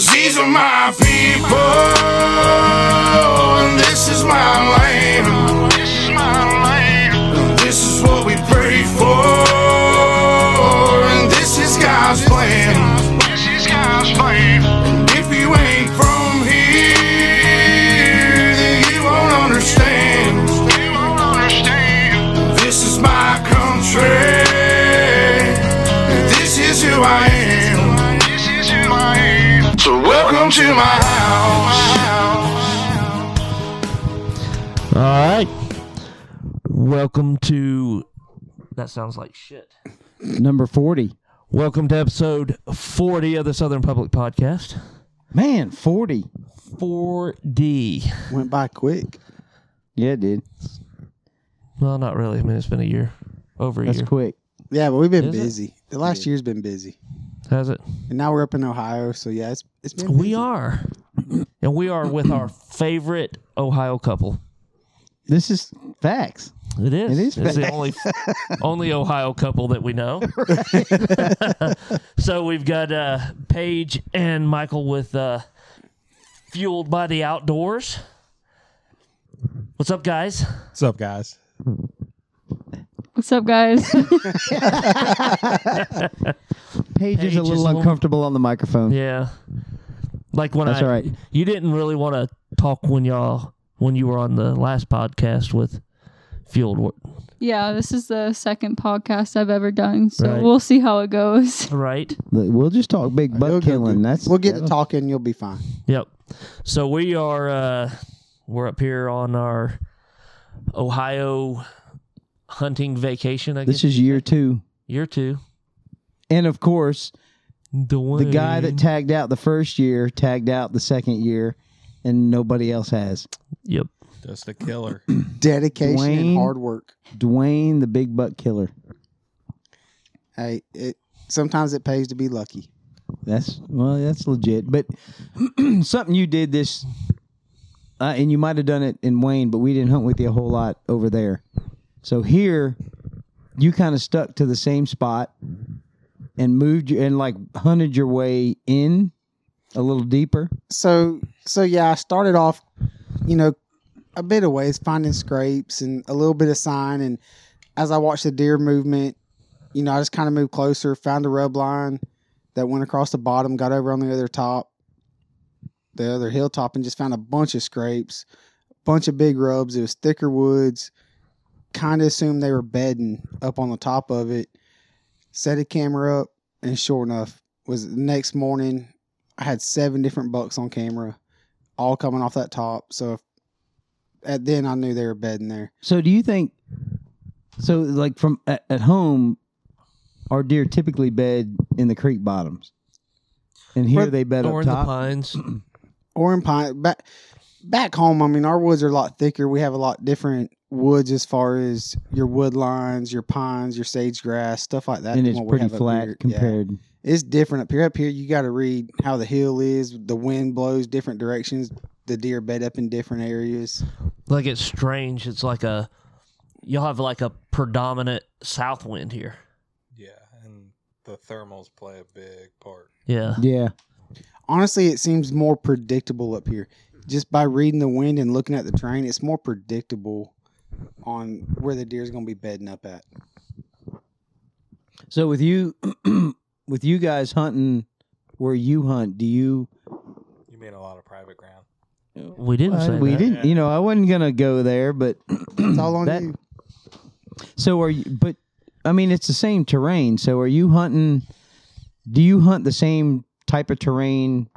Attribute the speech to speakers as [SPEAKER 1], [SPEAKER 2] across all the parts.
[SPEAKER 1] These are my people, and this is my land. This is what we pray for, and this is God's plan. And if you ain't from here, then you won't understand. This is my country, and this is who I am. So welcome to my house.
[SPEAKER 2] All right. Welcome to. That sounds like shit.
[SPEAKER 3] Number 40.
[SPEAKER 2] Welcome to episode 40 of the Southern Public Podcast.
[SPEAKER 3] Man, 40.
[SPEAKER 2] 4D.
[SPEAKER 4] Went by quick.
[SPEAKER 3] Yeah, it did.
[SPEAKER 2] Well, not really. I mean, it's been a year. Over a
[SPEAKER 3] That's
[SPEAKER 2] year.
[SPEAKER 3] quick.
[SPEAKER 4] Yeah, but we've been
[SPEAKER 2] Is it?
[SPEAKER 4] busy. The last year's been busy,
[SPEAKER 2] Has it?
[SPEAKER 4] and now we're up in Ohio. So yeah, it's it's been
[SPEAKER 2] We
[SPEAKER 4] busy.
[SPEAKER 2] are. And we are with our favorite Ohio couple.
[SPEAKER 3] This is facts.
[SPEAKER 2] It is.
[SPEAKER 3] It is
[SPEAKER 2] It's the
[SPEAKER 3] fast.
[SPEAKER 2] only only Ohio couple that we know. so we've got uh, Paige and Michael with uh, fueled by the outdoors. What's up, guys?
[SPEAKER 5] What's up, guys?
[SPEAKER 6] What's up, guys?
[SPEAKER 3] Paige,
[SPEAKER 2] Paige
[SPEAKER 3] is a
[SPEAKER 2] is a
[SPEAKER 3] little
[SPEAKER 2] little-
[SPEAKER 3] uncomfortable on the microphone.
[SPEAKER 2] Yeah, like when
[SPEAKER 3] That's
[SPEAKER 2] I
[SPEAKER 3] all right.
[SPEAKER 2] you didn't really want to talk when y'all when you were on the last podcast with fueled. Wa-
[SPEAKER 6] yeah, this is the second podcast I've ever done, so
[SPEAKER 2] Right.
[SPEAKER 6] we'll see how it goes.
[SPEAKER 2] Right.
[SPEAKER 3] Look, We'll just talk big
[SPEAKER 4] We'll
[SPEAKER 3] buck
[SPEAKER 4] get-
[SPEAKER 3] killing. That's
[SPEAKER 4] we'll get to
[SPEAKER 3] that'll-
[SPEAKER 4] talking. You'll be fine.
[SPEAKER 2] Yep. So we are uh we're up here on our Ohio hunting vacation, I guess.
[SPEAKER 3] This is year two,
[SPEAKER 2] year two.
[SPEAKER 3] and of course,
[SPEAKER 2] Dwayne.
[SPEAKER 3] the guy that tagged out the first year tagged out the second year, and nobody else has.
[SPEAKER 2] Yep.
[SPEAKER 5] Just a killer.
[SPEAKER 4] Dedication
[SPEAKER 3] Dwayne.
[SPEAKER 4] and hard work.
[SPEAKER 3] Dwayne, the big buck killer.
[SPEAKER 4] Hey, it sometimes it pays to be lucky.
[SPEAKER 3] That's well, that's legit. But something you did this, uh, and you might have done it in Wayne, but we didn't hunt with you a whole lot over there. So here, you kind of stuck to the same spot and moved your, and like hunted your way in a little deeper.
[SPEAKER 4] So so yeah, I started off, you know, a bit of ways finding scrapes and a little bit of sign, and as I watched the deer movement, you know, I just kind of moved closer, found a rub line that went across the bottom, got over on the other top, the other hilltop, and just found a bunch of scrapes, bunch of big rubs. It was thicker woods. Kind of assumed they were bedding up on the top of it. Set a camera up, and sure enough, was the next morning. I had seven different bucks on camera, all coming off that top. So at then I knew they were bedding there.
[SPEAKER 3] So do you think? So like from at, at home, our deer typically bed in the creek bottoms, and here
[SPEAKER 4] Or-
[SPEAKER 3] they bed
[SPEAKER 2] Or
[SPEAKER 3] up
[SPEAKER 2] in the
[SPEAKER 3] top.
[SPEAKER 2] pines.
[SPEAKER 4] or in pine back back home i mean our woods are a lot thicker we have a lot different woods as far as your wood lines your pines your sage grass stuff like that
[SPEAKER 3] And
[SPEAKER 4] than
[SPEAKER 3] it's
[SPEAKER 4] what we
[SPEAKER 3] pretty
[SPEAKER 4] have up here.
[SPEAKER 3] flat
[SPEAKER 4] Yeah.
[SPEAKER 3] compared.
[SPEAKER 4] it's different up here up here you got to read how the hill is the wind blows different directions the deer bed up in different areas
[SPEAKER 2] Like it's strange. It's like a y'all have like a predominant south wind here.
[SPEAKER 5] yeah, and the thermals play a big part.
[SPEAKER 2] Yeah.
[SPEAKER 3] Yeah.
[SPEAKER 4] honestly it seems more predictable up here just by reading the wind and looking at the terrain it's more predictable on where the deer's going to be bedding up at
[SPEAKER 3] So with you, with you guys hunting where you hunt, do you?
[SPEAKER 5] You mean a lot of private ground?
[SPEAKER 2] We didn't say
[SPEAKER 3] Uh, we
[SPEAKER 2] that.
[SPEAKER 3] didn't. You know, I wasn't gonna go there, but
[SPEAKER 4] it's all on
[SPEAKER 3] that-
[SPEAKER 4] you
[SPEAKER 3] So are you? But I mean, it's the same terrain. So are you hunting? Do you hunt the same type of terrain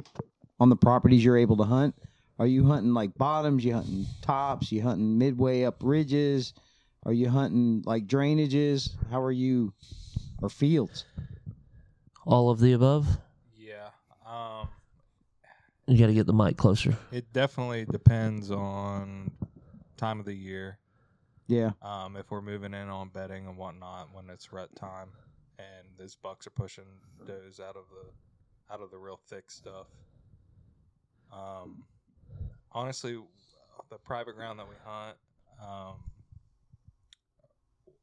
[SPEAKER 3] on the properties you're able to hunt? Are you hunting like bottoms? You hunting tops? You hunting midway up ridges? Are you hunting like drainages? How are you? Or fields?
[SPEAKER 2] All of the above.
[SPEAKER 5] Yeah. Um,
[SPEAKER 2] You gotta get the mic closer.
[SPEAKER 5] it definitely depends on time of the year.
[SPEAKER 3] Yeah.
[SPEAKER 5] Um, if we're moving in on bedding and whatnot when it's rut time, and those bucks are pushing those out of the out of the real thick stuff. Um, honestly, the private ground that we hunt, um,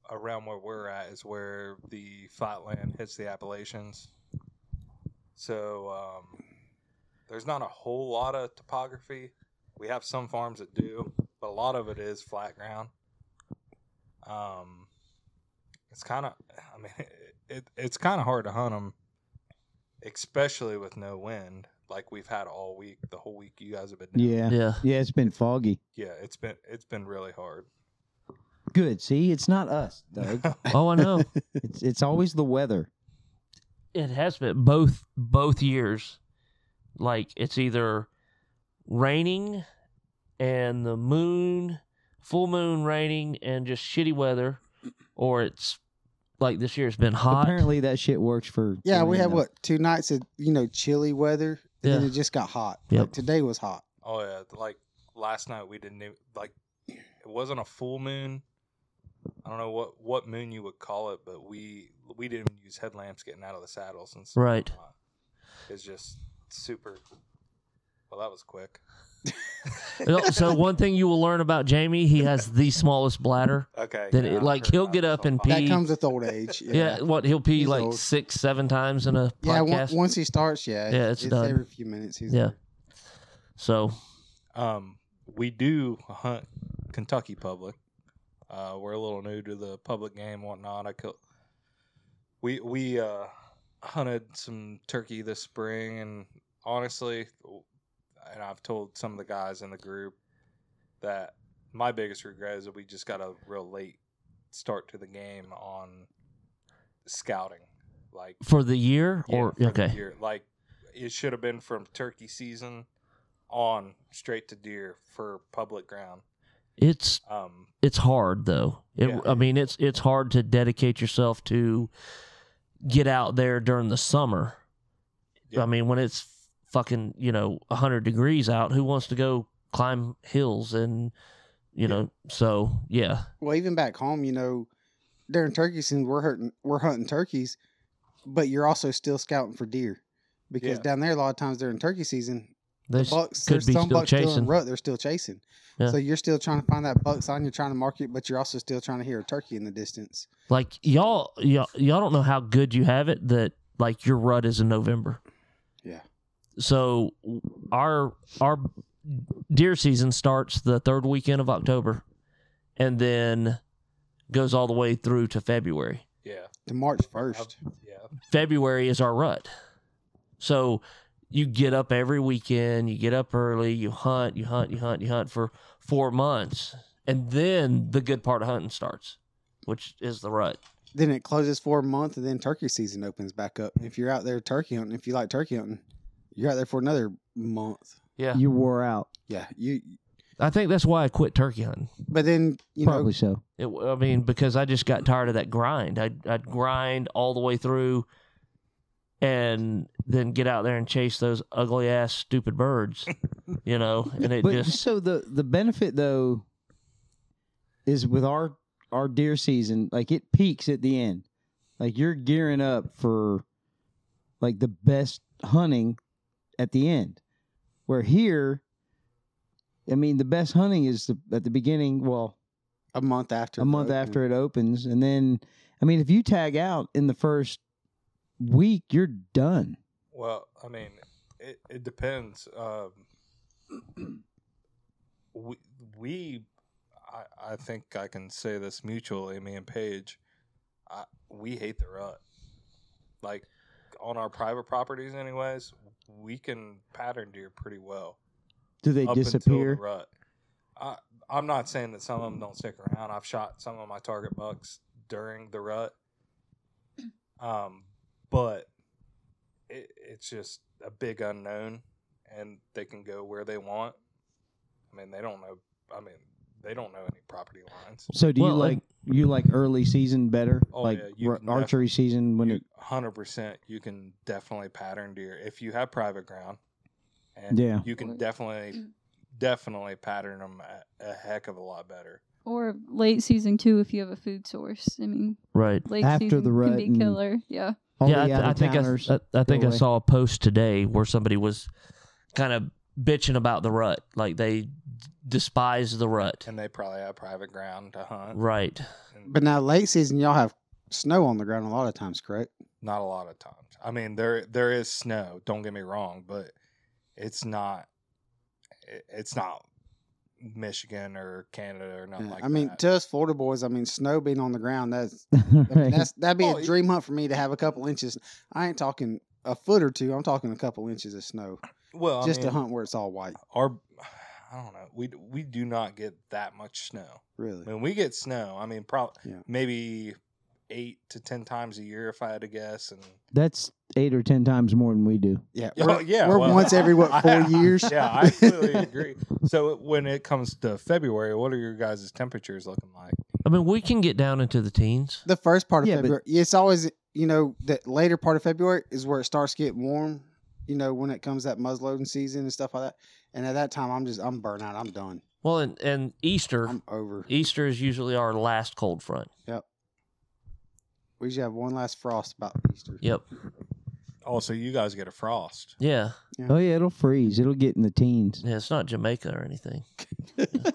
[SPEAKER 5] around where we're at is where the flatland hits the Appalachians. So um, There's not a whole lot of topography. We have some farms that do, but a lot of it is flat ground. Um, it's kind of, I mean, it, it it's kind of hard to hunt them, especially with no wind like we've had all week. The whole week you guys have been down.
[SPEAKER 3] Yeah.
[SPEAKER 2] Yeah.
[SPEAKER 3] Yeah, it's been foggy.
[SPEAKER 5] yeah. It's been it's been really hard.
[SPEAKER 3] Good. See, it's not us, Doug.
[SPEAKER 2] Oh, I know.
[SPEAKER 3] it's it's always the weather.
[SPEAKER 2] it has been both both years. Like it's either raining and the moon, full moon raining and just shitty weather, or it's like this year it's been hot.
[SPEAKER 3] Apparently that shit works for
[SPEAKER 4] Yeah, we had
[SPEAKER 3] Orlando.
[SPEAKER 4] what two nights of you know chilly weather, and then
[SPEAKER 2] Yeah.
[SPEAKER 4] it just got hot.
[SPEAKER 2] Yep.
[SPEAKER 4] Like today was hot.
[SPEAKER 5] Oh yeah, like last night we didn't even, like it wasn't a full moon. I don't know what what moon you would call it, but we we didn't even use headlamps getting out of the saddles and stuff.
[SPEAKER 2] Right.
[SPEAKER 5] It's just super. Well, that was quick.
[SPEAKER 2] No, so one thing you will learn about Jamie, he has the smallest bladder.
[SPEAKER 5] Okay.
[SPEAKER 2] Then
[SPEAKER 5] yeah,
[SPEAKER 2] it,
[SPEAKER 5] I've
[SPEAKER 2] like
[SPEAKER 5] heard
[SPEAKER 2] he'll
[SPEAKER 5] about
[SPEAKER 2] get
[SPEAKER 5] this
[SPEAKER 2] up
[SPEAKER 5] on
[SPEAKER 2] and
[SPEAKER 5] pod-
[SPEAKER 2] He-
[SPEAKER 4] That comes with old age.
[SPEAKER 2] Yeah, what he'll pee
[SPEAKER 4] He's
[SPEAKER 2] like
[SPEAKER 4] old.
[SPEAKER 2] six, seven times in a
[SPEAKER 4] Yeah, on-
[SPEAKER 2] podcast.
[SPEAKER 4] once he starts, yeah,
[SPEAKER 2] Yeah, it's done.
[SPEAKER 4] every few minutes. He's
[SPEAKER 2] Yeah. So
[SPEAKER 5] Um, we do hunt Kentucky public. Uh, we're a little new to the public game, and whatnot. I kill. We we uh, hunted some turkey this spring, and honestly, and I've told some of the guys in the group that my biggest regret is that we just got a real late start to the game on scouting, like
[SPEAKER 2] for the year,
[SPEAKER 5] yeah,
[SPEAKER 2] or
[SPEAKER 5] for the
[SPEAKER 2] okay,
[SPEAKER 5] deer. Like it should have been from turkey season on straight to deer for public ground.
[SPEAKER 2] it's
[SPEAKER 5] Um,
[SPEAKER 2] it's hard though. It,
[SPEAKER 5] Yeah.
[SPEAKER 2] I mean, it's it's hard to dedicate yourself to get out there during the summer.
[SPEAKER 5] Yeah.
[SPEAKER 2] I mean, when it's fucking you know hundred degrees out, who wants to go climb hills and you know? So yeah,
[SPEAKER 4] Well, even back home, you know, during turkey season, we're hunting, we're hunting turkeys, but you're also still scouting for deer because
[SPEAKER 5] Yeah.
[SPEAKER 4] down there, a lot of times during turkey season,
[SPEAKER 2] they s-
[SPEAKER 4] bucks
[SPEAKER 2] could
[SPEAKER 4] there's
[SPEAKER 2] be
[SPEAKER 4] some
[SPEAKER 2] still
[SPEAKER 4] bucks still in
[SPEAKER 2] chasing.
[SPEAKER 4] rut, they're still chasing.
[SPEAKER 2] Yeah.
[SPEAKER 4] So you're still trying to find that buck sign, you're trying to mark it, but you're also still trying to hear a turkey in the distance.
[SPEAKER 2] Like y'all, y'all, y'all don't know how good you have it that like your rut is in November.
[SPEAKER 4] Yeah.
[SPEAKER 2] So our our deer season starts the third weekend of October, and then goes all the way through to February.
[SPEAKER 5] yeah,
[SPEAKER 4] To March
[SPEAKER 5] I've-
[SPEAKER 4] first,
[SPEAKER 5] yeah,
[SPEAKER 2] February is our rut. So you get up every weekend, you get up early, you hunt, you hunt, you hunt, you hunt for four months. And then the good part of hunting starts, which is the rut.
[SPEAKER 4] then it closes for a month, and then turkey season opens back up. If you're out there turkey hunting, if you like turkey hunting, you're out there for another month.
[SPEAKER 2] Yeah.
[SPEAKER 3] you wore out.
[SPEAKER 4] Yeah, you.
[SPEAKER 2] I think that's why I quit turkey hunting.
[SPEAKER 4] But then you know,
[SPEAKER 3] Probably so.
[SPEAKER 2] It, I mean, because I just got tired of that grind. I'd, I'd grind all the way through and then get out there and chase those ugly ass stupid birds, you know? And it
[SPEAKER 3] But
[SPEAKER 2] just,
[SPEAKER 3] so the the benefit though is with our our deer season, like it peaks at the end. Like you're gearing up for like the best hunting at the end. Where here, I mean, the best hunting is the, at the beginning. Well,
[SPEAKER 4] a month after,
[SPEAKER 3] a month
[SPEAKER 4] opening.
[SPEAKER 3] after it opens, and then I mean, if you tag out in the first week, you're done.
[SPEAKER 5] Well, I mean, it, it depends. Um, we, we I, I think I can say this mutually, me and Paige, I, we hate the rut. Like, on our private properties, anyways, we can pattern deer pretty well.
[SPEAKER 3] Do they
[SPEAKER 5] up Until
[SPEAKER 3] disappear?
[SPEAKER 5] the rut. I, I'm not saying that some of them don't stick around. I've shot some of my target bucks during the rut, um, but it, it's just a big unknown, and they can go where they want. I mean, they don't know. I mean, they don't know any property lines.
[SPEAKER 3] So do you
[SPEAKER 2] Well,
[SPEAKER 3] like you like early season better?
[SPEAKER 5] Oh,
[SPEAKER 3] like
[SPEAKER 5] yeah, you
[SPEAKER 3] r-
[SPEAKER 5] can
[SPEAKER 3] archery season when it
[SPEAKER 5] Hundred percent, you can definitely pattern deer if you have private ground, and
[SPEAKER 3] Yeah.
[SPEAKER 5] you can
[SPEAKER 6] Or-
[SPEAKER 5] definitely, definitely pattern them a, a heck of a lot better.
[SPEAKER 6] Or late season too, if you have a food source. I mean,
[SPEAKER 2] right.
[SPEAKER 6] late
[SPEAKER 3] After
[SPEAKER 6] season
[SPEAKER 3] the rut
[SPEAKER 6] can
[SPEAKER 3] and-
[SPEAKER 6] be killer. Yeah.
[SPEAKER 3] all
[SPEAKER 2] yeah, I,
[SPEAKER 3] the
[SPEAKER 2] th- I think I,
[SPEAKER 3] out-of-towners-
[SPEAKER 2] I, I think I
[SPEAKER 3] away.
[SPEAKER 2] saw a post today where somebody was kind of bitching about the rut, like they d- despise the rut.
[SPEAKER 5] and they probably have private ground to hunt.
[SPEAKER 2] Right.
[SPEAKER 5] And
[SPEAKER 4] But now late season, y'all have snow on the ground a lot of times, correct?
[SPEAKER 5] not a lot of times. I mean, there there is snow. Don't get me wrong, but it's not it- it's not Michigan or Canada or nothing
[SPEAKER 4] Yeah,
[SPEAKER 5] like
[SPEAKER 4] I mean,
[SPEAKER 5] that.
[SPEAKER 4] to us Florida boys, I mean, snow being on the ground, that's I mean,
[SPEAKER 3] Right.
[SPEAKER 4] that's that'd be
[SPEAKER 5] Oh,
[SPEAKER 4] a
[SPEAKER 5] it-
[SPEAKER 4] dream hunt for me to have a couple inches. I ain't talking a foot or two. I'm talking a couple inches of snow
[SPEAKER 5] well,
[SPEAKER 4] just
[SPEAKER 5] I mean,
[SPEAKER 4] to hunt where it's all white.
[SPEAKER 5] Our I don't know. We we do not get that much snow.
[SPEAKER 4] Really,
[SPEAKER 5] When we get snow, I mean, probably
[SPEAKER 4] Yeah.
[SPEAKER 5] maybe eight to ten times a year, if I had to guess. And
[SPEAKER 3] That's eight or ten times more than we do.
[SPEAKER 4] yeah,
[SPEAKER 5] Oh,
[SPEAKER 4] we're,
[SPEAKER 5] yeah,
[SPEAKER 4] we're
[SPEAKER 5] well,
[SPEAKER 4] once every what four
[SPEAKER 5] I-
[SPEAKER 4] years?
[SPEAKER 5] yeah, I completely agree. So when it comes to February, what are your guys' temperatures looking like?
[SPEAKER 2] I mean, we can get down into the teens.
[SPEAKER 4] The first part of
[SPEAKER 3] Yeah, but-
[SPEAKER 4] February, it's always you know that later part of February is where it starts getting warm. You know when it comes that muzzleloading season and stuff like that. And at that time, I'm just I'm burnt out. I'm done.
[SPEAKER 2] Well, and, and Easter,
[SPEAKER 4] I'm over.
[SPEAKER 2] Easter is usually our last cold front.
[SPEAKER 4] We should have one last frost about Easter.
[SPEAKER 2] Yep.
[SPEAKER 5] Also, you guys get a frost.
[SPEAKER 2] Yeah.
[SPEAKER 3] Oh yeah, it'll freeze. It'll get in the teens.
[SPEAKER 2] Yeah. It's not Jamaica or anything.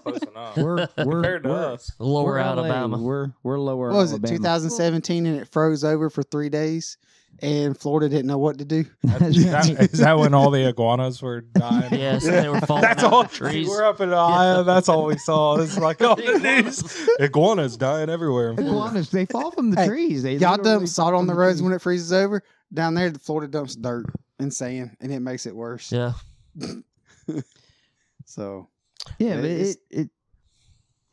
[SPEAKER 5] Close enough.
[SPEAKER 3] We're we're,
[SPEAKER 5] Uh, Compared to
[SPEAKER 3] we're-
[SPEAKER 5] us,
[SPEAKER 2] Lower
[SPEAKER 3] we're
[SPEAKER 2] Alabama.
[SPEAKER 3] LA. We're we're lower
[SPEAKER 4] What was it
[SPEAKER 3] Alabama.
[SPEAKER 4] 2017 and it froze over for three days, and Florida didn't know what to do.
[SPEAKER 3] That's
[SPEAKER 5] Is that-
[SPEAKER 3] right.
[SPEAKER 5] is that when all the iguanas were dying?
[SPEAKER 2] Yes, and they were falling
[SPEAKER 5] That's
[SPEAKER 2] out
[SPEAKER 5] all.
[SPEAKER 2] of the trees.
[SPEAKER 5] We're up in Ohio. That's all we saw. It's like oh, the news. Iguanas dying everywhere. in Florida.
[SPEAKER 3] Iguanas, they fall from the
[SPEAKER 4] Hey,
[SPEAKER 3] trees. They
[SPEAKER 4] Y'all
[SPEAKER 3] literally
[SPEAKER 4] dump salt
[SPEAKER 3] fall
[SPEAKER 4] on
[SPEAKER 3] from
[SPEAKER 4] the roads when it freezes over. Down there, the Florida dumps dirt and sand, and it makes it worse.
[SPEAKER 2] Yeah.
[SPEAKER 4] So
[SPEAKER 3] trees. Yeah, but
[SPEAKER 4] It's-
[SPEAKER 3] it, it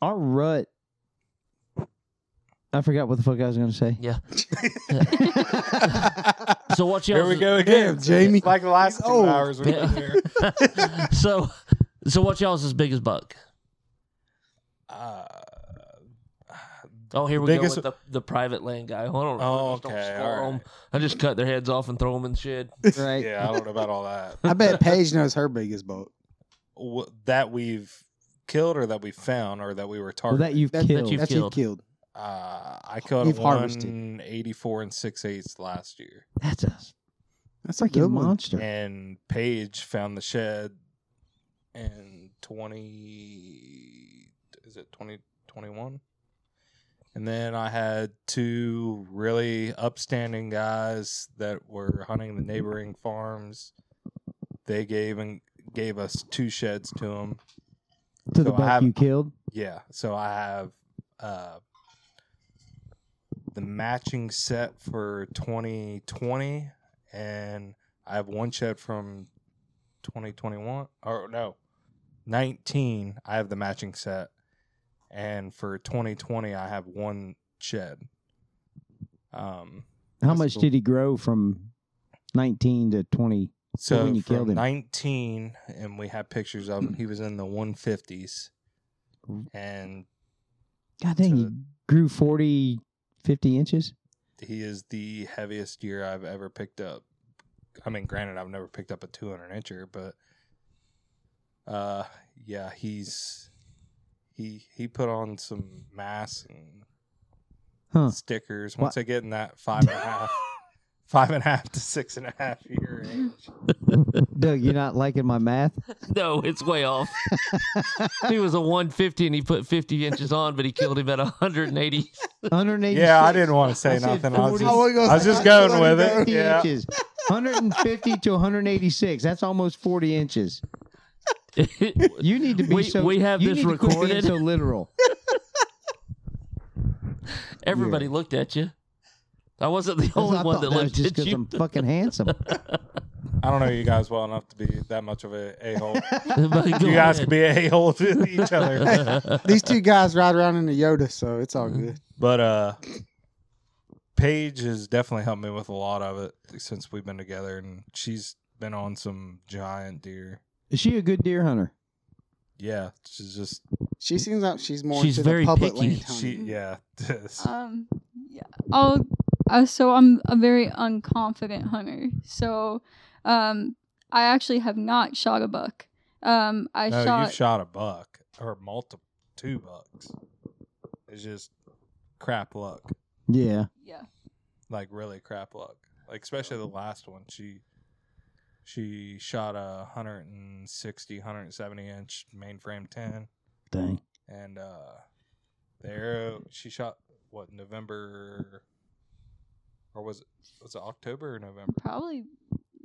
[SPEAKER 3] our rut. I forgot what the fuck I was gonna say.
[SPEAKER 2] So what y'all?
[SPEAKER 5] Here we go again,
[SPEAKER 4] Damn, Jamie.
[SPEAKER 5] Like the last
[SPEAKER 4] He's
[SPEAKER 5] two
[SPEAKER 4] old.
[SPEAKER 5] hours we've been here.
[SPEAKER 2] so, so what y'all's as big as buck?
[SPEAKER 5] Uh,
[SPEAKER 2] Oh, here we
[SPEAKER 5] Biggest-
[SPEAKER 2] go with the, the private land guy. I don't know.
[SPEAKER 5] Oh,
[SPEAKER 2] I just don't
[SPEAKER 5] okay,
[SPEAKER 2] score
[SPEAKER 5] all right.
[SPEAKER 2] 'em. I just cut their heads off and throw them in the shed.
[SPEAKER 3] Right.
[SPEAKER 5] yeah, I don't know about all that.
[SPEAKER 4] I bet Paige knows her biggest boat.
[SPEAKER 5] Wh- That we've killed, or that we found, or that we were
[SPEAKER 3] Well,
[SPEAKER 5] targeted.
[SPEAKER 3] that you've
[SPEAKER 4] That- that
[SPEAKER 3] killed.
[SPEAKER 2] you've-
[SPEAKER 4] That's
[SPEAKER 2] killed.
[SPEAKER 4] you killed.
[SPEAKER 5] uh, I killed
[SPEAKER 4] You've harvested.
[SPEAKER 5] one eighty-four and six eighths last year,
[SPEAKER 3] That's a
[SPEAKER 4] That's a
[SPEAKER 3] freaking
[SPEAKER 4] good one.
[SPEAKER 3] monster.
[SPEAKER 5] and Paige found the shed in twenty. Is it twenty twenty-one? And then I had two really upstanding guys that were hunting the neighboring farms. They gave and gave us two sheds to them.
[SPEAKER 3] To the
[SPEAKER 5] so I have-
[SPEAKER 3] buck you killed.
[SPEAKER 5] Yeah, so I have uh, the matching set for 2020, and I have one shed from 2021, or no, 19. I have the matching set, and for 2020, I have one shed. Um,
[SPEAKER 3] How
[SPEAKER 5] That's
[SPEAKER 3] much
[SPEAKER 5] cool.
[SPEAKER 3] did he grow from nineteen to twenty?
[SPEAKER 5] so
[SPEAKER 3] when you
[SPEAKER 5] from
[SPEAKER 3] killed him.
[SPEAKER 5] 19, and we have pictures of him. He was in the 150s,
[SPEAKER 3] Mm.
[SPEAKER 5] and
[SPEAKER 3] God dang, he
[SPEAKER 5] to-
[SPEAKER 3] grew 40, 50 inches.
[SPEAKER 5] he is the heaviest deer I've ever picked up. I mean, granted, I've never picked up a 200 incher, but uh, yeah, he's he he put on some mass and
[SPEAKER 3] Huh.
[SPEAKER 5] stickers. Once I get in that five and a half, five and a half to six and a half year range,
[SPEAKER 3] Doug, you're not liking my math?
[SPEAKER 2] No, it's way off. he was a 150 and he put 50 inches on, but he killed him at 180.
[SPEAKER 3] 180.
[SPEAKER 5] yeah, I didn't want to say
[SPEAKER 3] I said
[SPEAKER 5] nothing. I was
[SPEAKER 3] 40.
[SPEAKER 5] just,
[SPEAKER 3] I wasn't
[SPEAKER 5] I was just going with it.
[SPEAKER 3] 50
[SPEAKER 5] Yeah,
[SPEAKER 3] inches. 150 to 186. That's almost 40 inches. You need to be
[SPEAKER 2] We-
[SPEAKER 3] so.
[SPEAKER 2] we have
[SPEAKER 3] you
[SPEAKER 2] this
[SPEAKER 3] need to quit being
[SPEAKER 2] recorded.
[SPEAKER 3] so literal.
[SPEAKER 2] Everybody looked at you. I wasn't the only
[SPEAKER 3] I
[SPEAKER 2] one
[SPEAKER 3] thought
[SPEAKER 2] that
[SPEAKER 3] was
[SPEAKER 2] looked
[SPEAKER 3] just
[SPEAKER 2] at
[SPEAKER 3] because
[SPEAKER 2] you.
[SPEAKER 3] I'm fucking handsome.
[SPEAKER 5] I don't know you guys well enough to be that much of a a hole.
[SPEAKER 2] But go
[SPEAKER 5] You
[SPEAKER 2] ahead.
[SPEAKER 5] guys could be a hole to each other.
[SPEAKER 4] These two guys ride around in a Yoda, so it's all good.
[SPEAKER 5] But uh Paige has definitely helped me with a lot of it since we've been together and she's been on some giant deer.
[SPEAKER 3] Is she a good deer hunter?
[SPEAKER 5] Yeah, she's just
[SPEAKER 4] She seems like she's more
[SPEAKER 2] She's
[SPEAKER 4] into
[SPEAKER 2] very
[SPEAKER 4] the public
[SPEAKER 2] picky.
[SPEAKER 4] land hunting.
[SPEAKER 5] she yeah.
[SPEAKER 6] Um, yeah. I'll, uh, so I'm a very unconfident hunter. So, um, I actually have not shot a buck. Um, I
[SPEAKER 5] no,
[SPEAKER 6] shot.
[SPEAKER 5] you've shot a buck or multiple two bucks. It's just crap luck.
[SPEAKER 3] Yeah.
[SPEAKER 6] yeah.
[SPEAKER 5] Like really crap luck. Like especially the last one. She she shot a 160 170 inch mainframe 10
[SPEAKER 3] Dang.
[SPEAKER 5] and uh the arrow she shot what november or was it was it october or november
[SPEAKER 6] Probably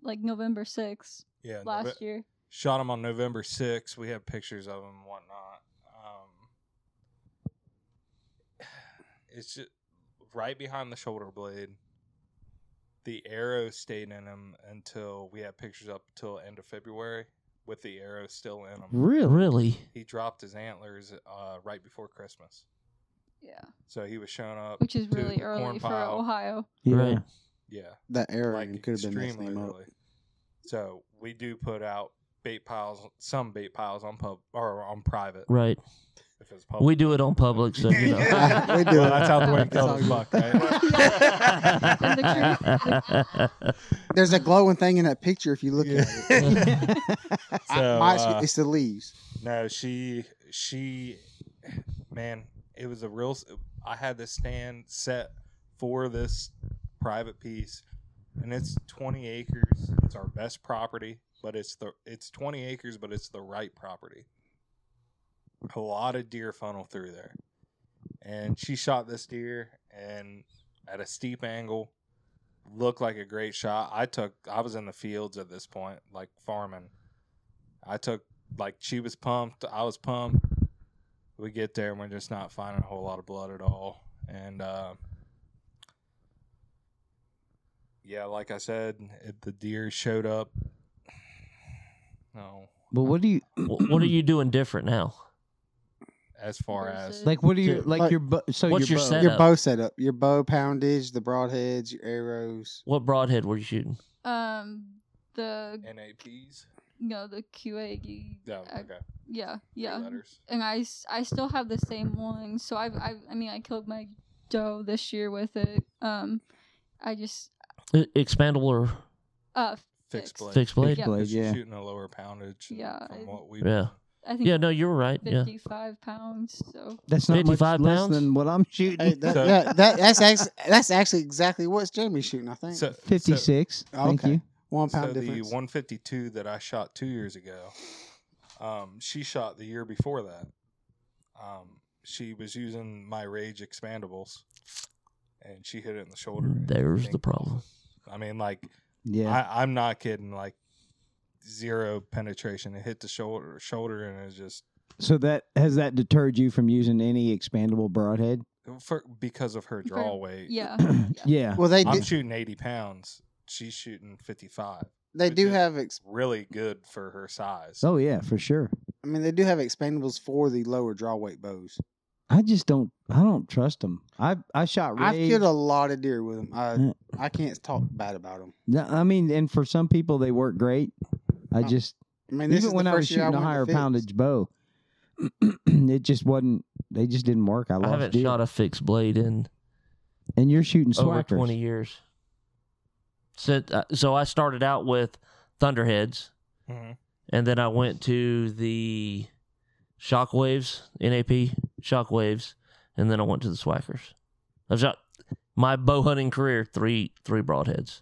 [SPEAKER 6] like November 6th
[SPEAKER 5] yeah Nove-
[SPEAKER 6] last year.
[SPEAKER 5] Shot him on November 6th. We have pictures of him and whatnot. Um, it's just right behind the shoulder blade. The arrow stayed in him until we had pictures up till end of February with the arrow still in him.
[SPEAKER 3] Really?
[SPEAKER 2] Really?
[SPEAKER 5] He dropped his antlers uh, right before Christmas.
[SPEAKER 6] Yeah,
[SPEAKER 5] So he was showing up.
[SPEAKER 6] which is
[SPEAKER 5] to
[SPEAKER 6] really
[SPEAKER 5] the
[SPEAKER 6] early
[SPEAKER 5] corn
[SPEAKER 6] for
[SPEAKER 5] pile.
[SPEAKER 6] Ohio.
[SPEAKER 3] Yeah.
[SPEAKER 2] Right.
[SPEAKER 5] Yeah.
[SPEAKER 4] That error
[SPEAKER 5] like
[SPEAKER 4] could have been messing
[SPEAKER 5] extremely
[SPEAKER 4] him up.
[SPEAKER 5] early. So we do put out bait piles, some bait piles on pub or on private.
[SPEAKER 2] Right.
[SPEAKER 5] If it's public,
[SPEAKER 2] We do it on public, so you know.
[SPEAKER 4] Yeah, we do
[SPEAKER 5] Well,
[SPEAKER 4] it.
[SPEAKER 5] that's how the way it
[SPEAKER 4] It's all
[SPEAKER 5] goes, fuck.
[SPEAKER 4] good.
[SPEAKER 5] Right?
[SPEAKER 4] There's a glowing thing in that picture if you look
[SPEAKER 5] Yeah.
[SPEAKER 4] at it. I-
[SPEAKER 5] So,
[SPEAKER 4] my-
[SPEAKER 5] uh,
[SPEAKER 4] it's the leaves.
[SPEAKER 5] No, she she man, it was a real s- I had this stand set for this private piece and it's 20 acres. It's our best property, but it's the it's 20 acres but it's the right property. A lot of deer funnel through there. And she shot this deer and at a steep angle looked like a great shot. I took I was in the fields at this point like farming. I took like she was pumped, I was pumped. We get there and we're just not finding a whole lot of blood at all. And uh, yeah, like I said, it, the deer showed up. No,
[SPEAKER 3] But what do you
[SPEAKER 2] Wh- what are you doing different now?
[SPEAKER 5] as far as
[SPEAKER 6] Versus-
[SPEAKER 3] like? What do you
[SPEAKER 4] Dude,
[SPEAKER 3] like?
[SPEAKER 4] like-
[SPEAKER 3] your bu- so
[SPEAKER 2] What's
[SPEAKER 3] your,
[SPEAKER 2] your
[SPEAKER 3] bow-
[SPEAKER 2] set?
[SPEAKER 4] Your
[SPEAKER 2] up.
[SPEAKER 4] bow setup, your bow poundage, the broadheads, your arrows.
[SPEAKER 2] What broadhead were you shooting?
[SPEAKER 6] Um, the
[SPEAKER 5] NAPs.
[SPEAKER 6] no, the QA.
[SPEAKER 5] No,
[SPEAKER 6] I-
[SPEAKER 5] okay.
[SPEAKER 6] yeah, Uh, yeah.
[SPEAKER 5] Letters.
[SPEAKER 6] and I, s- I still have the same one. So I've, I've I mean I killed my doe this year with it. Um, I just
[SPEAKER 2] E- Expandable or
[SPEAKER 6] uh Fixed.
[SPEAKER 5] Fixed blade.
[SPEAKER 2] fixed blade?
[SPEAKER 6] Yeah.
[SPEAKER 3] Blade,
[SPEAKER 5] Because she's
[SPEAKER 3] yeah.
[SPEAKER 5] Shooting a lower poundage.
[SPEAKER 6] Yeah,
[SPEAKER 5] From
[SPEAKER 6] I-
[SPEAKER 5] what we.
[SPEAKER 2] Yeah.
[SPEAKER 6] I think
[SPEAKER 2] Yeah, no, you were right. Yeah.
[SPEAKER 6] fifty five pounds. So
[SPEAKER 3] That's not much
[SPEAKER 2] 55
[SPEAKER 3] less
[SPEAKER 2] pounds?
[SPEAKER 3] than what I'm shooting.
[SPEAKER 4] Hey, that,
[SPEAKER 5] So-
[SPEAKER 4] that, that, that's actually, that's actually exactly what's Jeremy shooting. I think
[SPEAKER 5] So, so-
[SPEAKER 3] Fifty-six. Thank
[SPEAKER 4] Okay.
[SPEAKER 3] you.
[SPEAKER 4] one pound
[SPEAKER 5] so
[SPEAKER 4] difference.
[SPEAKER 5] the 152 that I shot two years ago, um, she shot the year before that. Um, she was using my Rage expandables, and she hit it in the shoulder.
[SPEAKER 2] There's the problem.
[SPEAKER 5] I mean, like
[SPEAKER 3] Yeah.
[SPEAKER 5] I, I'm not kidding. Like zero penetration. It hit the shoulder, shoulder, and it's just
[SPEAKER 3] so that has that deterred you from using any expandable broadhead?
[SPEAKER 5] for, because of her draw weight.
[SPEAKER 6] yeah,
[SPEAKER 3] yeah.
[SPEAKER 4] well, they
[SPEAKER 5] I'm
[SPEAKER 4] do,
[SPEAKER 5] shooting 80 pounds. She's shooting 55.
[SPEAKER 4] they do have ex,
[SPEAKER 5] Really good for her size.
[SPEAKER 3] Oh yeah, for sure.
[SPEAKER 4] I mean they do have expandables for the lower draw weight bows.
[SPEAKER 3] I just don't. I don't trust them. I I shot.
[SPEAKER 4] I've
[SPEAKER 3] Rage.
[SPEAKER 4] killed a lot of deer with them. I
[SPEAKER 3] Yeah.
[SPEAKER 4] I can't talk bad about them.
[SPEAKER 3] No, I mean, and for some people they work great.
[SPEAKER 2] Oh.
[SPEAKER 3] I
[SPEAKER 4] Uh,
[SPEAKER 3] just
[SPEAKER 4] I mean this
[SPEAKER 3] even
[SPEAKER 4] is
[SPEAKER 3] when
[SPEAKER 4] the
[SPEAKER 3] I was
[SPEAKER 4] first year
[SPEAKER 3] shooting a
[SPEAKER 4] went to
[SPEAKER 3] higher
[SPEAKER 4] fix.
[SPEAKER 3] poundage bow, it just wasn't. They just didn't work. I
[SPEAKER 2] I
[SPEAKER 3] lost.
[SPEAKER 2] haven't
[SPEAKER 3] deer.
[SPEAKER 2] shot a fixed blade in
[SPEAKER 3] And you're shooting
[SPEAKER 2] over
[SPEAKER 3] swackers.
[SPEAKER 2] 20 years. So, uh, so I started out with Thunderheads,
[SPEAKER 5] Mhm.
[SPEAKER 2] and then I went to the Shockwaves, NAP Shockwaves, and then I went to the Swackers. I've shot my bow hunting career three three broadheads.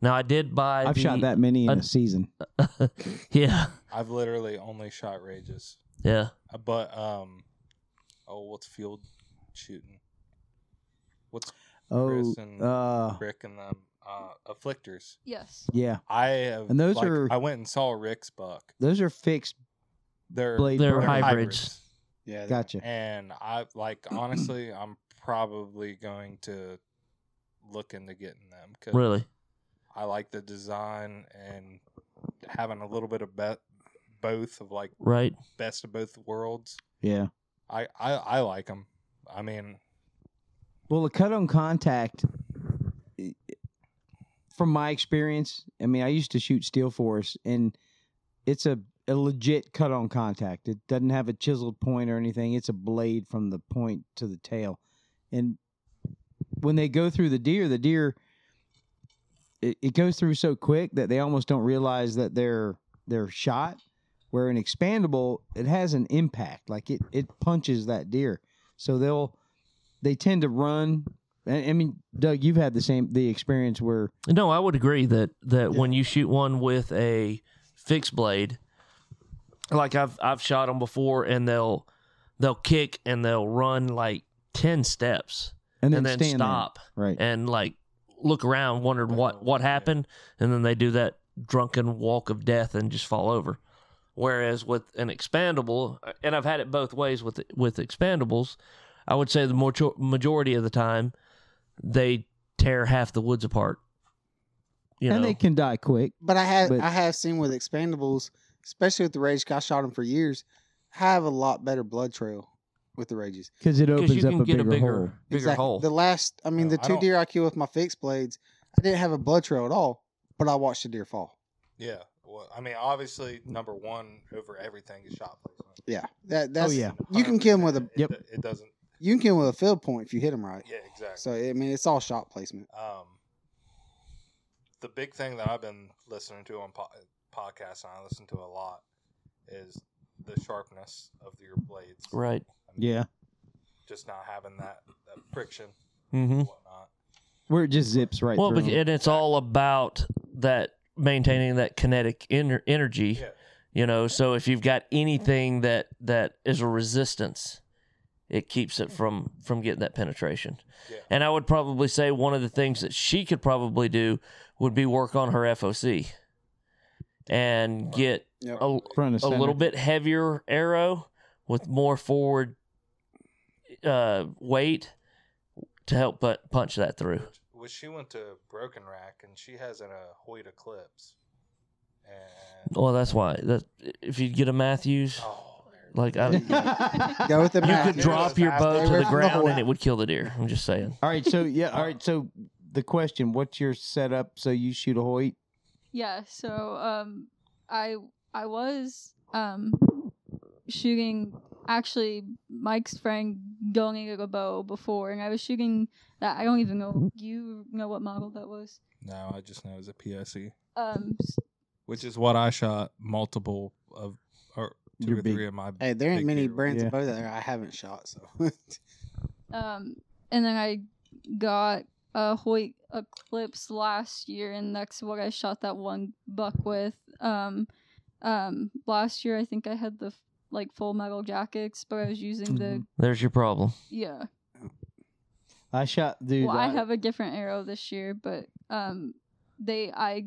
[SPEAKER 2] Now I did buy.
[SPEAKER 3] I've
[SPEAKER 2] the-
[SPEAKER 3] shot that many in
[SPEAKER 2] uh,
[SPEAKER 3] a season.
[SPEAKER 2] yeah,
[SPEAKER 5] I've literally only shot Rages.
[SPEAKER 2] yeah.
[SPEAKER 5] Uh, But um, oh, what's field shooting? What's
[SPEAKER 3] Oh,
[SPEAKER 5] Chris and
[SPEAKER 3] uh,
[SPEAKER 5] Rick and them uh, afflictors?
[SPEAKER 6] yes.
[SPEAKER 3] yeah.
[SPEAKER 5] I have,
[SPEAKER 3] And those
[SPEAKER 5] like,
[SPEAKER 3] are-
[SPEAKER 5] I went and saw Rick's buck.
[SPEAKER 3] Those are fixed.
[SPEAKER 5] They're
[SPEAKER 3] Blade
[SPEAKER 2] They're
[SPEAKER 3] broadheads.
[SPEAKER 2] hybrids.
[SPEAKER 4] Yeah, that-
[SPEAKER 3] Gotcha.
[SPEAKER 5] and I like honestly, I'm probably going to look into getting them because
[SPEAKER 2] Really?
[SPEAKER 5] I like the design and having a little bit of be- both of like
[SPEAKER 2] Right?
[SPEAKER 5] best of both worlds.
[SPEAKER 3] Yeah.
[SPEAKER 5] I I, I like them. I mean,
[SPEAKER 3] Well, the cut on contact, i- from my experience, I mean, I used to shoot Steel Force, and it's a, a legit cut on contact. It doesn't have a chiseled point or anything, it's a blade from the point to the tail. And when they go through the deer, the deer. It, it goes through so quick that they almost don't realize that they're they're shot. Where an expandable, it has an impact, like it it punches that deer, so they'll they tend to run. I I mean, Doug, you've had the same the experience where
[SPEAKER 2] No, I would agree that that
[SPEAKER 4] Yeah.
[SPEAKER 2] when you shoot one with a fixed blade, like I've I've shot them before, and they'll they'll kick and they'll run like ten steps
[SPEAKER 3] and then,
[SPEAKER 2] and then
[SPEAKER 3] stand there.
[SPEAKER 2] stop
[SPEAKER 3] right?
[SPEAKER 2] and like look around, wondered
[SPEAKER 5] Look
[SPEAKER 2] what
[SPEAKER 5] over,
[SPEAKER 2] what
[SPEAKER 5] yeah.
[SPEAKER 2] happened, and then they do that drunken walk of death and just fall over. Whereas with an expandable, uh, and I've had it both ways with with expandables, I would say the more majority of the time they tear half the woods apart. You
[SPEAKER 3] and
[SPEAKER 2] know,
[SPEAKER 3] they can die quick.
[SPEAKER 4] But I have
[SPEAKER 3] But-
[SPEAKER 4] I have seen with expandables, especially with the rage. 'cause I shot them for years. Have a lot better blood trail with the rages.
[SPEAKER 3] Because it
[SPEAKER 2] because
[SPEAKER 3] opens
[SPEAKER 2] you
[SPEAKER 3] up
[SPEAKER 2] can
[SPEAKER 3] a
[SPEAKER 2] get
[SPEAKER 3] bigger,
[SPEAKER 2] a bigger
[SPEAKER 3] hole.
[SPEAKER 2] bigger
[SPEAKER 4] Exactly.
[SPEAKER 2] hole.
[SPEAKER 4] The last, I mean,
[SPEAKER 5] No,
[SPEAKER 4] the
[SPEAKER 5] I
[SPEAKER 4] two
[SPEAKER 5] don't-
[SPEAKER 4] deer I killed with my fixed blades, I didn't have a blood trail at all, but I watched the deer fall.
[SPEAKER 5] Yeah. Well, I mean, obviously, number one over everything is shot placement.
[SPEAKER 4] Oh, Yeah, that that's
[SPEAKER 3] Oh, yeah.
[SPEAKER 4] You can kill 'em with a-
[SPEAKER 5] 100%. It,
[SPEAKER 3] Yep.
[SPEAKER 5] do- It doesn't.
[SPEAKER 4] you can kill 'em with a field point if you hit them right.
[SPEAKER 5] Yeah, exactly.
[SPEAKER 4] So I mean, it's all shot placement.
[SPEAKER 5] um, the big thing that I've been listening to on po- podcasts, and I listen to a lot, is the sharpness of your blades.
[SPEAKER 2] right.
[SPEAKER 5] I mean,
[SPEAKER 3] Yeah,
[SPEAKER 5] Just not having that, that friction
[SPEAKER 2] Mm-hmm.
[SPEAKER 5] and whatnot.
[SPEAKER 3] where it just zips right
[SPEAKER 2] well,
[SPEAKER 3] through.
[SPEAKER 2] bec-
[SPEAKER 3] 'em.
[SPEAKER 2] and it's all about that maintaining that kinetic ener- energy.
[SPEAKER 5] Yeah.
[SPEAKER 2] You know, so if you've got anything that that is a resistance, it keeps it from from getting that penetration.
[SPEAKER 5] Yeah.
[SPEAKER 2] And I would probably say one of the things that she could probably do would be work on her FOC and get
[SPEAKER 4] Yep.
[SPEAKER 2] a,
[SPEAKER 3] front of
[SPEAKER 2] a
[SPEAKER 3] center.
[SPEAKER 2] little bit heavier arrow with more forward uh, weight to help put, punch that through.
[SPEAKER 5] Which, which she went to Broken Rack, and she has an uh, Hoyt Eclipse. And
[SPEAKER 2] Well, that's why. That if you get a Matthews,
[SPEAKER 5] oh, there it is.
[SPEAKER 2] like I, you
[SPEAKER 4] Go with the
[SPEAKER 2] could
[SPEAKER 4] math.
[SPEAKER 5] Matthews.
[SPEAKER 2] drop your bow
[SPEAKER 4] They
[SPEAKER 2] to
[SPEAKER 4] were
[SPEAKER 2] the
[SPEAKER 4] from the
[SPEAKER 2] ground and
[SPEAKER 4] Hawaii.
[SPEAKER 2] it would kill the deer. I'm just saying.
[SPEAKER 3] all right, so yeah, all right, so the question: What's your setup? So you shoot a Hoyt.
[SPEAKER 6] Yeah, so um I I was um shooting actually Mike's friend going a bow before and I was shooting that I don't even know you know what model that was.
[SPEAKER 5] no, I just know it's a E. PSE,
[SPEAKER 6] Um s-
[SPEAKER 5] which is what I shot multiple of, or two
[SPEAKER 3] Your
[SPEAKER 5] or
[SPEAKER 3] big-
[SPEAKER 5] three of my.
[SPEAKER 4] Hey, there ain't
[SPEAKER 5] big
[SPEAKER 4] many
[SPEAKER 5] deer.
[SPEAKER 4] brands
[SPEAKER 3] Yeah.
[SPEAKER 4] of bow that I haven't shot. So
[SPEAKER 6] um and then I got a Hoyt Eclipse last year and that's what I shot that one buck with. Um um last year I think I had the f- like full metal jackets, but I was using the
[SPEAKER 2] There's your problem.
[SPEAKER 6] yeah.
[SPEAKER 3] I shot dude.
[SPEAKER 6] well, I have a different arrow this year, but um, they I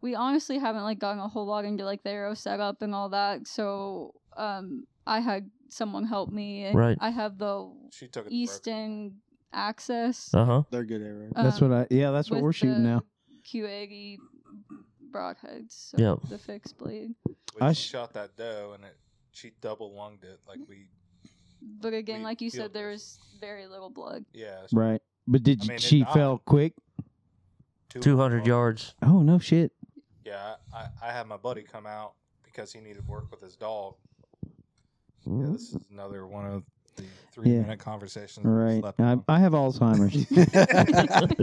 [SPEAKER 6] we honestly haven't like gotten a whole lot into like the arrow setup and all that. So um, I had someone help me, and
[SPEAKER 2] Right.
[SPEAKER 6] I have the
[SPEAKER 5] She took it. to Broken Rack.
[SPEAKER 6] Easton access.
[SPEAKER 2] Uh huh.
[SPEAKER 4] they're good arrows.
[SPEAKER 3] That's
[SPEAKER 6] um,
[SPEAKER 3] what I. Yeah, that's what
[SPEAKER 6] with
[SPEAKER 3] we're shooting
[SPEAKER 6] the
[SPEAKER 3] now.
[SPEAKER 6] Q80 broadheads. So
[SPEAKER 2] Yep.
[SPEAKER 6] The fixed blade,
[SPEAKER 5] Which
[SPEAKER 3] I
[SPEAKER 5] she
[SPEAKER 3] sh-
[SPEAKER 5] shot that doe, and it she double lunged it. Like we,
[SPEAKER 6] but again,
[SPEAKER 5] We
[SPEAKER 6] like you said,
[SPEAKER 5] field
[SPEAKER 6] there was
[SPEAKER 5] this.
[SPEAKER 6] very little blood.
[SPEAKER 5] yeah, it's
[SPEAKER 3] Right, but did
[SPEAKER 5] I
[SPEAKER 3] you-
[SPEAKER 5] mean, it
[SPEAKER 3] she
[SPEAKER 5] died.
[SPEAKER 3] fell quick?
[SPEAKER 5] two-
[SPEAKER 2] 200 yards.
[SPEAKER 3] Oh no, shit.
[SPEAKER 5] Yeah, I, I had my buddy come out because he needed work with his dog. Yeah, this is another one of the three minute conversations.
[SPEAKER 3] All
[SPEAKER 5] we
[SPEAKER 3] right,
[SPEAKER 5] slept
[SPEAKER 3] I,
[SPEAKER 5] on.
[SPEAKER 3] I have Alzheimer's.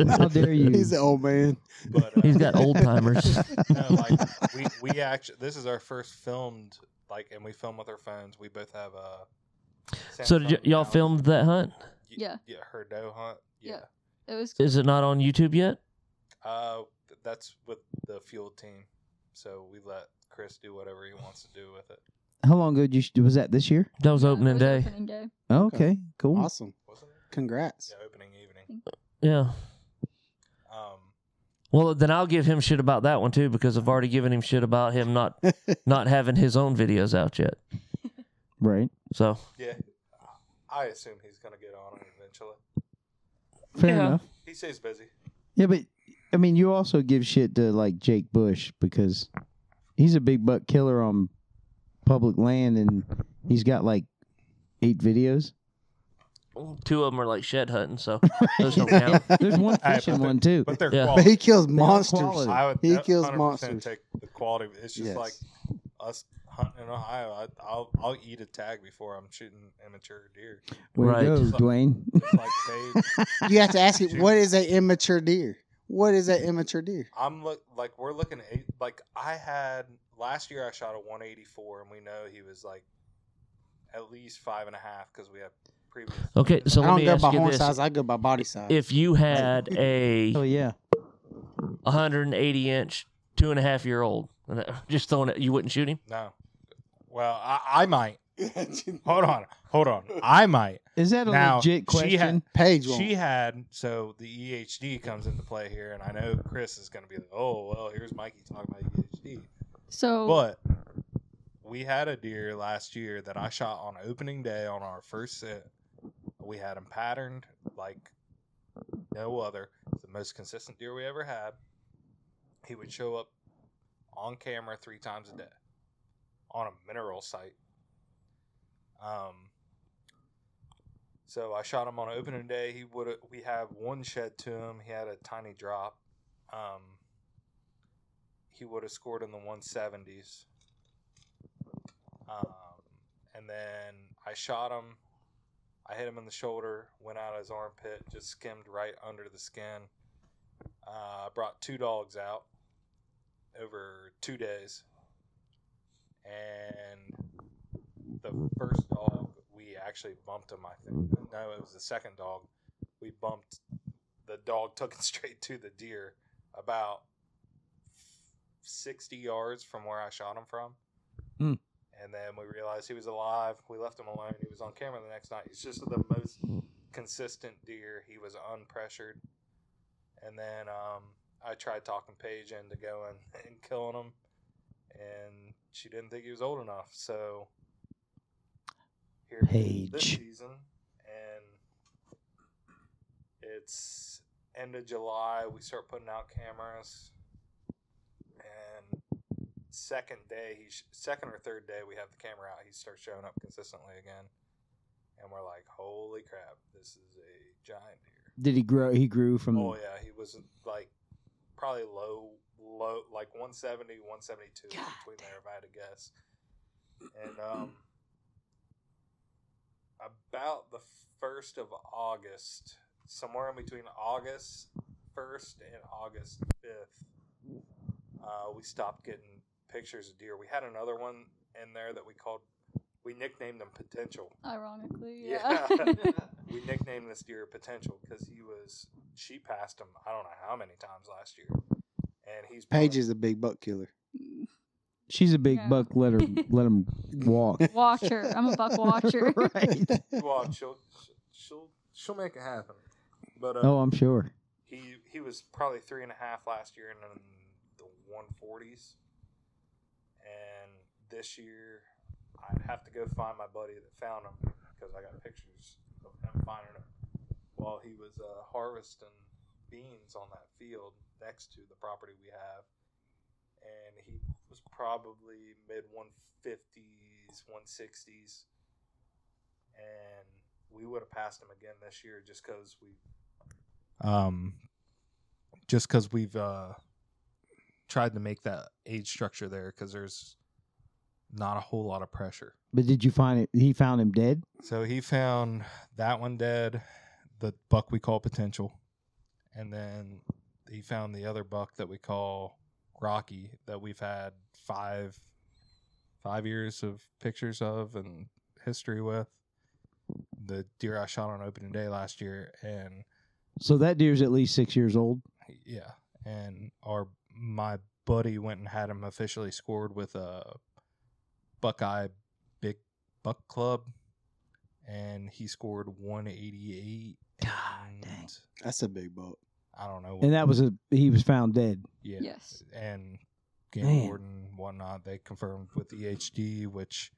[SPEAKER 3] How dare you?
[SPEAKER 4] He's an old man.
[SPEAKER 5] But, uh,
[SPEAKER 2] He's got old timers.
[SPEAKER 5] no, like we we actually this is our first filmed like, and we film with our phones. We both have uh, a.
[SPEAKER 2] so did y- y'all film that hunt?
[SPEAKER 6] Yeah.
[SPEAKER 5] Yeah, her doe hunt. Yeah.
[SPEAKER 6] Yeah. It was
[SPEAKER 2] Is it not on YouTube yet?
[SPEAKER 5] Uh, th- that's with the fuel team. So we let Chris do whatever he wants to do with it.
[SPEAKER 3] How long ago did you sh- was that this year?
[SPEAKER 2] That was
[SPEAKER 6] yeah,
[SPEAKER 2] opening
[SPEAKER 6] it was
[SPEAKER 2] day.
[SPEAKER 6] opening day.
[SPEAKER 3] Oh,
[SPEAKER 4] Okay.
[SPEAKER 3] okay, cool.
[SPEAKER 4] Awesome.
[SPEAKER 5] Wasn't it?
[SPEAKER 4] Congrats.
[SPEAKER 5] Yeah, opening evening.
[SPEAKER 2] Yeah.
[SPEAKER 5] Um,
[SPEAKER 2] Well, then I'll give him shit about that one too because I've already given him shit about him not not having his own videos out yet.
[SPEAKER 3] Right,
[SPEAKER 2] So
[SPEAKER 5] yeah, I assume he's gonna get on it eventually.
[SPEAKER 3] fair
[SPEAKER 2] Yeah.
[SPEAKER 3] enough.
[SPEAKER 5] He stays busy.
[SPEAKER 3] Yeah, but I mean, you also give shit to like Jake Bush because he's a big buck killer on public land, and he's got like eight videos.
[SPEAKER 2] two of them are like shed hunting, so those don't count.
[SPEAKER 3] There's one
[SPEAKER 5] Hey,
[SPEAKER 3] fishing
[SPEAKER 5] but the-
[SPEAKER 3] one too.
[SPEAKER 5] But they're
[SPEAKER 2] Yeah.
[SPEAKER 4] But he
[SPEAKER 5] quality.
[SPEAKER 4] kills
[SPEAKER 3] all
[SPEAKER 4] monsters.
[SPEAKER 3] quality.
[SPEAKER 5] I would
[SPEAKER 4] He
[SPEAKER 5] de-
[SPEAKER 4] kills
[SPEAKER 5] 100%
[SPEAKER 4] monsters.
[SPEAKER 5] Take the quality. It's just
[SPEAKER 4] Yes.
[SPEAKER 5] like us hunting in Ohio. I, I'll I'll eat a tag before I'm shooting immature deer.
[SPEAKER 3] Way
[SPEAKER 2] Right.
[SPEAKER 3] to go, Dwayne.
[SPEAKER 5] It's like they,
[SPEAKER 4] You have to ask it, what is a immature deer? What is a immature deer?
[SPEAKER 5] I'm look like we're looking at like I had last year. I shot a 184, and we know he was like at least five and a half because we have previous.
[SPEAKER 2] Okay, so
[SPEAKER 4] I
[SPEAKER 2] let
[SPEAKER 4] don't
[SPEAKER 2] me
[SPEAKER 4] go by
[SPEAKER 2] ask
[SPEAKER 4] horn
[SPEAKER 2] you
[SPEAKER 4] size.
[SPEAKER 2] this:
[SPEAKER 4] I go by body size.
[SPEAKER 2] If you had a
[SPEAKER 3] Oh yeah,
[SPEAKER 2] 180 inch, two and a half year old, and I- just throwing it, you wouldn't shoot him.
[SPEAKER 5] no, well I, I might hold on, hold on. I might.
[SPEAKER 3] is that a
[SPEAKER 5] Now,
[SPEAKER 3] legit
[SPEAKER 5] she had-
[SPEAKER 3] question?
[SPEAKER 4] Page one.
[SPEAKER 5] She had so the EHD comes into play here, and I E know Chris is going to be like, "Oh, well, here's Mikey talking about EHD,"
[SPEAKER 6] So
[SPEAKER 5] but we had a deer last year that I shot on opening day on our first sit. We had him patterned like no other. It's the most consistent deer we ever had. He would show up on camera three times a day on a mineral site. Um, so I shot him on opening day. He would we had one shed to him. He had a tiny drop. Um, he would have scored in the 170s. Um, and then I shot him. I hit him in the shoulder, went out of his armpit, just skimmed right under the skin. Uh, I brought two dogs out over two days. And the first dog, we actually bumped him, I think. No, it was the second dog. We bumped, the dog took it straight to the deer about 60 yards from where I shot him from.
[SPEAKER 3] Hmm.
[SPEAKER 5] And then we realized he was alive. We left him alone. He was on camera the next night. He's just the most consistent deer. He was unpressured. And then um, I tried talking Paige into going and killing him. And she didn't think he was old enough. So here it is this
[SPEAKER 3] Paige.
[SPEAKER 5] season. And it's end of July. We start putting out cameras. And second day, he sh- second or third day we have the camera out, he starts showing up consistently again, and we're like, "Holy crap, this is a giant deer!"
[SPEAKER 3] Did he grow? He grew from.
[SPEAKER 5] Oh yeah, he was like probably low, low like 170, 172 between there if I had to guess. And um, about the first of August, somewhere in between August first and August fifth, uh, we stopped getting pictures of deer. We had another one in there that we called, we nicknamed him Potential.
[SPEAKER 6] Ironically, yeah.
[SPEAKER 5] Yeah. we nicknamed this deer Potential because he was she passed him I don't know how many times last year, and he's
[SPEAKER 4] Paige is a big buck killer.
[SPEAKER 3] She's a big
[SPEAKER 6] Yeah.
[SPEAKER 3] buck. Let her let him walk.
[SPEAKER 6] watcher. I'm a buck watcher.
[SPEAKER 3] right.
[SPEAKER 5] well she'll she'll she'll make it happen, but uh,
[SPEAKER 3] Oh, I'm sure.
[SPEAKER 5] he he was probably three and a half last year and in the one forties, and this year I'd have to go find my buddy that found him because I got pictures of him finding him while he was uh, harvesting beans on that field next to the property we have, and he was probably mid one fifties, one sixties, and we would have passed him again this year just because we um, just because we've uh, tried to make that age structure there because there's not a whole lot of pressure.
[SPEAKER 3] But did you find it? He found him dead.
[SPEAKER 5] So he found that one dead, the buck we call potential, and then he found the other buck that we call Rocky that we've had five five years of pictures of and history with. The deer I shot on opening day last year, and
[SPEAKER 3] So that deer's at least six years old.
[SPEAKER 5] yeah and our my buddy went and had him officially scored with a buckeye big buck club and he scored 188
[SPEAKER 3] God
[SPEAKER 5] and
[SPEAKER 3] dang.
[SPEAKER 4] That's a big buck.
[SPEAKER 5] i don't know what,
[SPEAKER 3] And that was a he was found dead.
[SPEAKER 5] yeah
[SPEAKER 6] Yes.
[SPEAKER 5] and game
[SPEAKER 3] Man.
[SPEAKER 5] warden and whatnot they confirmed with ehd which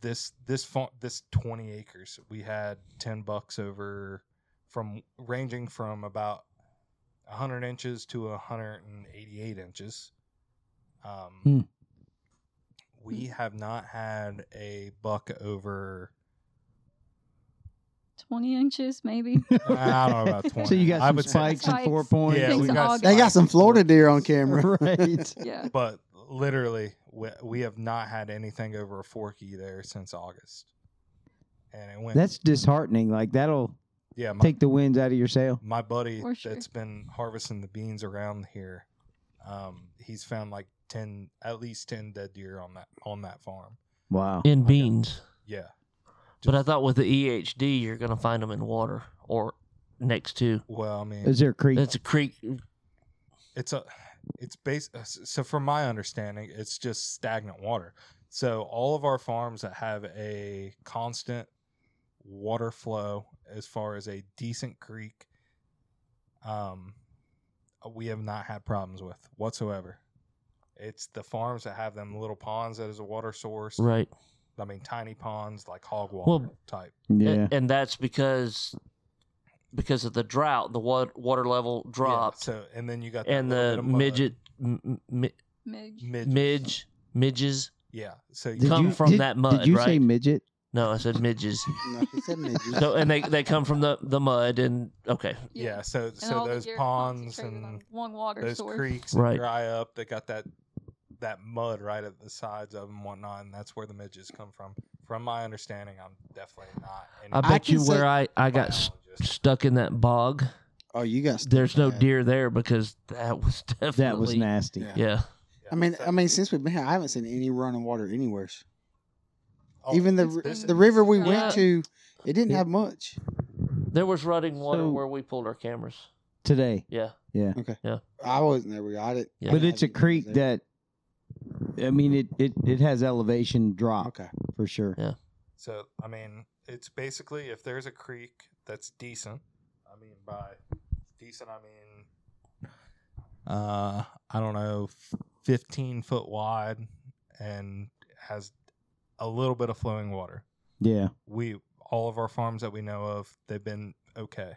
[SPEAKER 5] this this fa- this 20 acres we had 10 bucks over from ranging from about 100 inches to 188 inches um
[SPEAKER 3] Hmm.
[SPEAKER 5] we
[SPEAKER 6] Hmm.
[SPEAKER 5] have not had a buck over
[SPEAKER 6] 20 inches, maybe.
[SPEAKER 5] i don't know about 20
[SPEAKER 3] So you got
[SPEAKER 5] I
[SPEAKER 3] some
[SPEAKER 5] would say-
[SPEAKER 3] spikes and
[SPEAKER 6] Spikes.
[SPEAKER 3] four points.
[SPEAKER 5] yeah,
[SPEAKER 6] Since
[SPEAKER 5] we
[SPEAKER 6] August.
[SPEAKER 5] got
[SPEAKER 4] They got
[SPEAKER 5] spikes.
[SPEAKER 4] some Florida deer on camera.
[SPEAKER 3] right.
[SPEAKER 6] Yeah.
[SPEAKER 5] but literally we, we have not had anything over a forky there since august and it went
[SPEAKER 3] That's disheartening. Like that'll
[SPEAKER 5] yeah my,
[SPEAKER 3] take the winds out of your sail.
[SPEAKER 5] my buddy
[SPEAKER 6] For sure.
[SPEAKER 5] that's been harvesting the beans around here um he's found like 10 at least 10 dead deer on that on that farm
[SPEAKER 3] Wow.
[SPEAKER 2] in beans.
[SPEAKER 5] yeah
[SPEAKER 2] But I thought with the EHD, you're gonna find them in water or next to.
[SPEAKER 5] well i mean
[SPEAKER 3] Is there a creek?
[SPEAKER 2] It's a creek.
[SPEAKER 5] it's a it's base so from my understanding it's just stagnant water so all of our farms that have a constant water flow as far as a decent creek uh, um we have not had problems with whatsoever It's the farms that have them little ponds that is a water source.
[SPEAKER 2] Right.
[SPEAKER 5] I mean, tiny ponds like hog water
[SPEAKER 2] Well,
[SPEAKER 5] type.
[SPEAKER 2] A-
[SPEAKER 3] Yeah.
[SPEAKER 2] And, that's because because of the drought, the water, water level
[SPEAKER 5] Yeah,
[SPEAKER 2] dropped,
[SPEAKER 5] so and then you got that
[SPEAKER 2] and
[SPEAKER 5] little
[SPEAKER 2] the
[SPEAKER 5] bit of mud.
[SPEAKER 2] midget m- m-
[SPEAKER 6] Midge.
[SPEAKER 5] midge.
[SPEAKER 2] midge midges.
[SPEAKER 5] Yeah. So
[SPEAKER 2] Did
[SPEAKER 5] you
[SPEAKER 2] come
[SPEAKER 3] you,
[SPEAKER 2] from
[SPEAKER 3] did,
[SPEAKER 2] that mud,
[SPEAKER 3] Did you say
[SPEAKER 2] right?
[SPEAKER 3] midget?
[SPEAKER 2] No, I said midges.
[SPEAKER 4] No, he said midget.
[SPEAKER 2] so and they they come from the the mud and okay,
[SPEAKER 5] yeah. So
[SPEAKER 6] And all
[SPEAKER 5] so
[SPEAKER 6] the
[SPEAKER 5] those
[SPEAKER 6] deer are
[SPEAKER 5] ponds
[SPEAKER 6] concentrated on
[SPEAKER 5] and
[SPEAKER 6] one water
[SPEAKER 5] those
[SPEAKER 6] source.
[SPEAKER 5] creeks
[SPEAKER 2] Right.
[SPEAKER 5] that dry up. They got that that mud right at the sides of them and whatnot, and that's where the midges come from. From my understanding, I'm definitely not. an
[SPEAKER 2] I bet
[SPEAKER 4] can
[SPEAKER 2] you
[SPEAKER 4] say-
[SPEAKER 2] where I I got s-
[SPEAKER 5] biologist.
[SPEAKER 2] stuck in that bog.
[SPEAKER 4] Oh, you got stuck
[SPEAKER 2] There's
[SPEAKER 4] in
[SPEAKER 2] no
[SPEAKER 4] that.
[SPEAKER 2] deer there because that was definitely
[SPEAKER 3] That was nasty.
[SPEAKER 4] Yeah.
[SPEAKER 2] Yeah,
[SPEAKER 4] I
[SPEAKER 5] Yeah,
[SPEAKER 4] mean,
[SPEAKER 5] so-
[SPEAKER 4] I mean, since we've been here, I haven't seen any running water anywhere.
[SPEAKER 5] oh,
[SPEAKER 4] Even the
[SPEAKER 6] It's
[SPEAKER 4] r-
[SPEAKER 6] been-
[SPEAKER 4] the river we
[SPEAKER 6] Yeah.
[SPEAKER 4] went to, it didn't
[SPEAKER 3] Yeah.
[SPEAKER 4] have much.
[SPEAKER 2] there was running water
[SPEAKER 3] So-
[SPEAKER 2] where we pulled our cameras.
[SPEAKER 3] Today.
[SPEAKER 2] Yeah,
[SPEAKER 4] I wasn't there. We got it.
[SPEAKER 2] Yeah.
[SPEAKER 3] But it's a creek
[SPEAKER 4] that.
[SPEAKER 3] that, I mean, it, it, it has elevation drop
[SPEAKER 4] Okay.
[SPEAKER 3] for sure.
[SPEAKER 2] Yeah.
[SPEAKER 5] So I mean, it's basically if there's a creek that's decent. I mean, by decent, I mean, uh, I don't know, fifteen foot wide and has a little bit of flowing water.
[SPEAKER 3] Yeah.
[SPEAKER 5] we all of our farms that we know of they've been okay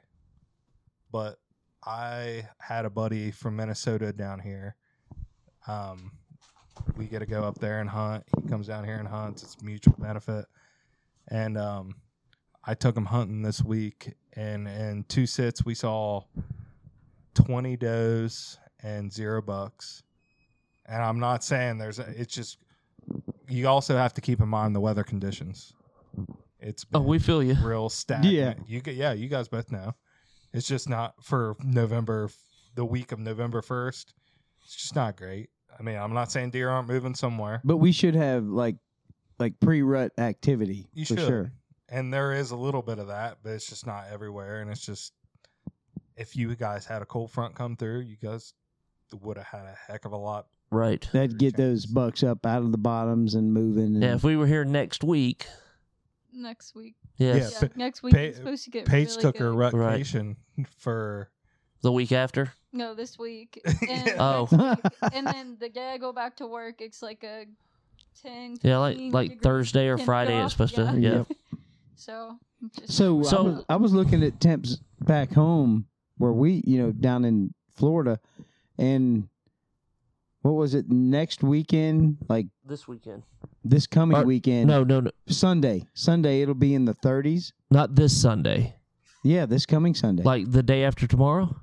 [SPEAKER 5] but i had a buddy from minnesota down here um, we get to go up there and hunt he comes down here and hunts it's mutual benefit and um, i took him hunting this week and in two sits we saw 20 does and zero bucks and i'm not saying there's a, it's just you also have to keep in mind the weather conditions it's
[SPEAKER 2] Oh,
[SPEAKER 5] been-
[SPEAKER 2] we feel you.
[SPEAKER 5] real stagnant. Yeah, you g- yeah, you guys both know. It's just not for November, the week of November first. It's just not great. I mean, I'm not saying deer aren't moving somewhere.
[SPEAKER 3] But we should have like, like pre-rut activity
[SPEAKER 5] You
[SPEAKER 3] for
[SPEAKER 5] should,
[SPEAKER 3] sure.
[SPEAKER 5] and there is a little bit of that, but it's just not everywhere. And it's just if you guys had a cold front come through, you guys would have had a heck of a lot.
[SPEAKER 2] Right.
[SPEAKER 3] That'd get those bucks up out of the bottoms and moving. And,
[SPEAKER 2] Yeah, if we were here next week,
[SPEAKER 6] Next week.
[SPEAKER 2] yes,
[SPEAKER 5] Yeah,
[SPEAKER 6] Yeah,
[SPEAKER 5] Pa-
[SPEAKER 6] next week.
[SPEAKER 5] Pa-
[SPEAKER 6] it's supposed to get
[SPEAKER 5] Paige
[SPEAKER 6] really
[SPEAKER 5] took
[SPEAKER 6] good.
[SPEAKER 5] her
[SPEAKER 2] Right.
[SPEAKER 5] rutcation for
[SPEAKER 2] the week after.
[SPEAKER 6] No, this week. And
[SPEAKER 5] Yeah.
[SPEAKER 2] Oh.
[SPEAKER 6] next week. and then the day I go back to work, it's like a 10.
[SPEAKER 2] Yeah, like
[SPEAKER 6] 15
[SPEAKER 2] like
[SPEAKER 6] degree-
[SPEAKER 2] Thursday or
[SPEAKER 6] can
[SPEAKER 2] Friday.
[SPEAKER 6] drop,
[SPEAKER 2] It's supposed
[SPEAKER 6] yeah.
[SPEAKER 2] to. Yeah.
[SPEAKER 3] Yep.
[SPEAKER 6] So. I'm just-
[SPEAKER 3] So, I,
[SPEAKER 2] So-
[SPEAKER 3] was, I was looking at temps back home where we, you know, down in Florida, and what was it next weekend? Like
[SPEAKER 2] This weekend.
[SPEAKER 3] this coming
[SPEAKER 2] Or-
[SPEAKER 3] weekend?
[SPEAKER 2] No, no, no,
[SPEAKER 3] Sunday. Sunday it'll be in the 30s.
[SPEAKER 2] not this Sunday.
[SPEAKER 3] Yeah, this coming Sunday.
[SPEAKER 2] Like the day after tomorrow.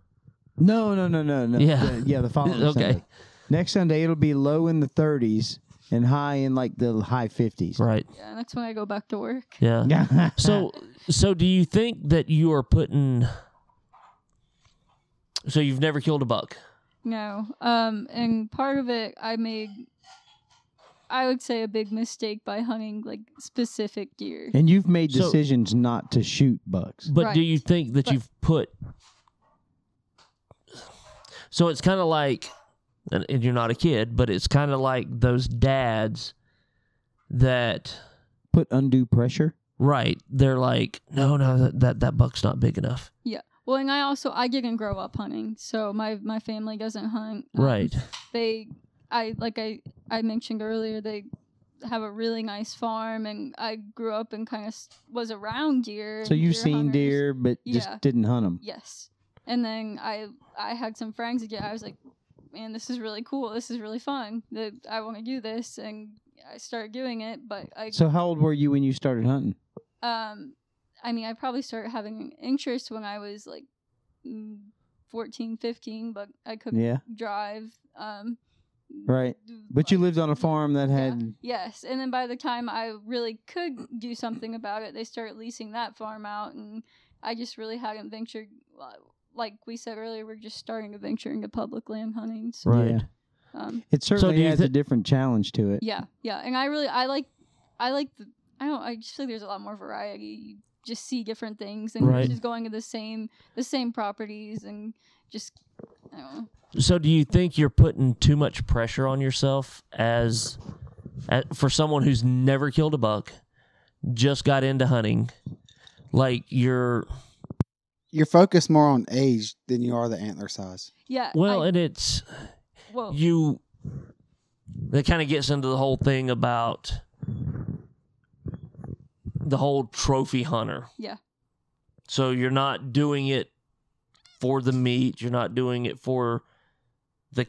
[SPEAKER 3] no, no, no, no, no.
[SPEAKER 2] Yeah.
[SPEAKER 3] the, yeah, the following
[SPEAKER 2] Okay.
[SPEAKER 3] Sunday. Next Sunday it'll be low in the 30s and high in like the high 50s.
[SPEAKER 2] Right.
[SPEAKER 6] Yeah, next when I go back to work.
[SPEAKER 2] Yeah.
[SPEAKER 3] Yeah.
[SPEAKER 2] So, so do you think that you are putting? So you've never killed a buck.
[SPEAKER 6] No. Um, and part of it, I made, I would say, a big mistake by hunting like specific deer.
[SPEAKER 3] and you've made
[SPEAKER 2] So-
[SPEAKER 3] decisions not to shoot bucks.
[SPEAKER 2] But do
[SPEAKER 6] Right.
[SPEAKER 2] you think that
[SPEAKER 6] But-
[SPEAKER 2] you've put? So it's kind of like, and, and you're not a kid, but it's kind of like those dads that
[SPEAKER 3] Put undue pressure.
[SPEAKER 2] right they're like no no that that, that buck's not big enough
[SPEAKER 6] Well, and I also I didn't grow up hunting, so my my family doesn't hunt. Um,
[SPEAKER 2] right
[SPEAKER 6] They, I like I I mentioned earlier they have a really nice farm, and I grew up and kind of was around deer.
[SPEAKER 3] So
[SPEAKER 6] and
[SPEAKER 3] you've
[SPEAKER 6] deer
[SPEAKER 3] seen
[SPEAKER 6] hunters.
[SPEAKER 3] deer, but
[SPEAKER 6] Yeah.
[SPEAKER 3] just didn't hunt them.
[SPEAKER 6] Yes. And then I I had some friends again. I was like, man, this is really cool. This is really fun. That I want to do this, and I started doing it. But I
[SPEAKER 3] So how old were you when you started hunting?
[SPEAKER 6] um, I mean, I probably started having an interest when I was like mm, 14, 15, but I couldn't
[SPEAKER 3] Yeah,
[SPEAKER 6] drive. Um,
[SPEAKER 3] right. But you lived on a farm that had
[SPEAKER 6] Yes, and then by the time I really could do something about it, they started leasing that farm out, and I just really hadn't ventured. Like we said earlier, we're just starting to venture into public land hunting. So,
[SPEAKER 2] Right.
[SPEAKER 3] Yeah.
[SPEAKER 6] um,
[SPEAKER 3] It certainly
[SPEAKER 2] do you
[SPEAKER 3] has a
[SPEAKER 2] thi-
[SPEAKER 3] different challenge to it.
[SPEAKER 6] yeah, yeah, and I really I like I like the I don't I just feel there's a lot more variety. You just see different things, and
[SPEAKER 2] Right.
[SPEAKER 6] just going to the same the same properties, and just I don't know.
[SPEAKER 2] so do you think you're putting too much pressure on yourself as, as for someone who's never killed a buck just got into hunting like you're
[SPEAKER 4] You're focused more on age than you are the antler size.
[SPEAKER 6] yeah.
[SPEAKER 2] well
[SPEAKER 6] I,
[SPEAKER 2] and it's
[SPEAKER 6] whoa,
[SPEAKER 2] Oh. you that kind of gets into the whole thing about the whole trophy hunter.
[SPEAKER 6] Yeah.
[SPEAKER 2] So you're not doing it for the meat. You're not doing it for the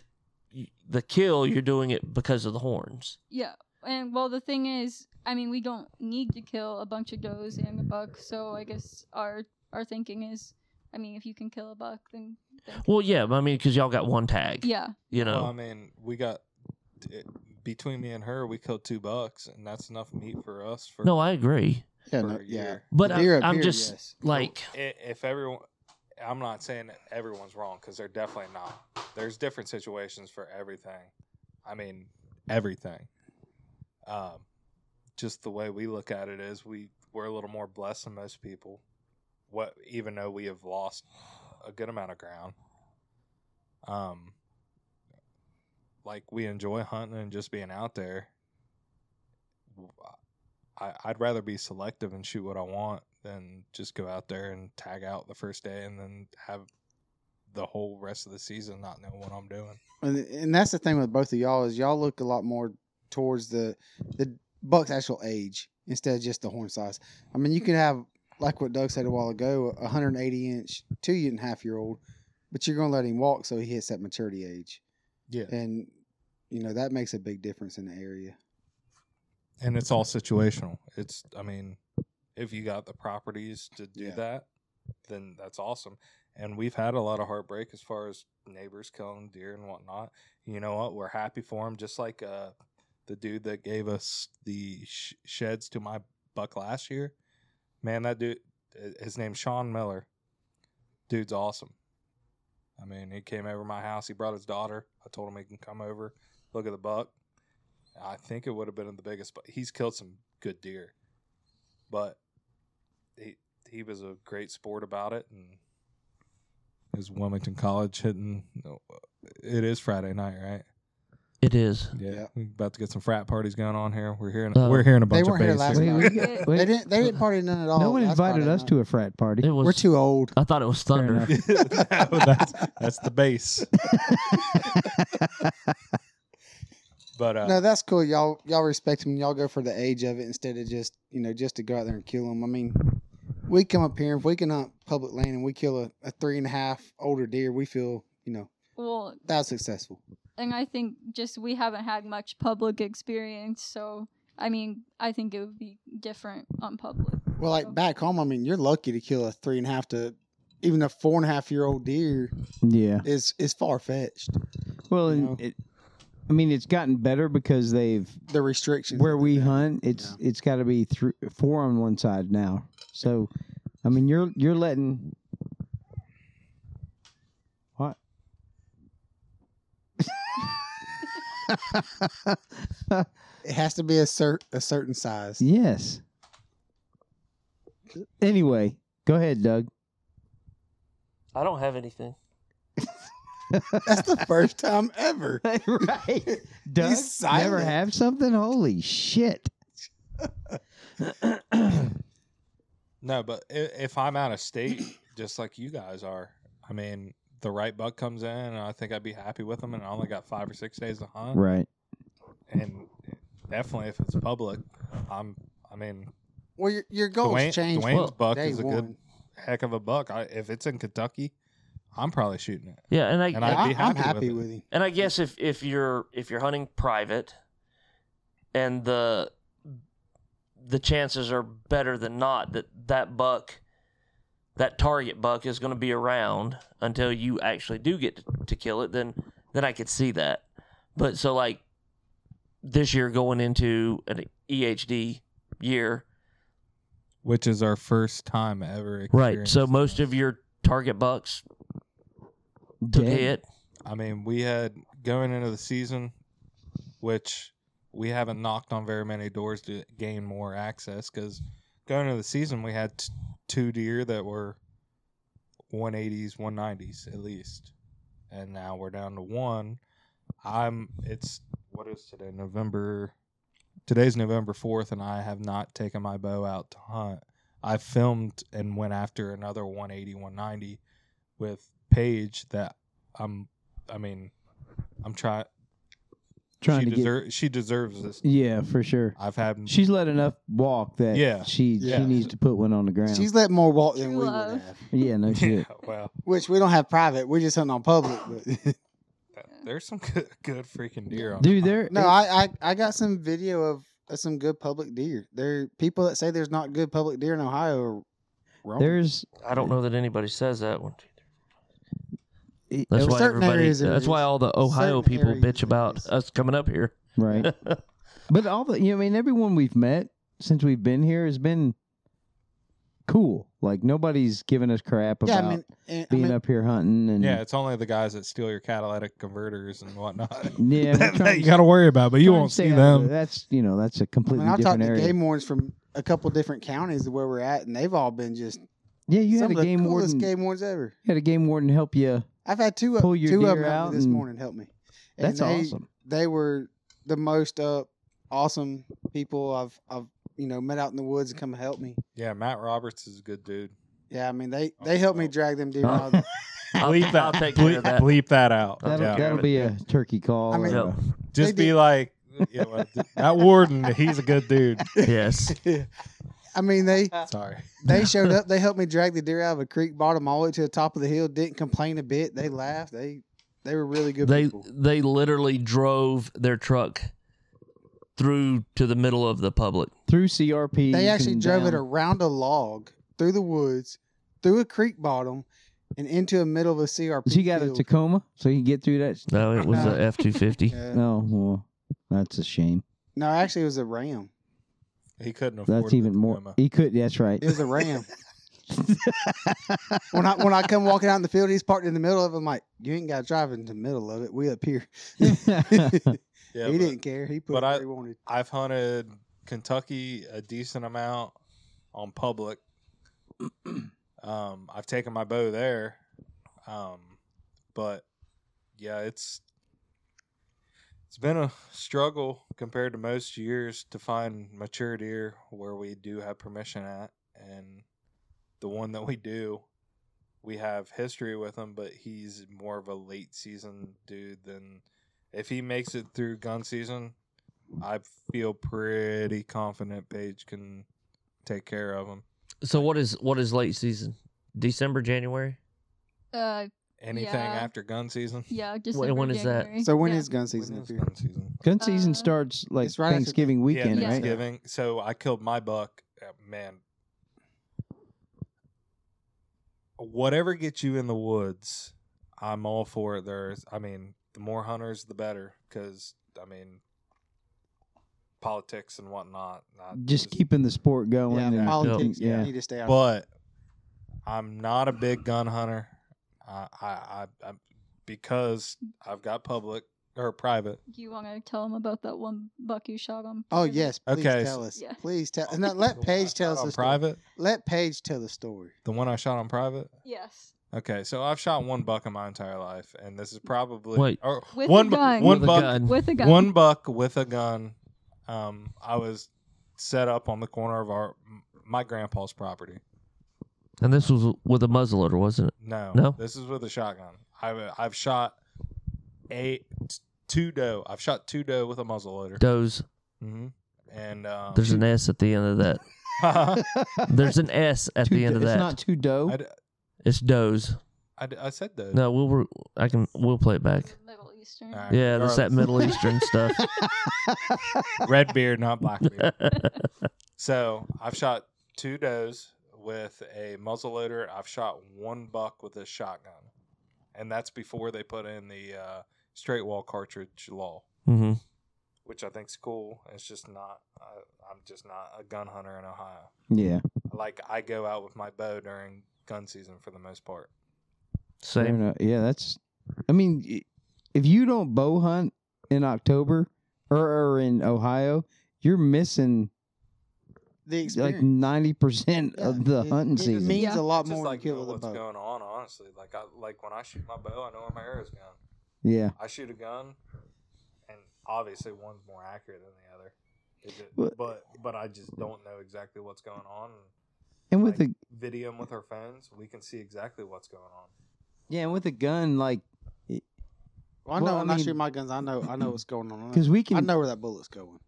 [SPEAKER 2] the kill. You're doing it because of the horns.
[SPEAKER 6] Yeah, and well, the thing is, I mean, we don't need to kill a bunch of does and a buck, so I guess our our thinking is, I mean, if you can kill a buck, then, then
[SPEAKER 2] Well, yeah, but I mean, because y'all got one tag.
[SPEAKER 6] yeah,
[SPEAKER 2] You know.
[SPEAKER 5] Well,
[SPEAKER 4] Um,
[SPEAKER 5] I mean, we got it, between me and her, we killed two bucks, and that's enough meat for us for
[SPEAKER 2] no, I agree.
[SPEAKER 4] Yeah,
[SPEAKER 5] for
[SPEAKER 4] no,
[SPEAKER 5] a
[SPEAKER 4] yeah.
[SPEAKER 5] year.
[SPEAKER 2] But
[SPEAKER 4] The
[SPEAKER 2] I,
[SPEAKER 4] deer up
[SPEAKER 2] I'm
[SPEAKER 4] here,
[SPEAKER 2] just
[SPEAKER 4] yes.
[SPEAKER 2] like,
[SPEAKER 5] I- if everyone i'm not saying that everyone's wrong because they're definitely not there's different situations for everything i mean everything um, just the way we look at it is we we're a little more blessed than most people what even though we have lost a good amount of ground um like we enjoy hunting and just being out there I, I'd rather be selective and shoot what I want than just go out there and tag out the first day and then have the whole rest of the season not know what I'm doing.
[SPEAKER 4] And, and that's the thing with both of y'all is y'all look a lot more towards the the buck's actual age instead of just the horn size. I mean, you could have like what Doug said a while ago, a 180 inch two and a half year old, but you're going to let him walk so he hits that maturity age,
[SPEAKER 5] Yeah.
[SPEAKER 4] and you know that makes a big difference in the area.
[SPEAKER 5] And it's all situational. It's, I mean, if you got the properties to do
[SPEAKER 4] Yeah.
[SPEAKER 5] that, then that's awesome. And we've had a lot of heartbreak as far as neighbors killing deer and whatnot. You know what? We're happy for them. Just like uh, the dude that gave us the sh- sheds to my buck last year. Man, that dude, hi- his name's Sean Miller. Dude's awesome. I mean, he came over to my house. He brought his daughter. I told him he can come over, look at the buck. I think it would have been the biggest, but he's killed some good deer. But he he was a great sport about it, and is Wilmington College hitting? no, It is Friday night, right?
[SPEAKER 2] it is.
[SPEAKER 5] Yeah, we're about to get some frat parties going on here. We're hearing
[SPEAKER 2] Uh,
[SPEAKER 5] we're hearing a
[SPEAKER 4] They
[SPEAKER 5] bunch of
[SPEAKER 4] weren't here
[SPEAKER 5] bass.
[SPEAKER 4] last
[SPEAKER 5] here.
[SPEAKER 3] Wait,
[SPEAKER 4] night.
[SPEAKER 3] we-
[SPEAKER 6] Yeah.
[SPEAKER 4] They didn't. They didn't party none at all.
[SPEAKER 3] no one
[SPEAKER 4] last
[SPEAKER 3] invited
[SPEAKER 4] Friday
[SPEAKER 3] us
[SPEAKER 4] night.
[SPEAKER 3] to a frat party.
[SPEAKER 2] It was.
[SPEAKER 4] We're too old.
[SPEAKER 2] I thought it was thunder.
[SPEAKER 3] enough.
[SPEAKER 5] No, that's that's the base. But uh,
[SPEAKER 4] No, that's cool. Y'all, y'all respect them. Y'all go for the age of it instead of just you know just to go out there and kill them. I mean, we come up here if we can hunt public land and we kill a, a three and a half older deer, we feel you know
[SPEAKER 6] well,
[SPEAKER 4] that's successful.
[SPEAKER 6] and I think just we haven't had much public experience, so I mean, I think it would be different on public.
[SPEAKER 4] Well, like back home, I mean, you're lucky to kill a three and a half to even a four and a half year old deer
[SPEAKER 3] yeah.
[SPEAKER 4] is is far fetched.
[SPEAKER 3] Well,
[SPEAKER 4] you
[SPEAKER 3] and
[SPEAKER 4] know?
[SPEAKER 3] it, I mean, it's gotten better because they've
[SPEAKER 4] The restrictions
[SPEAKER 3] where we hunt. It's it's got to be three, four on one side now. So, I mean, you're you're letting what?
[SPEAKER 4] it has to be a cert a certain size.
[SPEAKER 3] yes. Anyway, go ahead, Doug.
[SPEAKER 2] I don't have anything.
[SPEAKER 4] That's the first time ever.
[SPEAKER 3] right, Doug. Never
[SPEAKER 4] silent.
[SPEAKER 3] have something. Holy shit!
[SPEAKER 5] No, but i- if I'm out of state, just like you guys are, I mean, the right buck comes in, and I think I'd be happy with him, and I only got five or six days to hunt.
[SPEAKER 3] Right.
[SPEAKER 5] And definitely, if it's public, I'm. I mean,
[SPEAKER 4] Well, your, your goals
[SPEAKER 5] Dwayne-
[SPEAKER 4] change.
[SPEAKER 5] Dwayne's
[SPEAKER 4] from
[SPEAKER 5] buck
[SPEAKER 4] day
[SPEAKER 5] is a
[SPEAKER 4] one.
[SPEAKER 5] good- heck of a buck. I, if it's in Kentucky, I'm probably shooting it.
[SPEAKER 2] Yeah, and I
[SPEAKER 5] And
[SPEAKER 2] I,
[SPEAKER 5] I'd
[SPEAKER 4] Yeah,
[SPEAKER 5] be
[SPEAKER 4] I- I'm
[SPEAKER 5] happy
[SPEAKER 4] happy
[SPEAKER 5] with it.
[SPEAKER 4] with him.
[SPEAKER 2] And I guess if if you're if you're hunting private, and the the chances are better than not that that buck, that target buck, is going to be around until you actually do get to, to kill it. Then then I could see that. But so like this year going into an EHD year,
[SPEAKER 5] Which is our first time ever.
[SPEAKER 2] right? So
[SPEAKER 5] experiencing
[SPEAKER 2] most
[SPEAKER 5] this.
[SPEAKER 2] of your target bucks took
[SPEAKER 3] Dead.
[SPEAKER 2] a hit.
[SPEAKER 5] I mean, we had going into the season, which we haven't knocked on very many doors to gain more access because going into the season, we had t- two deer that were 180s, 190s at least. And now we're down to one. I'm, it's, what is today? November, today's November 4th, and I have not taken my bow out to hunt. I filmed and went after another 180, 190 with Paige that I'm I mean, I'm trying.
[SPEAKER 3] trying
[SPEAKER 5] she
[SPEAKER 3] to get.
[SPEAKER 5] deser- she deserves this.
[SPEAKER 3] Yeah, for sure.
[SPEAKER 5] I've had
[SPEAKER 3] She's let enough walk that
[SPEAKER 5] Yeah.
[SPEAKER 3] she
[SPEAKER 5] Yeah.
[SPEAKER 3] she needs to put one on the ground.
[SPEAKER 4] She's let more walk than
[SPEAKER 6] True
[SPEAKER 4] we
[SPEAKER 6] love.
[SPEAKER 4] would have.
[SPEAKER 3] yeah, no
[SPEAKER 5] yeah,
[SPEAKER 3] shit.
[SPEAKER 5] well,
[SPEAKER 4] Which we don't have private. We're just hunting on public. But
[SPEAKER 5] that- there's some good, good freaking deer on
[SPEAKER 3] Dude, there.
[SPEAKER 4] no, I, I I got some video of, of some good public deer. There people that say there's not good public deer in Ohio are wrong.
[SPEAKER 3] there's
[SPEAKER 2] I don't know that anybody says that one.
[SPEAKER 3] it-
[SPEAKER 2] That's
[SPEAKER 3] oh,
[SPEAKER 2] why
[SPEAKER 4] Certain
[SPEAKER 2] everybody.
[SPEAKER 4] areas it
[SPEAKER 2] that's
[SPEAKER 4] is.
[SPEAKER 2] why all the Ohio
[SPEAKER 4] Certain
[SPEAKER 2] people
[SPEAKER 4] areas
[SPEAKER 2] bitch
[SPEAKER 4] it
[SPEAKER 2] about
[SPEAKER 4] is.
[SPEAKER 2] us coming up here.
[SPEAKER 3] right. But all the, you know, I mean, everyone we've met since we've been here has been cool. Like nobody's giving us crap
[SPEAKER 4] yeah,
[SPEAKER 3] about
[SPEAKER 4] I mean, and, I
[SPEAKER 3] being
[SPEAKER 4] mean,
[SPEAKER 3] up here hunting and
[SPEAKER 5] Yeah, it's only the guys that steal your catalytic converters and whatnot.
[SPEAKER 3] yeah. we're
[SPEAKER 5] that,
[SPEAKER 3] trying
[SPEAKER 5] that you
[SPEAKER 3] to-
[SPEAKER 5] got to worry about, but you
[SPEAKER 3] trying to
[SPEAKER 5] won't
[SPEAKER 3] stay
[SPEAKER 5] see
[SPEAKER 3] out of it.
[SPEAKER 5] them.
[SPEAKER 3] That's you know, that's a
[SPEAKER 4] I
[SPEAKER 3] completely
[SPEAKER 4] mean, I've talked
[SPEAKER 3] different
[SPEAKER 4] to
[SPEAKER 3] area.
[SPEAKER 4] game wardens from a couple different counties where we're at, and they've all been just
[SPEAKER 3] yeah, you
[SPEAKER 4] some
[SPEAKER 3] had a
[SPEAKER 4] of the
[SPEAKER 3] game
[SPEAKER 4] coolest
[SPEAKER 3] warden.
[SPEAKER 4] game wardens ever.
[SPEAKER 3] You had a game warden help you.
[SPEAKER 4] I've had two of
[SPEAKER 3] Pull your
[SPEAKER 4] two of
[SPEAKER 3] deer
[SPEAKER 4] them help
[SPEAKER 3] out
[SPEAKER 4] me this
[SPEAKER 3] and-
[SPEAKER 4] morning help me. And
[SPEAKER 3] That's
[SPEAKER 4] they-
[SPEAKER 3] awesome.
[SPEAKER 4] They were the most uh, awesome people I've I've you know met out in the woods and come help me.
[SPEAKER 5] Yeah, Matt Roberts is a good dude.
[SPEAKER 4] Yeah, I mean they they helped me drag them deer.
[SPEAKER 3] Oh.
[SPEAKER 4] out. of-
[SPEAKER 2] I'll,
[SPEAKER 5] Bleep
[SPEAKER 2] I'll
[SPEAKER 5] that.
[SPEAKER 2] take care
[SPEAKER 5] Bleep,
[SPEAKER 2] of that.
[SPEAKER 5] bleep that out.
[SPEAKER 3] That'll,
[SPEAKER 5] Oh, Yeah.
[SPEAKER 3] that'll be a turkey call. uh,
[SPEAKER 4] I mean-
[SPEAKER 3] or a-
[SPEAKER 5] Just
[SPEAKER 4] They
[SPEAKER 5] be
[SPEAKER 4] did-
[SPEAKER 5] like, yeah, well, th- that warden, he's a good dude.
[SPEAKER 2] Yes.
[SPEAKER 4] I mean they
[SPEAKER 5] Sorry.
[SPEAKER 4] they showed up. They helped me drag the deer out of a creek bottom all the way to the top of the hill. Didn't complain a bit. They laughed. They they were really good
[SPEAKER 2] They
[SPEAKER 4] people.
[SPEAKER 2] they literally drove their truck through to the middle of the public.
[SPEAKER 3] through CRP.
[SPEAKER 4] They actually drove it
[SPEAKER 3] around.
[SPEAKER 4] around a log through the woods, through a creek bottom, and into the middle of a CRP.
[SPEAKER 3] So you got a
[SPEAKER 4] field.
[SPEAKER 3] Tacoma, so you can get through that.
[SPEAKER 2] No, Oh, it was
[SPEAKER 4] No.
[SPEAKER 3] Uh-huh.
[SPEAKER 2] a F two fifty.
[SPEAKER 4] Yeah.
[SPEAKER 3] Oh well, that's a shame.
[SPEAKER 4] No, actually, it was a ram.
[SPEAKER 5] He couldn't afford
[SPEAKER 3] That's even
[SPEAKER 5] the
[SPEAKER 3] more.
[SPEAKER 5] Tacoma.
[SPEAKER 3] He could. That's right.
[SPEAKER 4] It was a ram. when I when I come walking out in the field, he's parked in the middle of it. I'm like, you ain't got to drive in the middle of it. We up here.
[SPEAKER 5] Yeah,
[SPEAKER 4] he
[SPEAKER 5] but
[SPEAKER 4] didn't care. He put what
[SPEAKER 5] but I-
[SPEAKER 4] he wanted.
[SPEAKER 5] I've hunted Kentucky a decent amount on public. Um, I've taken my bow there. Um, but yeah, it's it's been a struggle compared to most years to find mature deer where we do have permission at and the one that we do we have history with him but he's more of a late season dude than if he makes it through gun season i feel pretty confident paige can take care of him
[SPEAKER 2] So what is what is late season? December, January.
[SPEAKER 6] Uh,
[SPEAKER 5] anything
[SPEAKER 6] Yeah.
[SPEAKER 5] after gun season
[SPEAKER 6] yeah, just
[SPEAKER 2] Wait, when is that?
[SPEAKER 4] So when is
[SPEAKER 6] yeah.
[SPEAKER 4] gun
[SPEAKER 5] When
[SPEAKER 4] season up
[SPEAKER 5] is
[SPEAKER 4] here?
[SPEAKER 5] gun season
[SPEAKER 3] Gun season
[SPEAKER 6] Uh,
[SPEAKER 3] starts like
[SPEAKER 4] it's right after
[SPEAKER 3] Thanksgiving weekend,
[SPEAKER 5] yeah,
[SPEAKER 3] right?
[SPEAKER 5] Thanksgiving. So I killed my buck. Uh, man, whatever gets you in the woods, I'm all for it. There's, I mean, the more hunters, the better. Because I mean, politics and whatnot. I
[SPEAKER 3] Just keeping the sport going.
[SPEAKER 4] Yeah,
[SPEAKER 3] and,
[SPEAKER 4] politics.
[SPEAKER 3] yeah.
[SPEAKER 4] Yeah, you need to stay out.
[SPEAKER 5] But I'm not a big gun hunter. I, I, I, I because I've got public or private.
[SPEAKER 6] Do you want to tell him about that one buck you shot on?
[SPEAKER 4] oh
[SPEAKER 6] private?
[SPEAKER 4] yes, please
[SPEAKER 5] Okay,
[SPEAKER 4] tell
[SPEAKER 5] so-
[SPEAKER 4] us.
[SPEAKER 6] Yeah.
[SPEAKER 4] Please tell. No, let Paige tell us
[SPEAKER 5] on
[SPEAKER 4] the story.
[SPEAKER 5] private.
[SPEAKER 4] Let Paige tell the story.
[SPEAKER 5] The one I shot on private.
[SPEAKER 6] Yes.
[SPEAKER 5] Okay, so I've shot one buck in my entire life, and this is probably
[SPEAKER 2] Wait.
[SPEAKER 5] or
[SPEAKER 6] With
[SPEAKER 5] one
[SPEAKER 6] a
[SPEAKER 5] bu-
[SPEAKER 6] gun.
[SPEAKER 5] one
[SPEAKER 2] With a
[SPEAKER 5] buck,
[SPEAKER 2] gun.
[SPEAKER 6] With a gun.
[SPEAKER 5] one buck with a gun. Um, I was set up on the corner of our my grandpa's property.
[SPEAKER 2] And this was with a muzzleloader, wasn't it?
[SPEAKER 5] No,
[SPEAKER 2] No?
[SPEAKER 5] this is with a shotgun. I've I've shot eight two doe. I've shot two doe with a muzzleloader.
[SPEAKER 2] Does
[SPEAKER 5] Mm-hmm. And um,
[SPEAKER 2] there's an S at the end of that? There's an S at
[SPEAKER 3] Two
[SPEAKER 2] the end
[SPEAKER 3] do-
[SPEAKER 2] of
[SPEAKER 3] it's
[SPEAKER 2] that.
[SPEAKER 3] not too
[SPEAKER 5] I,
[SPEAKER 3] dough.
[SPEAKER 5] d-
[SPEAKER 2] It's does.
[SPEAKER 5] I d- I said doe.
[SPEAKER 2] No, we'll re- I can we'll play it back.
[SPEAKER 6] The Middle Eastern.
[SPEAKER 5] All right,
[SPEAKER 2] Yeah, that's that
[SPEAKER 5] regardless.
[SPEAKER 2] Middle Eastern stuff.
[SPEAKER 5] red beard, not black beard. So I've shot two does with a muzzleloader. I've shot one buck with a shotgun, and that's before they put in the uh, straight wall cartridge law,
[SPEAKER 2] hmm
[SPEAKER 5] which I think's cool. It's just not. I, I'm just not a gun hunter in Ohio.
[SPEAKER 3] Yeah,
[SPEAKER 5] Like I go out with my bow during gun season for the most part.
[SPEAKER 3] fair
[SPEAKER 2] Same.
[SPEAKER 3] enough. yeah. That's. I mean, i- if you don't bow hunt in October or, or in Ohio, you're missing
[SPEAKER 4] The
[SPEAKER 3] like
[SPEAKER 4] experience.
[SPEAKER 3] ninety percent of the
[SPEAKER 4] it,
[SPEAKER 3] hunting
[SPEAKER 4] it
[SPEAKER 3] season.
[SPEAKER 4] means a
[SPEAKER 6] Yeah.
[SPEAKER 4] lot
[SPEAKER 5] It's just
[SPEAKER 4] more
[SPEAKER 5] like
[SPEAKER 4] to kill
[SPEAKER 5] know
[SPEAKER 4] with a
[SPEAKER 5] what's
[SPEAKER 4] bow.
[SPEAKER 5] going on, honestly. Like I like when I shoot my bow, I know where my arrow's going.
[SPEAKER 3] yeah.
[SPEAKER 5] I shoot a gun, and obviously one's more accurate than the other. Is it-
[SPEAKER 3] Well-
[SPEAKER 5] but but I just don't know exactly what's going on.
[SPEAKER 3] And with
[SPEAKER 5] Like,
[SPEAKER 3] the
[SPEAKER 5] video and with our phones, we can see exactly what's going on.
[SPEAKER 3] yeah, and with a gun, like
[SPEAKER 4] Well, I know
[SPEAKER 3] Well, I
[SPEAKER 4] I'm not
[SPEAKER 3] mean-
[SPEAKER 4] shooting my guns. I know I know what's going on.
[SPEAKER 3] because we
[SPEAKER 4] Uh, I
[SPEAKER 3] can.
[SPEAKER 4] know where that bullet's going.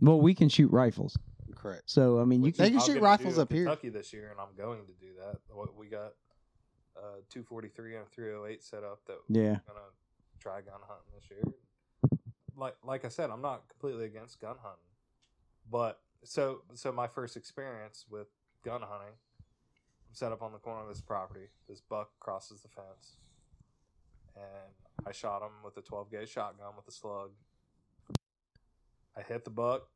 [SPEAKER 3] well, we can shoot rifles.
[SPEAKER 4] Correct.
[SPEAKER 3] So I mean, you
[SPEAKER 4] Which
[SPEAKER 3] can.
[SPEAKER 4] they can
[SPEAKER 5] I'm
[SPEAKER 4] shoot
[SPEAKER 5] gonna
[SPEAKER 4] rifles
[SPEAKER 5] do
[SPEAKER 4] up here.
[SPEAKER 5] Kentucky this year, and I'm going to do that. What we got, uh, 243 and 308 set up that
[SPEAKER 3] Yeah,
[SPEAKER 5] we're gonna try gun hunting this year. Like like I said, I'm not completely against gun hunting, but so so my first experience with gun hunting, I'm set up on the corner of this property. This buck crosses the fence, and I shot him with a 12 gauge shotgun with a slug. I hit the buck,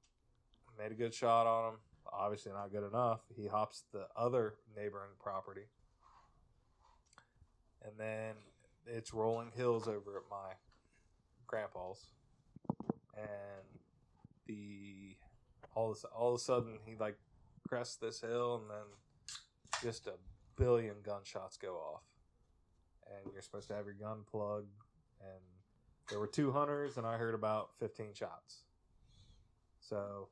[SPEAKER 5] made a good shot on him. Obviously not good enough. He hops the other neighboring property. And then it's rolling hills over at my grandpa's, and the all of, a- all of a sudden he like crests this hill, and then just a billion gunshots go off, and you're supposed to have your gun plugged, and there were two hunters, and I heard about fifteen shots, so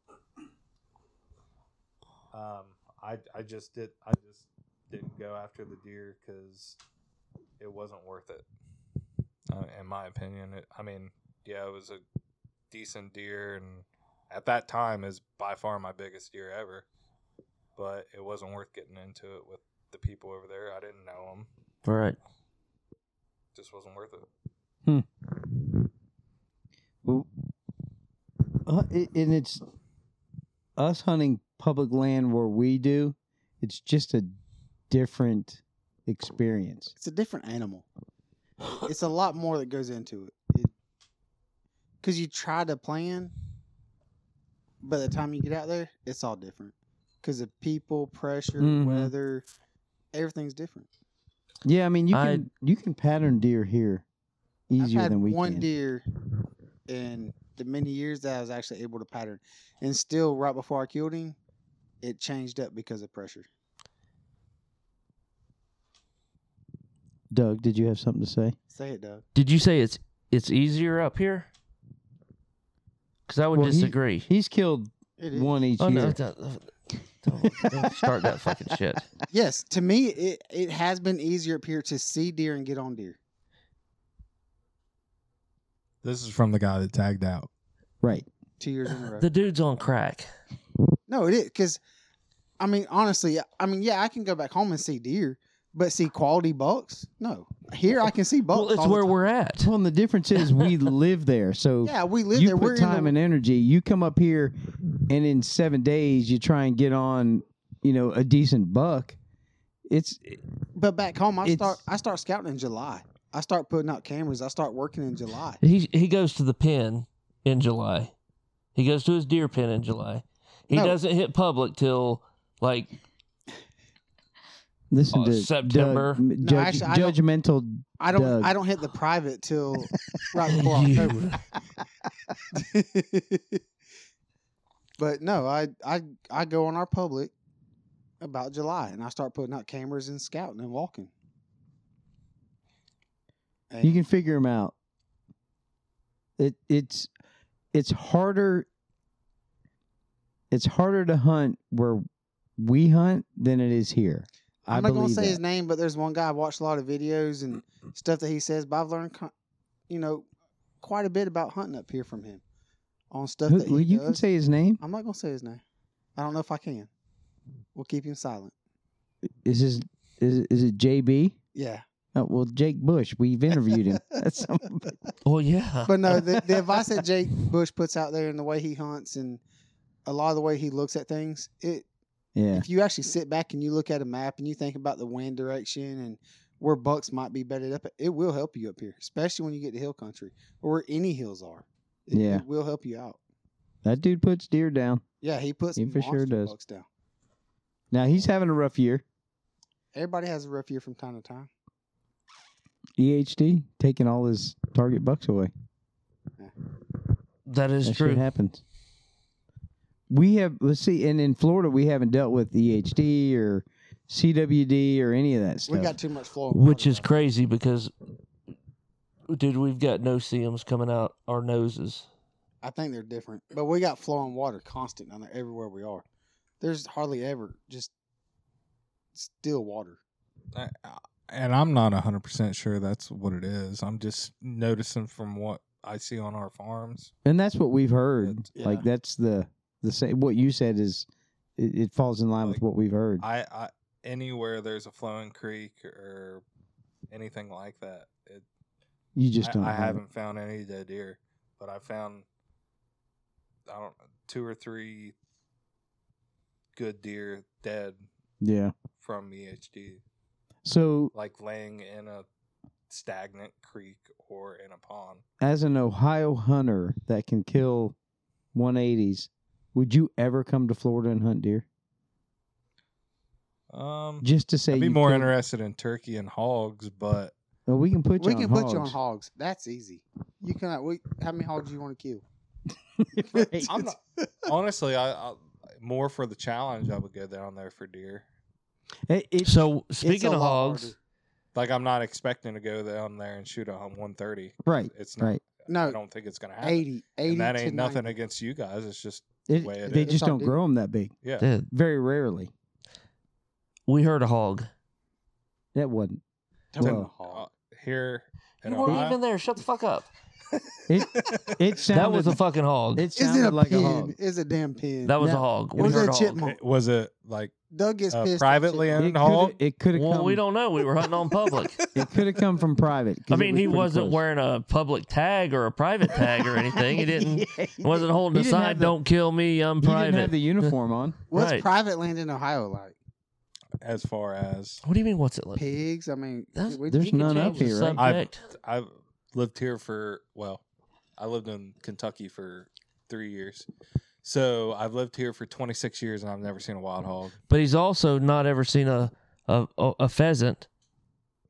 [SPEAKER 5] um, I I just did I just didn't go after the deer because it wasn't worth it. Uh, in my opinion, it, I mean, yeah, it was a decent deer, and at that time is by far my biggest deer ever. But it wasn't worth getting into it with the people over there. I didn't know them;
[SPEAKER 2] All right.
[SPEAKER 5] just wasn't worth it.
[SPEAKER 3] Well, uh, it, and it's us hunting public land where we do. It's just a different experience.
[SPEAKER 4] It's a different animal. It's a lot more that goes into it. Because you try to plan, by the time you get out there, it's all different. Because of people, pressure,
[SPEAKER 3] Mhm.
[SPEAKER 4] weather, everything's different.
[SPEAKER 3] Yeah, I mean, you can
[SPEAKER 2] I-
[SPEAKER 3] you can pattern deer here easier
[SPEAKER 4] I've had
[SPEAKER 3] than we
[SPEAKER 4] one
[SPEAKER 3] can.
[SPEAKER 4] deer in the many years that I was actually able to pattern, and still, right before I killed him, it changed up because of pressure.
[SPEAKER 3] Doug, did you have something to say?
[SPEAKER 4] Say it, Doug.
[SPEAKER 2] Did you say it's it's easier up here? Because I would
[SPEAKER 3] Well, he-
[SPEAKER 2] disagree.
[SPEAKER 3] He's killed
[SPEAKER 4] It is.
[SPEAKER 3] one each
[SPEAKER 2] oh
[SPEAKER 3] year.
[SPEAKER 2] no! Don't, don't- don't start that fucking shit.
[SPEAKER 4] Yes, to me, it, it has been easier up here to see deer and get on deer.
[SPEAKER 5] This is from the guy that tagged out.
[SPEAKER 3] Right.
[SPEAKER 4] Two years in a row.
[SPEAKER 2] The dude's on crack.
[SPEAKER 4] No, it is because, I mean, honestly, I mean, yeah, I can go back home and see deer, but see quality bucks. No, here I can see bucks.
[SPEAKER 2] Well, it's
[SPEAKER 4] all the
[SPEAKER 2] where
[SPEAKER 4] time.
[SPEAKER 2] we're at.
[SPEAKER 3] Well, and the difference is we live there, so
[SPEAKER 4] Yeah, we live
[SPEAKER 3] you
[SPEAKER 4] there.
[SPEAKER 3] put
[SPEAKER 4] We're
[SPEAKER 3] time
[SPEAKER 4] in the,
[SPEAKER 3] and energy. You come up here, and in seven days, you try and get on, you know, a decent buck. It's
[SPEAKER 4] but back home, I
[SPEAKER 3] it's-
[SPEAKER 4] start I start scouting in July. I start putting out cameras. I start working in July.
[SPEAKER 2] He he goes to the pen in July. He goes to his deer pen in July. He
[SPEAKER 4] No.
[SPEAKER 2] doesn't hit public till like
[SPEAKER 3] listen
[SPEAKER 2] Oh,
[SPEAKER 3] to
[SPEAKER 2] September.
[SPEAKER 3] Doug, m-
[SPEAKER 4] No,
[SPEAKER 3] judge-
[SPEAKER 4] actually, I don't-
[SPEAKER 3] judgmental.
[SPEAKER 4] I don't
[SPEAKER 3] Doug.
[SPEAKER 4] I don't hit the private till right before October. but no, I I I go on our public about July and I start putting out cameras and scouting and walking. And
[SPEAKER 3] You can figure them out. It it's it's harder. It's harder to hunt where we hunt than it is here. I
[SPEAKER 4] I'm not gonna
[SPEAKER 3] believe
[SPEAKER 4] say
[SPEAKER 3] that.
[SPEAKER 4] his name, but there's one guy I've watched a lot of videos and stuff that he says. But I've learned, co- you know, quite a bit about hunting up here from him on stuff
[SPEAKER 3] Who-
[SPEAKER 4] that
[SPEAKER 3] well,
[SPEAKER 4] he
[SPEAKER 3] you
[SPEAKER 4] does.
[SPEAKER 3] can say his name.
[SPEAKER 4] I'm not gonna say his name. I don't know if I can. We'll keep him silent.
[SPEAKER 3] Is his is is it JB?
[SPEAKER 4] Yeah,
[SPEAKER 3] Oh, well, Jake Bush. We've interviewed him. That's some,
[SPEAKER 2] Well, yeah.
[SPEAKER 4] but no, the, the advice that Jake Bush puts out there and the way he hunts and a lot of the way he looks at things, it
[SPEAKER 3] yeah.
[SPEAKER 4] if you actually sit back and you look at a map and you think about the wind direction and where bucks might be bedded up, it will help you up here, especially when you get to hill country or where any hills are. It,
[SPEAKER 3] Yeah.
[SPEAKER 4] it will help you out.
[SPEAKER 3] That dude puts deer down.
[SPEAKER 4] Yeah, he puts
[SPEAKER 3] He
[SPEAKER 4] he
[SPEAKER 3] for sure does.
[SPEAKER 4] bucks down.
[SPEAKER 3] Now he's having a rough year.
[SPEAKER 4] Everybody has a rough year from time to time.
[SPEAKER 3] EHD E taking all his target bucks away.
[SPEAKER 2] That is
[SPEAKER 3] that
[SPEAKER 2] true.
[SPEAKER 3] shit happens. We have let's see, and in Florida we haven't dealt with EHD or CWD or any of that stuff.
[SPEAKER 4] We got too much flow.
[SPEAKER 2] Which is crazy because, dude, we've got no seams coming out our noses.
[SPEAKER 4] I think they're different, but we got flowing water constant down there everywhere we are.
[SPEAKER 5] Uh,
[SPEAKER 4] There's hardly ever just still water.
[SPEAKER 5] I, and I'm not 100% sure that's what it is. I'm just noticing from what I see on our farms.
[SPEAKER 3] And that's what we've heard.
[SPEAKER 7] Yeah.
[SPEAKER 3] Like that's the the same. What you said is it, it falls in line with
[SPEAKER 5] Like,
[SPEAKER 3] what we've heard.
[SPEAKER 5] I, I anywhere there's a flowing creek or anything like that, it,
[SPEAKER 3] you just
[SPEAKER 5] I,
[SPEAKER 3] don't.
[SPEAKER 5] I
[SPEAKER 3] have it.
[SPEAKER 5] haven't found any dead deer, but I found I don't two or three good deer dead
[SPEAKER 3] Yeah.
[SPEAKER 5] from EHD,
[SPEAKER 3] So
[SPEAKER 5] like laying in a stagnant creek or in a pond.
[SPEAKER 3] as an Ohio hunter that can kill 180s, would you ever come to Florida and hunt deer?
[SPEAKER 5] Um,
[SPEAKER 3] Just to say,
[SPEAKER 5] I'd be
[SPEAKER 3] you
[SPEAKER 5] more
[SPEAKER 3] killed-
[SPEAKER 5] interested in turkey and hogs, but
[SPEAKER 3] Oh, we can put you.
[SPEAKER 4] we
[SPEAKER 3] on
[SPEAKER 4] can put you on
[SPEAKER 3] hogs.
[SPEAKER 4] hogs. That's easy. You can. We, how many hogs do you want to kill?
[SPEAKER 3] Right.
[SPEAKER 5] I'm not, honestly, I, I more for the challenge. I would go down there for deer.
[SPEAKER 3] It- it-
[SPEAKER 2] So
[SPEAKER 4] a
[SPEAKER 2] speaking of
[SPEAKER 4] lot
[SPEAKER 2] hogs,
[SPEAKER 4] harder.
[SPEAKER 5] Like I'm not expecting to go down there and shoot a 130.
[SPEAKER 3] right.
[SPEAKER 5] It's not.
[SPEAKER 3] Right.
[SPEAKER 5] I
[SPEAKER 4] No,
[SPEAKER 5] don't think it's gonna happen.
[SPEAKER 4] 80, 80
[SPEAKER 5] and that
[SPEAKER 4] to
[SPEAKER 5] ain't nothing
[SPEAKER 4] 90.
[SPEAKER 5] against you guys. It's just
[SPEAKER 3] It-
[SPEAKER 5] way it
[SPEAKER 3] they
[SPEAKER 5] is.
[SPEAKER 3] just
[SPEAKER 4] It's all
[SPEAKER 3] don't
[SPEAKER 4] big.
[SPEAKER 3] grow them that big.
[SPEAKER 5] yeah.
[SPEAKER 2] dude,
[SPEAKER 3] Very rarely.
[SPEAKER 2] we heard a hog.
[SPEAKER 3] That wasn't.
[SPEAKER 5] It's in-
[SPEAKER 3] Well,
[SPEAKER 5] uh, here in
[SPEAKER 2] You weren't
[SPEAKER 5] Ohio-
[SPEAKER 2] even there. Shut the fuck up.
[SPEAKER 3] it it
[SPEAKER 2] That
[SPEAKER 3] sounded.
[SPEAKER 2] was a fucking hog.
[SPEAKER 3] it
[SPEAKER 4] Is it
[SPEAKER 3] sounded
[SPEAKER 4] a
[SPEAKER 3] like
[SPEAKER 4] pin?
[SPEAKER 3] a hog.
[SPEAKER 4] Is a damn pin?
[SPEAKER 2] That was a
[SPEAKER 3] No.
[SPEAKER 2] hog. We
[SPEAKER 4] was
[SPEAKER 2] heard
[SPEAKER 4] a
[SPEAKER 2] a hog.
[SPEAKER 4] chipmunk.
[SPEAKER 5] was it like
[SPEAKER 4] Doug gets
[SPEAKER 5] uh,
[SPEAKER 4] pissed.
[SPEAKER 5] privately
[SPEAKER 4] at
[SPEAKER 5] owned
[SPEAKER 3] It
[SPEAKER 5] hog?
[SPEAKER 3] coulda- It could have
[SPEAKER 2] Well,
[SPEAKER 3] come.
[SPEAKER 2] we don't know. We were hunting on public.
[SPEAKER 3] It could have come from private. 'cause
[SPEAKER 2] I
[SPEAKER 3] it
[SPEAKER 2] mean,
[SPEAKER 3] was
[SPEAKER 2] he
[SPEAKER 3] pretty
[SPEAKER 2] wasn't
[SPEAKER 3] close.
[SPEAKER 2] wearing a public tag or a private tag or anything. He didn't. wasn't holding
[SPEAKER 3] He
[SPEAKER 2] a
[SPEAKER 3] didn't
[SPEAKER 2] sign.
[SPEAKER 3] have the-
[SPEAKER 2] Don't kill me. I'm
[SPEAKER 3] He didn't have
[SPEAKER 2] private.
[SPEAKER 3] the uniform on.
[SPEAKER 4] What's
[SPEAKER 2] Right.
[SPEAKER 4] private land in Ohio like?
[SPEAKER 5] As far as
[SPEAKER 2] What do you mean? What's it like?
[SPEAKER 4] Pigs. I mean,
[SPEAKER 2] That's-
[SPEAKER 4] we-
[SPEAKER 3] there's
[SPEAKER 2] You can
[SPEAKER 3] none up
[SPEAKER 2] change the
[SPEAKER 3] here, right?
[SPEAKER 5] I've
[SPEAKER 2] subject.
[SPEAKER 5] I've lived here for well, I lived in Kentucky for three years. So I've lived here for 26 years and I've never seen a wild hog.
[SPEAKER 2] But he's also not ever seen a a, a, a pheasant.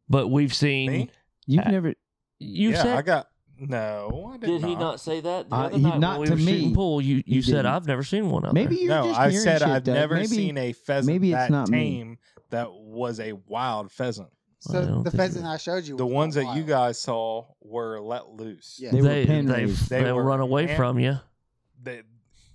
[SPEAKER 2] But we've seen.
[SPEAKER 5] Me?
[SPEAKER 3] You've
[SPEAKER 2] Uh,
[SPEAKER 3] never.
[SPEAKER 2] You
[SPEAKER 5] yeah,
[SPEAKER 2] said.
[SPEAKER 5] I got no. I did,
[SPEAKER 2] did he not say that the
[SPEAKER 3] Uh,
[SPEAKER 2] other
[SPEAKER 3] he-
[SPEAKER 2] night when
[SPEAKER 3] not
[SPEAKER 2] we
[SPEAKER 3] to
[SPEAKER 2] were
[SPEAKER 3] me.
[SPEAKER 2] shooting pool? You you said
[SPEAKER 3] didn't.
[SPEAKER 2] I've never seen one. Out
[SPEAKER 3] Maybe
[SPEAKER 2] there."
[SPEAKER 3] you're
[SPEAKER 5] no,
[SPEAKER 3] just
[SPEAKER 5] I
[SPEAKER 3] hearing
[SPEAKER 5] said
[SPEAKER 3] shit,
[SPEAKER 5] I've
[SPEAKER 3] Doug.
[SPEAKER 5] never
[SPEAKER 3] Maybe-
[SPEAKER 5] seen a pheasant
[SPEAKER 3] maybe it's
[SPEAKER 5] that
[SPEAKER 3] not me.
[SPEAKER 5] tame that was a wild pheasant.
[SPEAKER 2] I
[SPEAKER 4] so
[SPEAKER 2] don't
[SPEAKER 4] the
[SPEAKER 2] think
[SPEAKER 4] pheasant
[SPEAKER 2] it-
[SPEAKER 4] I showed you.
[SPEAKER 5] The
[SPEAKER 4] was
[SPEAKER 5] ones
[SPEAKER 4] not
[SPEAKER 5] that you
[SPEAKER 4] wild.
[SPEAKER 5] guys saw were let loose.
[SPEAKER 4] Yeah.
[SPEAKER 3] They were
[SPEAKER 2] they
[SPEAKER 3] pen
[SPEAKER 2] they
[SPEAKER 3] raised.
[SPEAKER 5] They
[SPEAKER 2] they'll
[SPEAKER 5] were
[SPEAKER 2] run away
[SPEAKER 5] ant-
[SPEAKER 2] from you.
[SPEAKER 5] They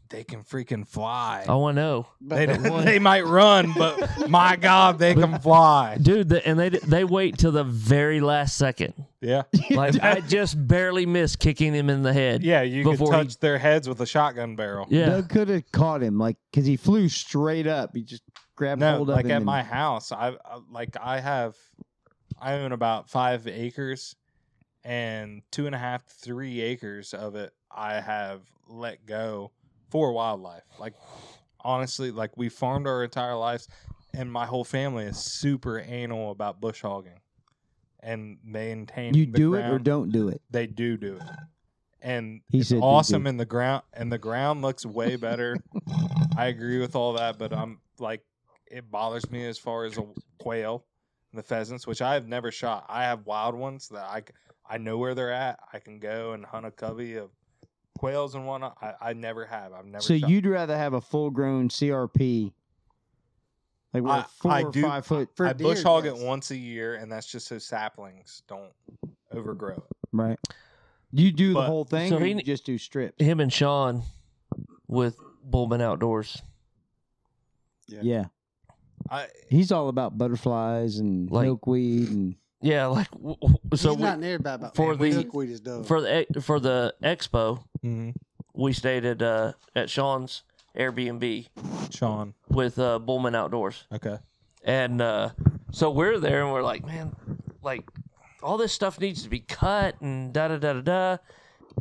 [SPEAKER 5] they can freaking fly.
[SPEAKER 2] Oh, I know,
[SPEAKER 5] They,
[SPEAKER 4] But the one-
[SPEAKER 5] they might run, but my God, they can fly.
[SPEAKER 2] dude. The, and they they wait till the very last second.
[SPEAKER 5] Yeah.
[SPEAKER 2] Like I just barely missed kicking him in the head.
[SPEAKER 5] Yeah, you can
[SPEAKER 2] Before he-
[SPEAKER 5] touch their heads with a shotgun barrel.
[SPEAKER 2] yeah.
[SPEAKER 3] Doug could have caught him, like, because he flew straight up. He just grabbed
[SPEAKER 5] No,
[SPEAKER 3] hold of
[SPEAKER 5] like
[SPEAKER 3] him.
[SPEAKER 5] at
[SPEAKER 3] and-
[SPEAKER 5] my house, I, I like I have, I own about five acres, and two and a half, three acres of it I have let go for wildlife. Like honestly, like we farmed our entire lives, and my whole family is super anal about bush hogging, and maintaining.
[SPEAKER 3] you
[SPEAKER 5] the
[SPEAKER 3] do it or
[SPEAKER 5] ground.
[SPEAKER 3] don't do it.
[SPEAKER 5] They do do it, and
[SPEAKER 3] He
[SPEAKER 5] it's
[SPEAKER 3] said they
[SPEAKER 5] awesome
[SPEAKER 3] do.
[SPEAKER 5] in the ground, and the ground looks way better. I agree with all that, but I'm like, it bothers me as far as a quail and the pheasants, which I have never shot. I have wild ones that I c- I know where they're at. I can go and hunt a covey of quails and whatnot. I, I never have. I've never.
[SPEAKER 3] So
[SPEAKER 5] shot.
[SPEAKER 3] you'd rather have a full grown CRP, like we're
[SPEAKER 5] I-
[SPEAKER 3] four
[SPEAKER 5] I
[SPEAKER 3] or
[SPEAKER 5] do-
[SPEAKER 3] five foot,
[SPEAKER 4] for
[SPEAKER 5] I
[SPEAKER 4] deer,
[SPEAKER 5] bush hog it
[SPEAKER 4] yes.
[SPEAKER 5] once a year, and that's just so saplings don't overgrow it.
[SPEAKER 3] right? You do the
[SPEAKER 5] But-
[SPEAKER 3] whole thing,
[SPEAKER 2] So
[SPEAKER 3] or
[SPEAKER 2] he-
[SPEAKER 3] you just do strips.
[SPEAKER 2] him and Sean with Bullman Outdoors.
[SPEAKER 3] Yeah.
[SPEAKER 5] I
[SPEAKER 3] he's all about butterflies and
[SPEAKER 2] Like-
[SPEAKER 3] milkweed and
[SPEAKER 2] Yeah, like w- w- so
[SPEAKER 4] He's
[SPEAKER 2] we,
[SPEAKER 4] not near about about
[SPEAKER 2] for the-
[SPEAKER 4] milkweed is Doug.
[SPEAKER 2] for the e- for the expo,
[SPEAKER 5] Mm-hmm.
[SPEAKER 2] we stayed at uh, at Sean's Airbnb
[SPEAKER 5] Sean.
[SPEAKER 2] with uh, Bullman Outdoors,
[SPEAKER 5] Okay.
[SPEAKER 2] and uh, so we're there and we're like, man, like all this stuff needs to be cut and da da da da da,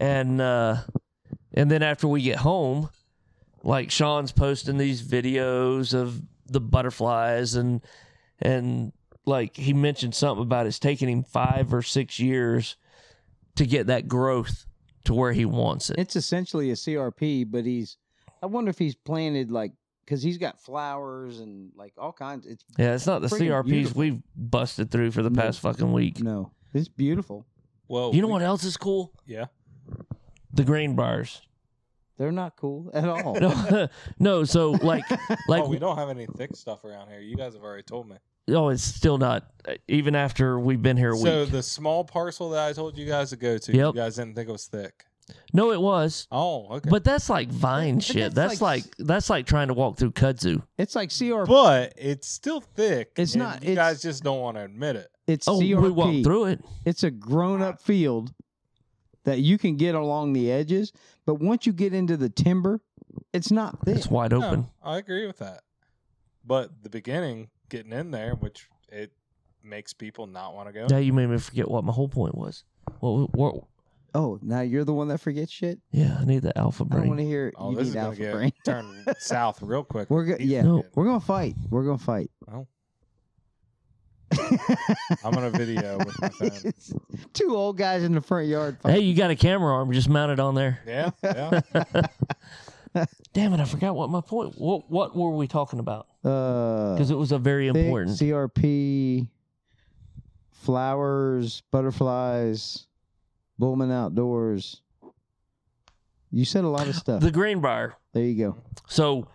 [SPEAKER 2] and uh, and then after we get home, like Sean's posting these videos of the butterflies and and like he mentioned something about it's taking him five or six years to get that growth to where he wants it.
[SPEAKER 3] it's essentially a CRP, but he's. I wonder if he's planted like because he's got flowers and like all kinds. It's
[SPEAKER 2] yeah, it's not the
[SPEAKER 3] friggin'
[SPEAKER 2] CRPs
[SPEAKER 3] beautiful.
[SPEAKER 2] we've busted through for the
[SPEAKER 3] No.
[SPEAKER 2] past fucking week.
[SPEAKER 3] no, it's beautiful.
[SPEAKER 5] Well,
[SPEAKER 2] You know
[SPEAKER 5] we-
[SPEAKER 2] what else is cool?
[SPEAKER 5] Yeah.
[SPEAKER 2] The grain bars.
[SPEAKER 3] They're not cool at all.
[SPEAKER 2] No, no. So like, like,
[SPEAKER 5] oh, we don't have any thick stuff around here. You guys have already told me.
[SPEAKER 2] oh, it's still not. Even after we've been here a
[SPEAKER 5] So
[SPEAKER 2] week.
[SPEAKER 5] the small parcel that I told you guys to go to,
[SPEAKER 2] Yep.
[SPEAKER 5] you guys didn't think it was thick.
[SPEAKER 2] no, it was.
[SPEAKER 5] Oh, okay.
[SPEAKER 2] But that's like vine shit.
[SPEAKER 3] that's
[SPEAKER 2] That's,
[SPEAKER 3] like-
[SPEAKER 2] like, that's like trying to walk through kudzu.
[SPEAKER 3] It's like CRP.
[SPEAKER 5] But it's still thick.
[SPEAKER 3] It's
[SPEAKER 5] and
[SPEAKER 3] not-
[SPEAKER 5] You
[SPEAKER 3] it's-
[SPEAKER 5] guys just don't want to admit it.
[SPEAKER 3] It's
[SPEAKER 2] Oh, we walked
[SPEAKER 3] CRP.
[SPEAKER 2] through it.
[SPEAKER 3] It's a grown up field that you can get along the edges, but once you get into the timber, it's not thick.
[SPEAKER 2] It's wide
[SPEAKER 5] No,
[SPEAKER 2] open.
[SPEAKER 5] I agree with that. But the beginning, getting in there, which it makes people not want to go.
[SPEAKER 2] Now you made me forget what my whole point was. What? what
[SPEAKER 3] Oh, now you're the one that forgets shit.
[SPEAKER 2] yeah, I need the alpha
[SPEAKER 3] I don't
[SPEAKER 2] brain.
[SPEAKER 3] want to hear.
[SPEAKER 5] oh,
[SPEAKER 3] you
[SPEAKER 5] this
[SPEAKER 3] need
[SPEAKER 5] is gonna
[SPEAKER 3] alpha
[SPEAKER 5] get
[SPEAKER 3] brain.
[SPEAKER 5] turn south real quick.
[SPEAKER 3] We're go-
[SPEAKER 5] These
[SPEAKER 3] yeah,
[SPEAKER 2] No.
[SPEAKER 3] we're gonna fight. We're gonna fight.
[SPEAKER 5] Well. I'm on a video with my phone.
[SPEAKER 3] Two old guys in the front yard
[SPEAKER 2] Hey,
[SPEAKER 3] fighting.
[SPEAKER 2] you got a camera arm just mounted on there.
[SPEAKER 5] Yeah, yeah.
[SPEAKER 2] Damn it, I forgot what my point. What what were we talking about?
[SPEAKER 3] Uh,
[SPEAKER 2] Because it was a very
[SPEAKER 3] thick,
[SPEAKER 2] important.
[SPEAKER 3] CRP, flowers, butterflies, Bullman outdoors. You said a lot of stuff.
[SPEAKER 2] the Greenbrier.
[SPEAKER 3] there you go.
[SPEAKER 2] So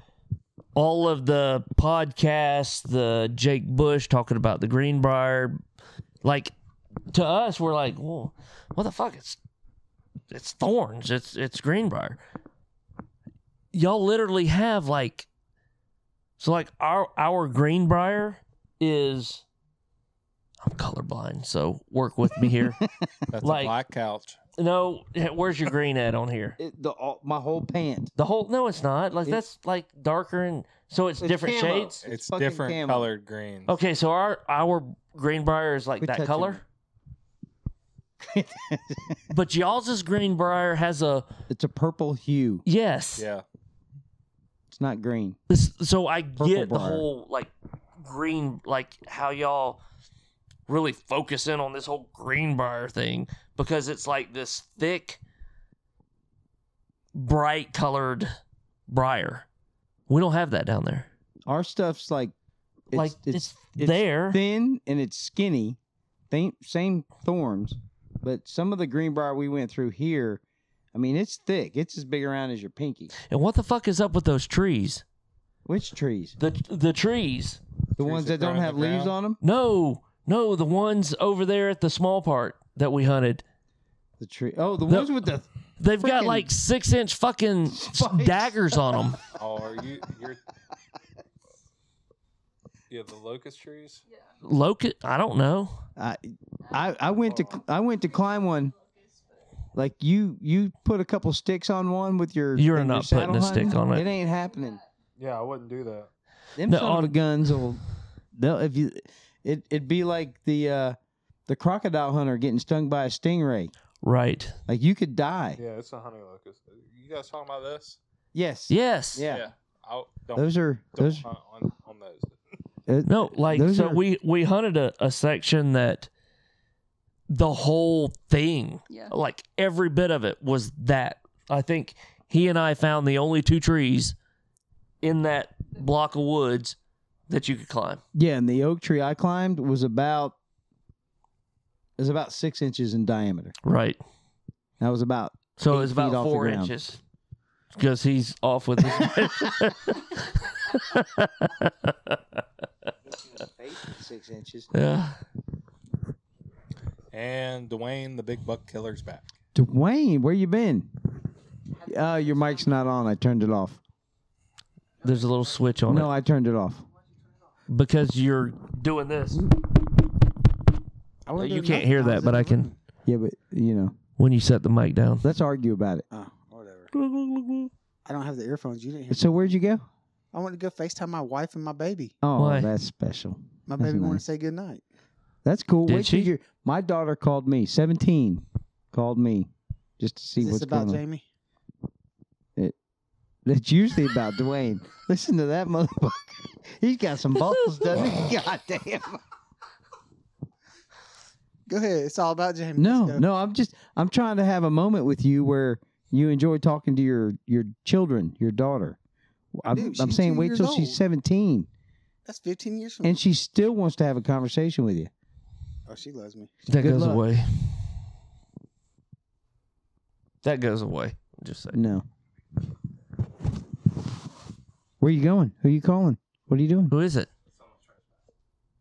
[SPEAKER 2] all of the podcasts, the Jake Bush talking about the Greenbrier, like to us, we're like, well, what the fuck? It's it's thorns. It's it's Greenbrier. Y'all literally have like so like our our Greenbrier is I'm colorblind, so work with me here.
[SPEAKER 5] That's
[SPEAKER 2] Like-
[SPEAKER 5] a black couch.
[SPEAKER 2] no, where's your green at on here?
[SPEAKER 3] It, the all, my whole pant.
[SPEAKER 2] The whole no, it's not. Like
[SPEAKER 3] It-
[SPEAKER 2] that's like darker and so it's,
[SPEAKER 3] It's
[SPEAKER 2] different
[SPEAKER 3] camo.
[SPEAKER 2] shades.
[SPEAKER 5] It's,
[SPEAKER 3] fucking
[SPEAKER 5] different
[SPEAKER 3] camo.
[SPEAKER 5] colored greens.
[SPEAKER 2] Okay, so our our greenbrier is like
[SPEAKER 3] Quit
[SPEAKER 2] that
[SPEAKER 3] touching
[SPEAKER 2] color, but y'all's greenbrier has a
[SPEAKER 3] It's a purple hue.
[SPEAKER 2] yes.
[SPEAKER 5] Yeah.
[SPEAKER 3] It's not green.
[SPEAKER 2] This, so I get the
[SPEAKER 3] briar.
[SPEAKER 2] whole like green, like how y'all really focus in on this whole greenbrier thing because it's like this thick, bright colored briar. We don't have that down there.
[SPEAKER 3] Our stuff's like it's,
[SPEAKER 2] like it's,
[SPEAKER 3] it's,
[SPEAKER 2] there.
[SPEAKER 3] thin and it's skinny. Same, same thorns, but some of the greenbrier we went through here, I mean, it's thick. It's as big around as your pinky.
[SPEAKER 2] and what the fuck is up with those trees?
[SPEAKER 3] Which trees?
[SPEAKER 2] The the trees.
[SPEAKER 3] The
[SPEAKER 5] Trees
[SPEAKER 3] ones
[SPEAKER 5] that
[SPEAKER 3] that don't
[SPEAKER 5] grow in
[SPEAKER 3] have
[SPEAKER 5] the
[SPEAKER 3] leaves
[SPEAKER 5] ground?
[SPEAKER 3] on them.
[SPEAKER 2] No, no, the ones over there at the small part that we hunted.
[SPEAKER 3] The tree. Oh, the
[SPEAKER 2] The-
[SPEAKER 3] ones with the.
[SPEAKER 2] They've got
[SPEAKER 3] Frickin'
[SPEAKER 2] like six inch fucking s-
[SPEAKER 3] spikes.
[SPEAKER 2] daggers on them.
[SPEAKER 5] Oh, are you? You're. Yeah, the locust trees.
[SPEAKER 2] Locust, I don't know.
[SPEAKER 3] I, I, I went to I went to climb one. Like you, you put a couple sticks on one with your.
[SPEAKER 2] You're
[SPEAKER 3] and
[SPEAKER 2] not
[SPEAKER 3] your
[SPEAKER 2] putting
[SPEAKER 3] saddle
[SPEAKER 2] a stick
[SPEAKER 3] hunting.
[SPEAKER 2] on it.
[SPEAKER 3] It ain't happening.
[SPEAKER 5] Yeah, I wouldn't do that.
[SPEAKER 3] Them
[SPEAKER 2] No,
[SPEAKER 3] son of
[SPEAKER 2] on-
[SPEAKER 3] a guns will. They'll if you, it it'd be like the uh, the crocodile hunter getting stung by a stingray.
[SPEAKER 2] Right.
[SPEAKER 3] Like you could die.
[SPEAKER 5] Yeah, it's a honey locust. You guys talking about this?
[SPEAKER 3] Yes.
[SPEAKER 2] Yes.
[SPEAKER 3] Yeah.
[SPEAKER 5] I don't,
[SPEAKER 3] Those are
[SPEAKER 5] don't
[SPEAKER 3] those.
[SPEAKER 5] hunt on, on those.
[SPEAKER 3] uh,
[SPEAKER 2] No, like
[SPEAKER 3] Those
[SPEAKER 2] so
[SPEAKER 3] are-
[SPEAKER 2] we we hunted a, a section that the whole thing,
[SPEAKER 6] Yeah.
[SPEAKER 3] Oh.
[SPEAKER 2] like every bit of it, was that. I think he and I found the only two trees in that block of woods that you could climb.
[SPEAKER 3] Yeah, and the oak tree I climbed was about is about six inches in diameter.
[SPEAKER 2] Right.
[SPEAKER 3] That was about
[SPEAKER 2] So
[SPEAKER 3] Eight
[SPEAKER 2] it's
[SPEAKER 3] feet
[SPEAKER 2] about
[SPEAKER 3] off the
[SPEAKER 2] four
[SPEAKER 3] ground.
[SPEAKER 2] inches because he's off with his.
[SPEAKER 3] six inches.
[SPEAKER 2] yeah.
[SPEAKER 5] And Dwayne, the big buck killer's back.
[SPEAKER 3] Dwayne, where you been? Uh, your mic's not on. I turned it off.
[SPEAKER 2] There's a little switch on
[SPEAKER 3] No,
[SPEAKER 2] it
[SPEAKER 3] I turned it off.
[SPEAKER 2] because you're doing this.
[SPEAKER 4] I wasn't
[SPEAKER 2] You
[SPEAKER 4] doing
[SPEAKER 2] can't
[SPEAKER 4] nothing.
[SPEAKER 2] hear
[SPEAKER 4] I
[SPEAKER 2] that,
[SPEAKER 4] was
[SPEAKER 2] but
[SPEAKER 4] in
[SPEAKER 2] I
[SPEAKER 4] the
[SPEAKER 2] can
[SPEAKER 4] room.
[SPEAKER 3] Yeah, but you know,
[SPEAKER 2] when you set the mic down.
[SPEAKER 3] let's argue about it.
[SPEAKER 4] Oh, whatever. I don't have the earphones. You didn't hear.
[SPEAKER 3] So where'd you go?
[SPEAKER 4] I want to go Facetime my wife and my baby.
[SPEAKER 3] Oh,
[SPEAKER 2] Why?
[SPEAKER 3] that's special.
[SPEAKER 4] My
[SPEAKER 3] That's
[SPEAKER 4] baby wanted
[SPEAKER 3] nice.
[SPEAKER 4] to say good night.
[SPEAKER 3] That's cool.
[SPEAKER 2] Did
[SPEAKER 3] Wait till
[SPEAKER 2] she?
[SPEAKER 3] your- my daughter called me. Seventeen called me just to see
[SPEAKER 4] Is this
[SPEAKER 3] what's
[SPEAKER 4] about
[SPEAKER 3] going on.
[SPEAKER 4] Jamie?
[SPEAKER 3] That's usually about Dwayne. Listen to that motherfucker. He's got some balls, doesn't he? God damn.
[SPEAKER 4] Go ahead. It's all about Jamie.
[SPEAKER 3] No,
[SPEAKER 4] Let's go.
[SPEAKER 3] no, I'm just I'm trying to have a moment with you where you enjoy talking to your your children, your daughter. I'm,
[SPEAKER 4] do.
[SPEAKER 3] I'm
[SPEAKER 4] She's
[SPEAKER 3] saying
[SPEAKER 4] two
[SPEAKER 3] wait
[SPEAKER 4] years
[SPEAKER 3] till
[SPEAKER 4] old. Mm-hmm.
[SPEAKER 3] she's 17
[SPEAKER 4] That's 15 years from
[SPEAKER 3] and she still wants to have a conversation with you.
[SPEAKER 4] Oh, she loves me.
[SPEAKER 2] That
[SPEAKER 3] Good
[SPEAKER 2] goes
[SPEAKER 3] luck.
[SPEAKER 2] away. That goes away. Just say.
[SPEAKER 3] No. Where you going? Who you calling? What are you doing?
[SPEAKER 2] Who is it?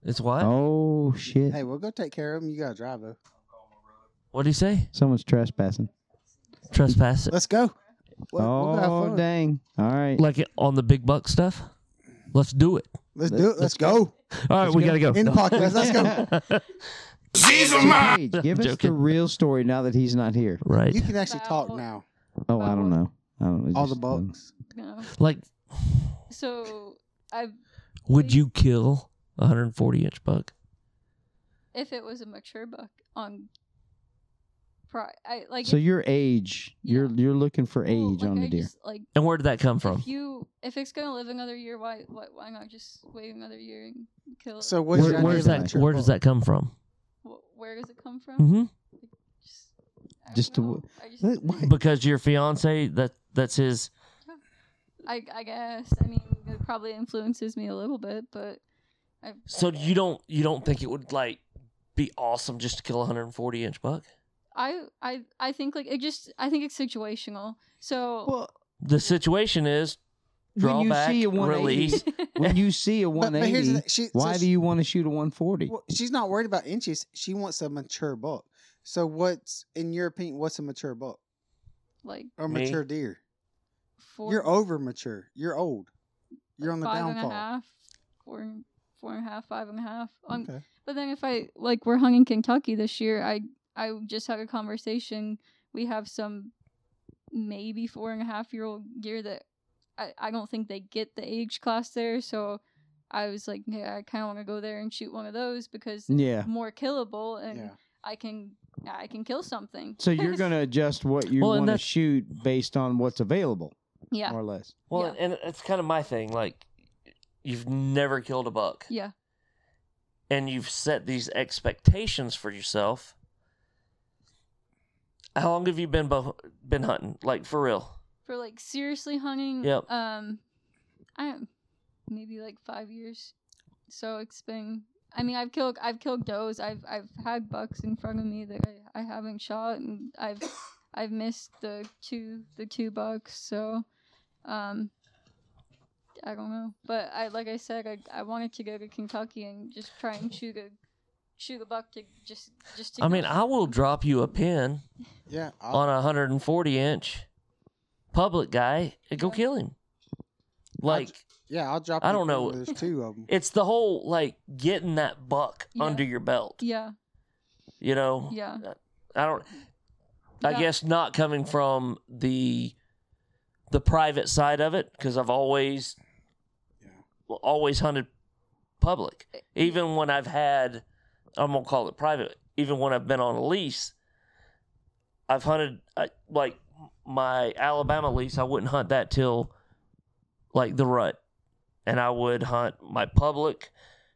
[SPEAKER 2] It's what?
[SPEAKER 3] Oh shit.
[SPEAKER 4] Hey, we'll go take care of him. You got to drive, though.
[SPEAKER 2] What do you say?
[SPEAKER 3] Someone's trespassing.
[SPEAKER 2] Trespass it.
[SPEAKER 4] Let's go. We'll- we'll go have
[SPEAKER 3] oh
[SPEAKER 4] fun.
[SPEAKER 3] dang. All right.
[SPEAKER 2] Like it on the big buck stuff. Let's do it.
[SPEAKER 4] Let's
[SPEAKER 3] Let's-
[SPEAKER 4] do it. Let's go.
[SPEAKER 2] All right, we
[SPEAKER 3] go.
[SPEAKER 2] gotta go.
[SPEAKER 4] End the podcast. Let's go.
[SPEAKER 1] These are mine.
[SPEAKER 3] Paige, give us the
[SPEAKER 2] Joking.
[SPEAKER 3] real story now that he's not here.
[SPEAKER 2] Right,
[SPEAKER 4] You can actually talk
[SPEAKER 6] Foul.
[SPEAKER 4] now.
[SPEAKER 3] Oh, I don't know. I don't know.
[SPEAKER 4] Uh-huh. All the
[SPEAKER 3] Just, um,
[SPEAKER 4] bucks.
[SPEAKER 6] You know?
[SPEAKER 2] like
[SPEAKER 6] So I
[SPEAKER 2] Would you kill a 140 inch buck?
[SPEAKER 6] if it was a mature buck on pri- I like
[SPEAKER 3] So
[SPEAKER 6] if-
[SPEAKER 3] your age, you're you're looking for age
[SPEAKER 6] well, like,
[SPEAKER 3] on
[SPEAKER 6] I
[SPEAKER 3] the deer.
[SPEAKER 6] just, like
[SPEAKER 2] And where did that come from?
[SPEAKER 6] if you if it's gonna live another year, why why, why not just wait another year and kill it?
[SPEAKER 4] So what
[SPEAKER 3] Where's
[SPEAKER 2] Where,
[SPEAKER 4] your
[SPEAKER 3] your
[SPEAKER 2] where does
[SPEAKER 4] idea
[SPEAKER 2] that
[SPEAKER 4] of mature
[SPEAKER 2] Where does
[SPEAKER 4] buck?
[SPEAKER 2] that come from?
[SPEAKER 6] Wh- where does it come from?
[SPEAKER 2] hmm
[SPEAKER 6] Just, I don't
[SPEAKER 3] Mm-hmm. Just to-
[SPEAKER 6] know. I just-
[SPEAKER 3] Wait, why-
[SPEAKER 2] Because your fiance that that's his.
[SPEAKER 6] I I guess I mean it probably influences me a little bit, but I
[SPEAKER 2] So you don't you don't think it would like be awesome just to kill a 140 inch buck?
[SPEAKER 6] I I I think like it just I think it's situational. So
[SPEAKER 3] Well,
[SPEAKER 2] The situation is
[SPEAKER 3] when you
[SPEAKER 2] drawback,
[SPEAKER 3] see a 180,
[SPEAKER 2] release.
[SPEAKER 3] when you see a
[SPEAKER 4] But, but here's
[SPEAKER 3] 180,
[SPEAKER 4] the thing. She,
[SPEAKER 3] why
[SPEAKER 4] so
[SPEAKER 3] do you want to shoot a 140?
[SPEAKER 4] Well, she's not worried about inches. She wants a mature buck. So what's in your opinion? What's a mature buck
[SPEAKER 6] like
[SPEAKER 4] or
[SPEAKER 2] Me?
[SPEAKER 4] mature deer?
[SPEAKER 6] 4
[SPEAKER 4] You're over mature. You're old. You're on the
[SPEAKER 6] five and a
[SPEAKER 4] downfall.
[SPEAKER 6] half, four, four and a half, five and a half. Um,
[SPEAKER 4] Okay.
[SPEAKER 6] But then if I like, we're hung in Kentucky this year. I I just had a conversation. We have some maybe four and a half year old gear that I I don't think they get the age class there. So I was like, yeah, I kind of want to go there and shoot one of those because
[SPEAKER 3] Yeah.
[SPEAKER 6] more killable and
[SPEAKER 4] Yeah.
[SPEAKER 6] I can I can kill something.
[SPEAKER 3] So you're going to adjust what you
[SPEAKER 2] Well, and
[SPEAKER 3] want to
[SPEAKER 2] that's-
[SPEAKER 3] shoot based on what's available,
[SPEAKER 6] Yeah.
[SPEAKER 3] more or less.
[SPEAKER 2] Well,
[SPEAKER 6] Yeah.
[SPEAKER 2] and it's kind of my thing. Like you've never killed a buck.
[SPEAKER 6] Yeah.
[SPEAKER 2] and you've set these expectations for yourself. How long have you been bu- been hunting? Like for real?
[SPEAKER 6] For like seriously hunting.
[SPEAKER 2] Yep.
[SPEAKER 6] Um, I am maybe like five years. So it's been. I mean, I've killed I've killed does. I've I've had bucks in front of me that I, I haven't shot, and I've I've missed the two the two bucks. So, um, I don't know. But I like I said, I, I wanted to go to Kentucky and just try and shoot a shoot a buck to just just. To
[SPEAKER 2] I
[SPEAKER 6] go
[SPEAKER 2] mean, I will drop you a pin
[SPEAKER 4] Yeah.
[SPEAKER 6] Oh.
[SPEAKER 4] I'll-
[SPEAKER 2] on a 140 inch public guy and go kill him. Like
[SPEAKER 4] yeah. I'll drop.
[SPEAKER 2] I
[SPEAKER 4] you
[SPEAKER 2] don't
[SPEAKER 4] a
[SPEAKER 2] know.
[SPEAKER 4] couple. There's two of them.
[SPEAKER 2] it's the whole like getting that buck
[SPEAKER 6] Yeah.
[SPEAKER 2] under your belt.
[SPEAKER 6] Yeah,
[SPEAKER 2] You know.
[SPEAKER 6] yeah.
[SPEAKER 2] I don't. I
[SPEAKER 6] Yeah.
[SPEAKER 2] guess not coming from the the private side of it because I've always
[SPEAKER 4] Yeah.
[SPEAKER 2] well, always hunted public. Even when I've had, I'm gonna call it private. Even when I've been on a lease, I've hunted I, like my Alabama lease. I wouldn't hunt that till like the rut, and I would hunt my public,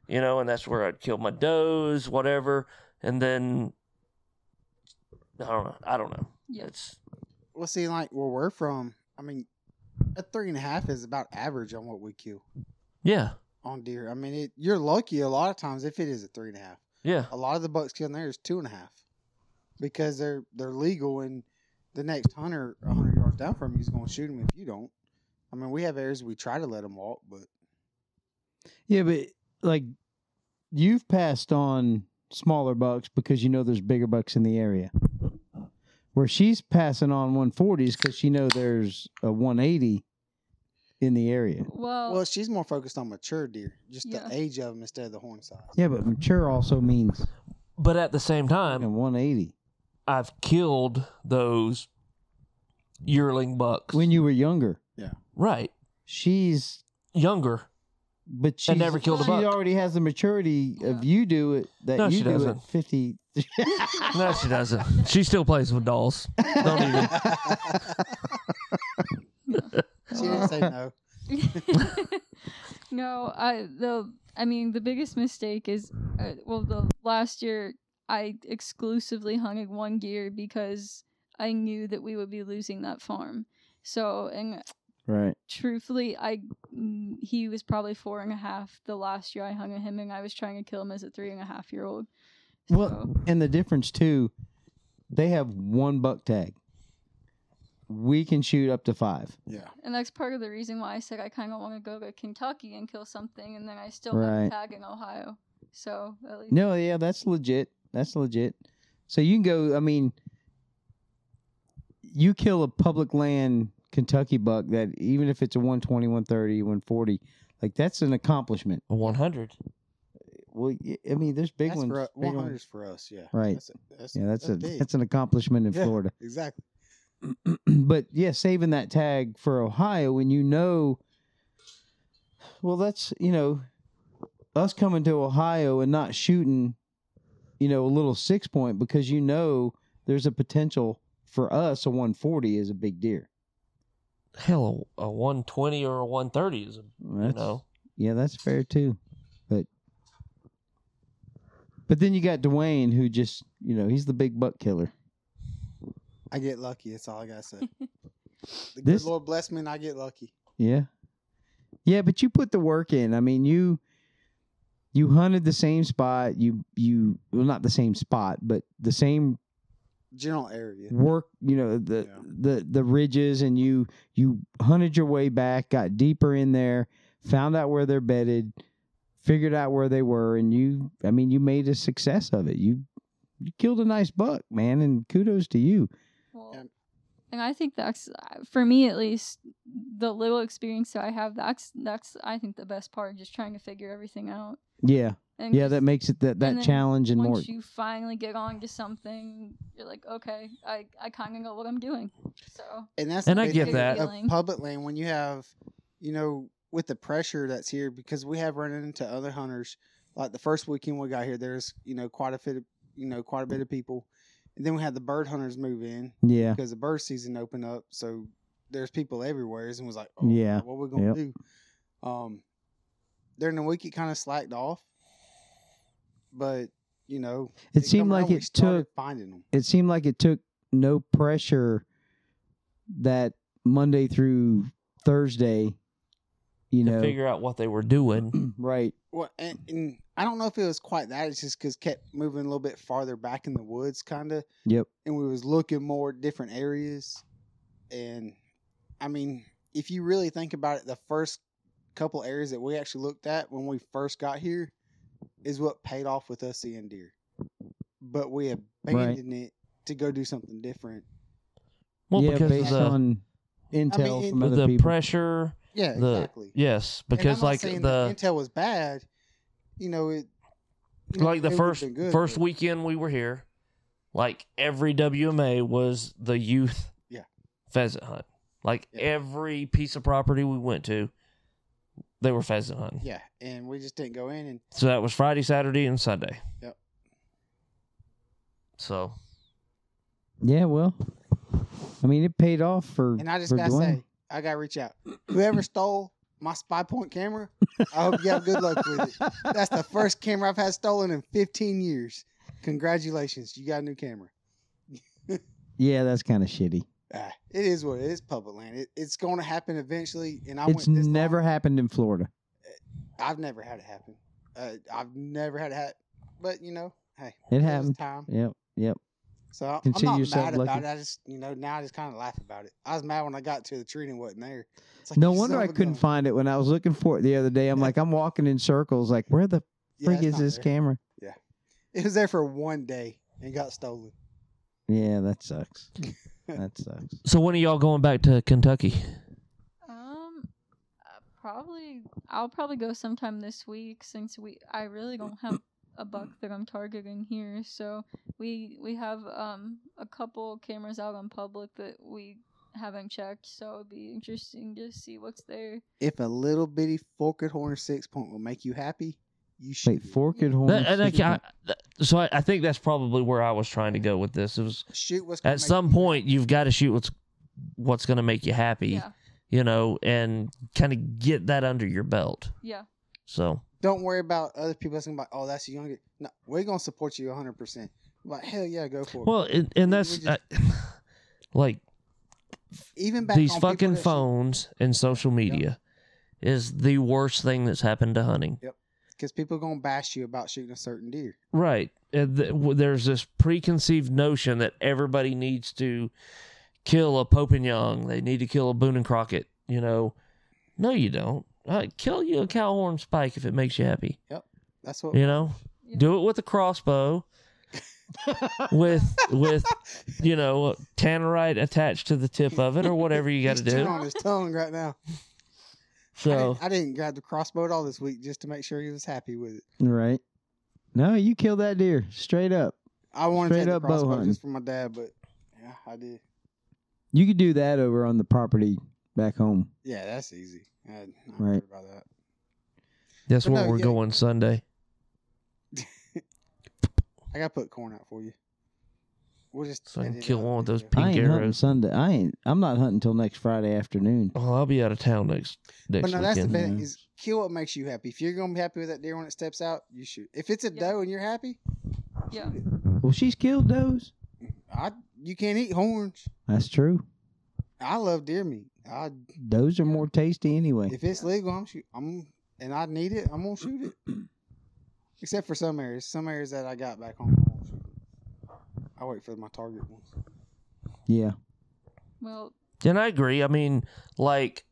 [SPEAKER 2] you know, and that's where I'd kill my does, whatever, and then I don't know. I don't know.
[SPEAKER 6] Yeah.
[SPEAKER 2] It's
[SPEAKER 4] Well, see, like where we're from, I mean, a three and a half is about average on what we kill
[SPEAKER 2] yeah,
[SPEAKER 4] on deer. I mean, it, you're lucky a lot of times if it is a three and a half.
[SPEAKER 2] yeah.
[SPEAKER 4] a lot of the bucks killed there is two and a half because they're they're legal and the next hunter a hundred yards down from you is going to shoot him if you don't. I mean, we have areas we try to let them walk, but
[SPEAKER 3] Yeah, but like you've passed on smaller bucks because you know there's bigger bucks in the area. Where she's passing on 140s because she know there's a 180 in the area.
[SPEAKER 6] Well,
[SPEAKER 4] well, she's more focused on mature deer, just
[SPEAKER 6] Oh. Yeah.
[SPEAKER 4] the age of them instead of the horn size.
[SPEAKER 3] Yeah, but mature also means
[SPEAKER 2] But at the same time,
[SPEAKER 3] a 180.
[SPEAKER 2] I've killed those yearling bucks.
[SPEAKER 3] When you were younger,
[SPEAKER 2] right,
[SPEAKER 3] she's
[SPEAKER 2] younger.
[SPEAKER 3] but she
[SPEAKER 2] never killed
[SPEAKER 6] a
[SPEAKER 3] She
[SPEAKER 2] buck.
[SPEAKER 3] already has the maturity of you do it that
[SPEAKER 2] No,
[SPEAKER 3] you
[SPEAKER 2] she
[SPEAKER 3] do
[SPEAKER 2] doesn't.
[SPEAKER 3] at 50.
[SPEAKER 2] No, she doesn't. She still plays with dolls. Don't even.
[SPEAKER 4] She didn't say no.
[SPEAKER 6] no, I the I mean the biggest mistake is uh, well the last year I exclusively hunted one gear because I knew that we would be losing that farm. So and
[SPEAKER 3] right.
[SPEAKER 6] truthfully, I mm, he was probably four and a half the last year I hunted him, and I was trying to kill him as a three and a half year old.
[SPEAKER 3] Well,
[SPEAKER 6] So,
[SPEAKER 3] And the difference too, they have one buck tag. We can shoot up to five.
[SPEAKER 4] Yeah,
[SPEAKER 6] and that's part of the reason why I said I kind of want to go to Kentucky and kill something, and then I still have
[SPEAKER 3] Right.
[SPEAKER 6] a tag in Ohio. So at least
[SPEAKER 3] No, yeah, that's legit. That's legit. So you can go. I mean, you kill a public land Kentucky buck that even if it's a 120, 130, 140, like that's an accomplishment.
[SPEAKER 2] 100.
[SPEAKER 3] Well, y- I mean, there's big
[SPEAKER 4] That's
[SPEAKER 3] ones.
[SPEAKER 4] for u-
[SPEAKER 3] big
[SPEAKER 4] 100
[SPEAKER 3] ones.
[SPEAKER 4] is for us. Yeah.
[SPEAKER 3] Right.
[SPEAKER 4] That's, that's,
[SPEAKER 3] Yeah, that's, a
[SPEAKER 4] big.
[SPEAKER 3] that's an accomplishment in
[SPEAKER 4] Yeah,
[SPEAKER 3] Florida.
[SPEAKER 4] Exactly.
[SPEAKER 3] but yeah, saving that tag for Ohio when you know, well, that's you know, us coming to Ohio and not shooting, you know, a little six point because you know there's a potential for us a 140 is a big deer.
[SPEAKER 2] Hell, a, a 120 or a 130 is, a, you
[SPEAKER 3] That's,
[SPEAKER 2] know.
[SPEAKER 3] Yeah, that's fair too. But but then you got Dwayne who just you know he's the big buck killer.
[SPEAKER 4] I get lucky. That's all I got to say. the
[SPEAKER 3] This-
[SPEAKER 4] good Lord bless me and I get lucky.
[SPEAKER 3] Yeah. Yeah, but you put the work in. I mean, you you hunted the same spot, you you well not the same spot, but the same
[SPEAKER 4] General area.
[SPEAKER 3] work, you know, the
[SPEAKER 4] Yeah.
[SPEAKER 3] the the ridges and you you hunted your way back, got deeper in there, found out where they're bedded, figured out where they were and you I mean, you made a success of it. You you killed a nice buck, man, and kudos to you.
[SPEAKER 6] Well,
[SPEAKER 4] And-
[SPEAKER 6] and I think that's for me at least the little experience that I have. That's that's I think the best part, just trying to figure everything out.
[SPEAKER 3] Yeah.
[SPEAKER 6] And
[SPEAKER 3] Yeah,
[SPEAKER 6] just
[SPEAKER 3] that makes it that that
[SPEAKER 6] then
[SPEAKER 3] challenge and more
[SPEAKER 6] once you finally get onto something, you're like, okay, I I kind of know what I'm doing. So
[SPEAKER 4] And that's
[SPEAKER 2] And
[SPEAKER 4] the
[SPEAKER 2] I
[SPEAKER 4] big
[SPEAKER 2] get
[SPEAKER 4] thing
[SPEAKER 2] that.
[SPEAKER 4] of public land when you have, you know, with the pressure that's here because we have run into other hunters. Like the first weekend we got here, there's you know quite a bit, of, you know, quite a bit of people, and then we had the bird hunters move in
[SPEAKER 3] Yeah.
[SPEAKER 4] because the bird season opened up. So there's people everywhere, and was like, oh,
[SPEAKER 3] Yeah.
[SPEAKER 4] what we gonna
[SPEAKER 3] Yep.
[SPEAKER 4] do? Um, during the week it kind of slacked off, but you know,
[SPEAKER 3] It
[SPEAKER 4] come
[SPEAKER 3] seemed like
[SPEAKER 4] around, we
[SPEAKER 3] it
[SPEAKER 4] started
[SPEAKER 3] took
[SPEAKER 4] finding them.
[SPEAKER 3] it seemed like it took no pressure that Monday through Thursday, you
[SPEAKER 2] to
[SPEAKER 3] know,
[SPEAKER 2] figure out what they were doing.
[SPEAKER 3] right?
[SPEAKER 4] Well, and, and I don't know if it was quite that. It's just because kept moving a little bit farther back in the woods, kind of,
[SPEAKER 3] Yep.
[SPEAKER 4] and we was looking more different areas. And I mean, if you really think about it, the first couple areas that we actually looked at when we first got here is what paid off with us seeing deer. But we abandoned it to go do something different.
[SPEAKER 2] Well,
[SPEAKER 3] yeah,
[SPEAKER 2] because of
[SPEAKER 3] based
[SPEAKER 2] the,
[SPEAKER 3] on intel
[SPEAKER 4] I mean,
[SPEAKER 3] from
[SPEAKER 2] with
[SPEAKER 3] other
[SPEAKER 2] the
[SPEAKER 3] people.
[SPEAKER 2] pressure.
[SPEAKER 4] Yeah,
[SPEAKER 2] the,
[SPEAKER 4] exactly.
[SPEAKER 2] Yes,
[SPEAKER 4] And I'm
[SPEAKER 2] because
[SPEAKER 4] not
[SPEAKER 2] like
[SPEAKER 4] saying
[SPEAKER 2] the
[SPEAKER 4] that intel was bad. You know it. you know,
[SPEAKER 2] like
[SPEAKER 4] it
[SPEAKER 2] the
[SPEAKER 4] would've
[SPEAKER 2] first
[SPEAKER 4] been good,
[SPEAKER 2] first
[SPEAKER 4] but-
[SPEAKER 2] weekend we were here, like every WMA was the youth
[SPEAKER 4] Yeah.
[SPEAKER 2] pheasant hunt. Like
[SPEAKER 4] Yeah.
[SPEAKER 2] every piece of property we went to, they were pheasant hunting.
[SPEAKER 4] Yeah, and we just didn't go in and
[SPEAKER 2] So that was Friday, Saturday, and Sunday.
[SPEAKER 4] Yep.
[SPEAKER 2] So
[SPEAKER 3] yeah, well, I mean, it paid off for.
[SPEAKER 4] And I just
[SPEAKER 3] for
[SPEAKER 4] gotta
[SPEAKER 3] Dwayne.
[SPEAKER 4] say, I gotta reach out. Whoever stole my spy point camera, I hope you have good luck with it. That's the first camera I've had stolen in 15 years. Congratulations, you got a new camera.
[SPEAKER 3] yeah, that's kind of shitty.
[SPEAKER 4] Ah, it is what it is. Public land. It, it's going to happen eventually, and I
[SPEAKER 3] it's
[SPEAKER 4] went this
[SPEAKER 3] never
[SPEAKER 4] long.
[SPEAKER 3] happened in Florida.
[SPEAKER 4] I've never had it happen. Uh, I've never had it happen. But you know, hey,
[SPEAKER 3] It
[SPEAKER 4] was
[SPEAKER 3] happened.
[SPEAKER 4] Time.
[SPEAKER 3] Yep, yep.
[SPEAKER 4] So I-
[SPEAKER 3] Consider
[SPEAKER 4] I'm not
[SPEAKER 3] yourself
[SPEAKER 4] mad about
[SPEAKER 3] lucky.
[SPEAKER 4] it. I just, you know, now I just kind of laugh about it. I was mad when I got to the tree and it wasn't there. It's like,
[SPEAKER 3] No
[SPEAKER 4] you
[SPEAKER 3] wonder
[SPEAKER 4] son
[SPEAKER 3] I
[SPEAKER 4] of a
[SPEAKER 3] couldn't
[SPEAKER 4] gun.
[SPEAKER 3] find it when I was looking for it the other day. I'm like, I'm walking in circles. Like, where the
[SPEAKER 4] Yeah,
[SPEAKER 3] freak
[SPEAKER 4] it's
[SPEAKER 3] is
[SPEAKER 4] not
[SPEAKER 3] this
[SPEAKER 4] there.
[SPEAKER 3] camera?
[SPEAKER 4] It was there for one day and got stolen.
[SPEAKER 3] Yeah, that sucks. that sucks.
[SPEAKER 2] so when are y'all going back to Kentucky?
[SPEAKER 6] um, uh, probably I'll probably go sometime this week since we I really don't have a buck that I'm targeting here. So we we have um a couple cameras out on public that we haven't checked. So it'd be interesting to see what's there.
[SPEAKER 4] If a little bitty forked horn six point will make you happy, you should.
[SPEAKER 3] Wait, forked horn.
[SPEAKER 2] That- and I ca-
[SPEAKER 3] chicken.
[SPEAKER 2] I- so I, I think that's probably where I was trying to go with this. It was
[SPEAKER 4] shoot what's gonna
[SPEAKER 2] at
[SPEAKER 4] make
[SPEAKER 2] some
[SPEAKER 4] you-
[SPEAKER 2] point you've got to shoot what's what's going to make you happy,
[SPEAKER 6] Yeah,
[SPEAKER 2] you know, and kind of get that under your belt.
[SPEAKER 6] yeah.
[SPEAKER 2] So
[SPEAKER 4] Don't worry about other people thinking about, oh, that's young. No, we're gonna support you hundred percent. Like hell yeah, go for it.
[SPEAKER 2] well, and, and that's
[SPEAKER 4] We just-
[SPEAKER 2] uh, like
[SPEAKER 4] even back
[SPEAKER 2] these
[SPEAKER 4] on people
[SPEAKER 2] fucking
[SPEAKER 4] that shoot-
[SPEAKER 2] phones and social media is the worst thing that's happened to hunting.
[SPEAKER 4] because people gonna bash you about shooting a certain deer.
[SPEAKER 2] Right. And th- w- there's this preconceived notion that everybody needs to kill a Pope and Young. They need to kill a Boone and Crockett. You know, no, you don't. Uh, kill you a cowhorn spike if it makes you happy.
[SPEAKER 4] That's what.
[SPEAKER 2] You know,
[SPEAKER 6] Yeah.
[SPEAKER 2] do it with a crossbow, with with you know tannerite attached to the tip of it or whatever you got to
[SPEAKER 4] He's chewing
[SPEAKER 2] do.
[SPEAKER 4] on his tongue right now. I,
[SPEAKER 2] So
[SPEAKER 4] didn't, I didn't grab the crossbow at all this week just to make sure he was happy with it.
[SPEAKER 3] Right. No, you killed that deer straight up.
[SPEAKER 7] I wanted
[SPEAKER 3] Straight
[SPEAKER 7] to
[SPEAKER 3] up
[SPEAKER 7] take the
[SPEAKER 3] bow
[SPEAKER 7] crossbow
[SPEAKER 3] hunting.
[SPEAKER 7] just for my dad, but yeah, I did.
[SPEAKER 3] You could do that over on the property back home.
[SPEAKER 7] Yeah, that's easy. I, I don't
[SPEAKER 3] Right.
[SPEAKER 7] worry about that.
[SPEAKER 2] That's
[SPEAKER 7] But
[SPEAKER 2] where
[SPEAKER 7] no,
[SPEAKER 2] we're
[SPEAKER 7] yeah.
[SPEAKER 2] going Sunday.
[SPEAKER 7] I gotta put corn out for you. We'll just
[SPEAKER 2] So I can
[SPEAKER 7] edit it
[SPEAKER 2] kill
[SPEAKER 7] out
[SPEAKER 2] one with
[SPEAKER 7] later.
[SPEAKER 2] those pink-
[SPEAKER 3] I ain't hunting
[SPEAKER 2] arrows.
[SPEAKER 3] Sunday. I ain't. I'm not hunting till next Friday afternoon.
[SPEAKER 2] Oh, I'll be out of town next
[SPEAKER 7] But
[SPEAKER 2] next
[SPEAKER 7] no,
[SPEAKER 2] weekend.
[SPEAKER 7] that's the thing
[SPEAKER 3] yeah.
[SPEAKER 7] is kill what makes you happy. If you're gonna be happy with that deer when it steps out, you shoot. If it's a
[SPEAKER 6] Yeah.
[SPEAKER 7] doe and you're happy,
[SPEAKER 6] Yeah.
[SPEAKER 3] Well, she's killed those.
[SPEAKER 7] I you can't eat horns.
[SPEAKER 3] That's true.
[SPEAKER 7] I love deer meat. I
[SPEAKER 3] Those are more tasty anyway.
[SPEAKER 7] if it's legal, I'm shoot. I'm and I need it. I'm gonna shoot it. Except for some areas, some areas that I got back home. I won't shoot it. I wait for my target ones.
[SPEAKER 3] Yeah.
[SPEAKER 6] Well,
[SPEAKER 2] And I agree. I mean, like,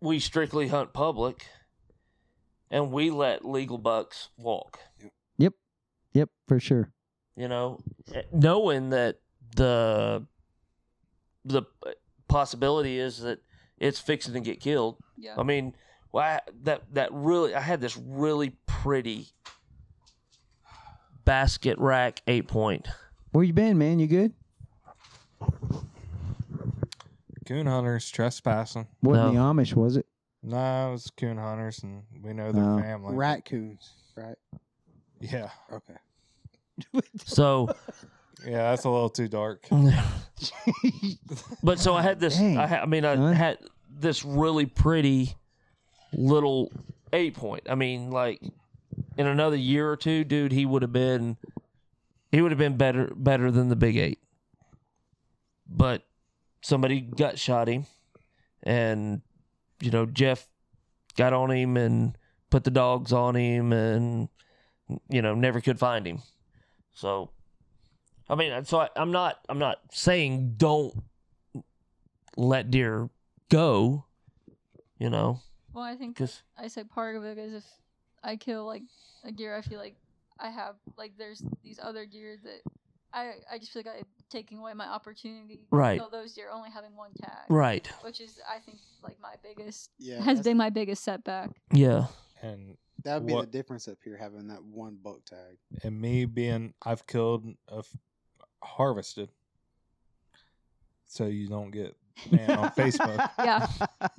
[SPEAKER 2] we strictly hunt public and we let legal bucks walk,
[SPEAKER 3] Yep, for sure.
[SPEAKER 2] you know, eh, knowing that the the possibility is that it's fixing to get killed.
[SPEAKER 6] yeah.
[SPEAKER 2] I mean, well, I, that that really I had this really pretty basket rack eight point.
[SPEAKER 3] Where you been, man? You good?
[SPEAKER 5] Coon hunters trespassing.
[SPEAKER 3] Wasn't
[SPEAKER 2] No.
[SPEAKER 3] the Amish, was it?
[SPEAKER 5] No, it was coon hunters, and we know their
[SPEAKER 3] Oh.
[SPEAKER 5] family.
[SPEAKER 7] Raccoons, right?
[SPEAKER 5] Yeah.
[SPEAKER 7] Okay.
[SPEAKER 2] So
[SPEAKER 5] Yeah, that's a little too dark.
[SPEAKER 2] But so I had this.
[SPEAKER 3] Dang,
[SPEAKER 2] I, ha- I mean, I
[SPEAKER 3] son.
[SPEAKER 2] had this really pretty little eight point. I mean, like in another year or two, dude, he would have been he would have been better better than the big eight. But somebody gut shot him, and you know Jeff got on him and put the dogs on him, and you know never could find him. So. I mean, so I, I'm not. I'm not saying don't let deer go, you know,
[SPEAKER 6] Well, I think
[SPEAKER 2] because
[SPEAKER 6] I say part of it is if I kill like a deer, I feel like I have like there's these other deer that I I just feel like I'm taking away my opportunity. to
[SPEAKER 2] Right.
[SPEAKER 6] kill those deer only having one tag,
[SPEAKER 2] right,
[SPEAKER 6] which is I think like my biggest
[SPEAKER 7] Yeah,
[SPEAKER 6] has
[SPEAKER 7] that's-
[SPEAKER 6] been my biggest setback.
[SPEAKER 2] yeah,
[SPEAKER 5] And
[SPEAKER 7] that would be the
[SPEAKER 5] what-
[SPEAKER 7] difference up here having that one buck tag.
[SPEAKER 5] and me being, I've killed, a f- harvested, so you don't get banned on Facebook.
[SPEAKER 6] Yeah.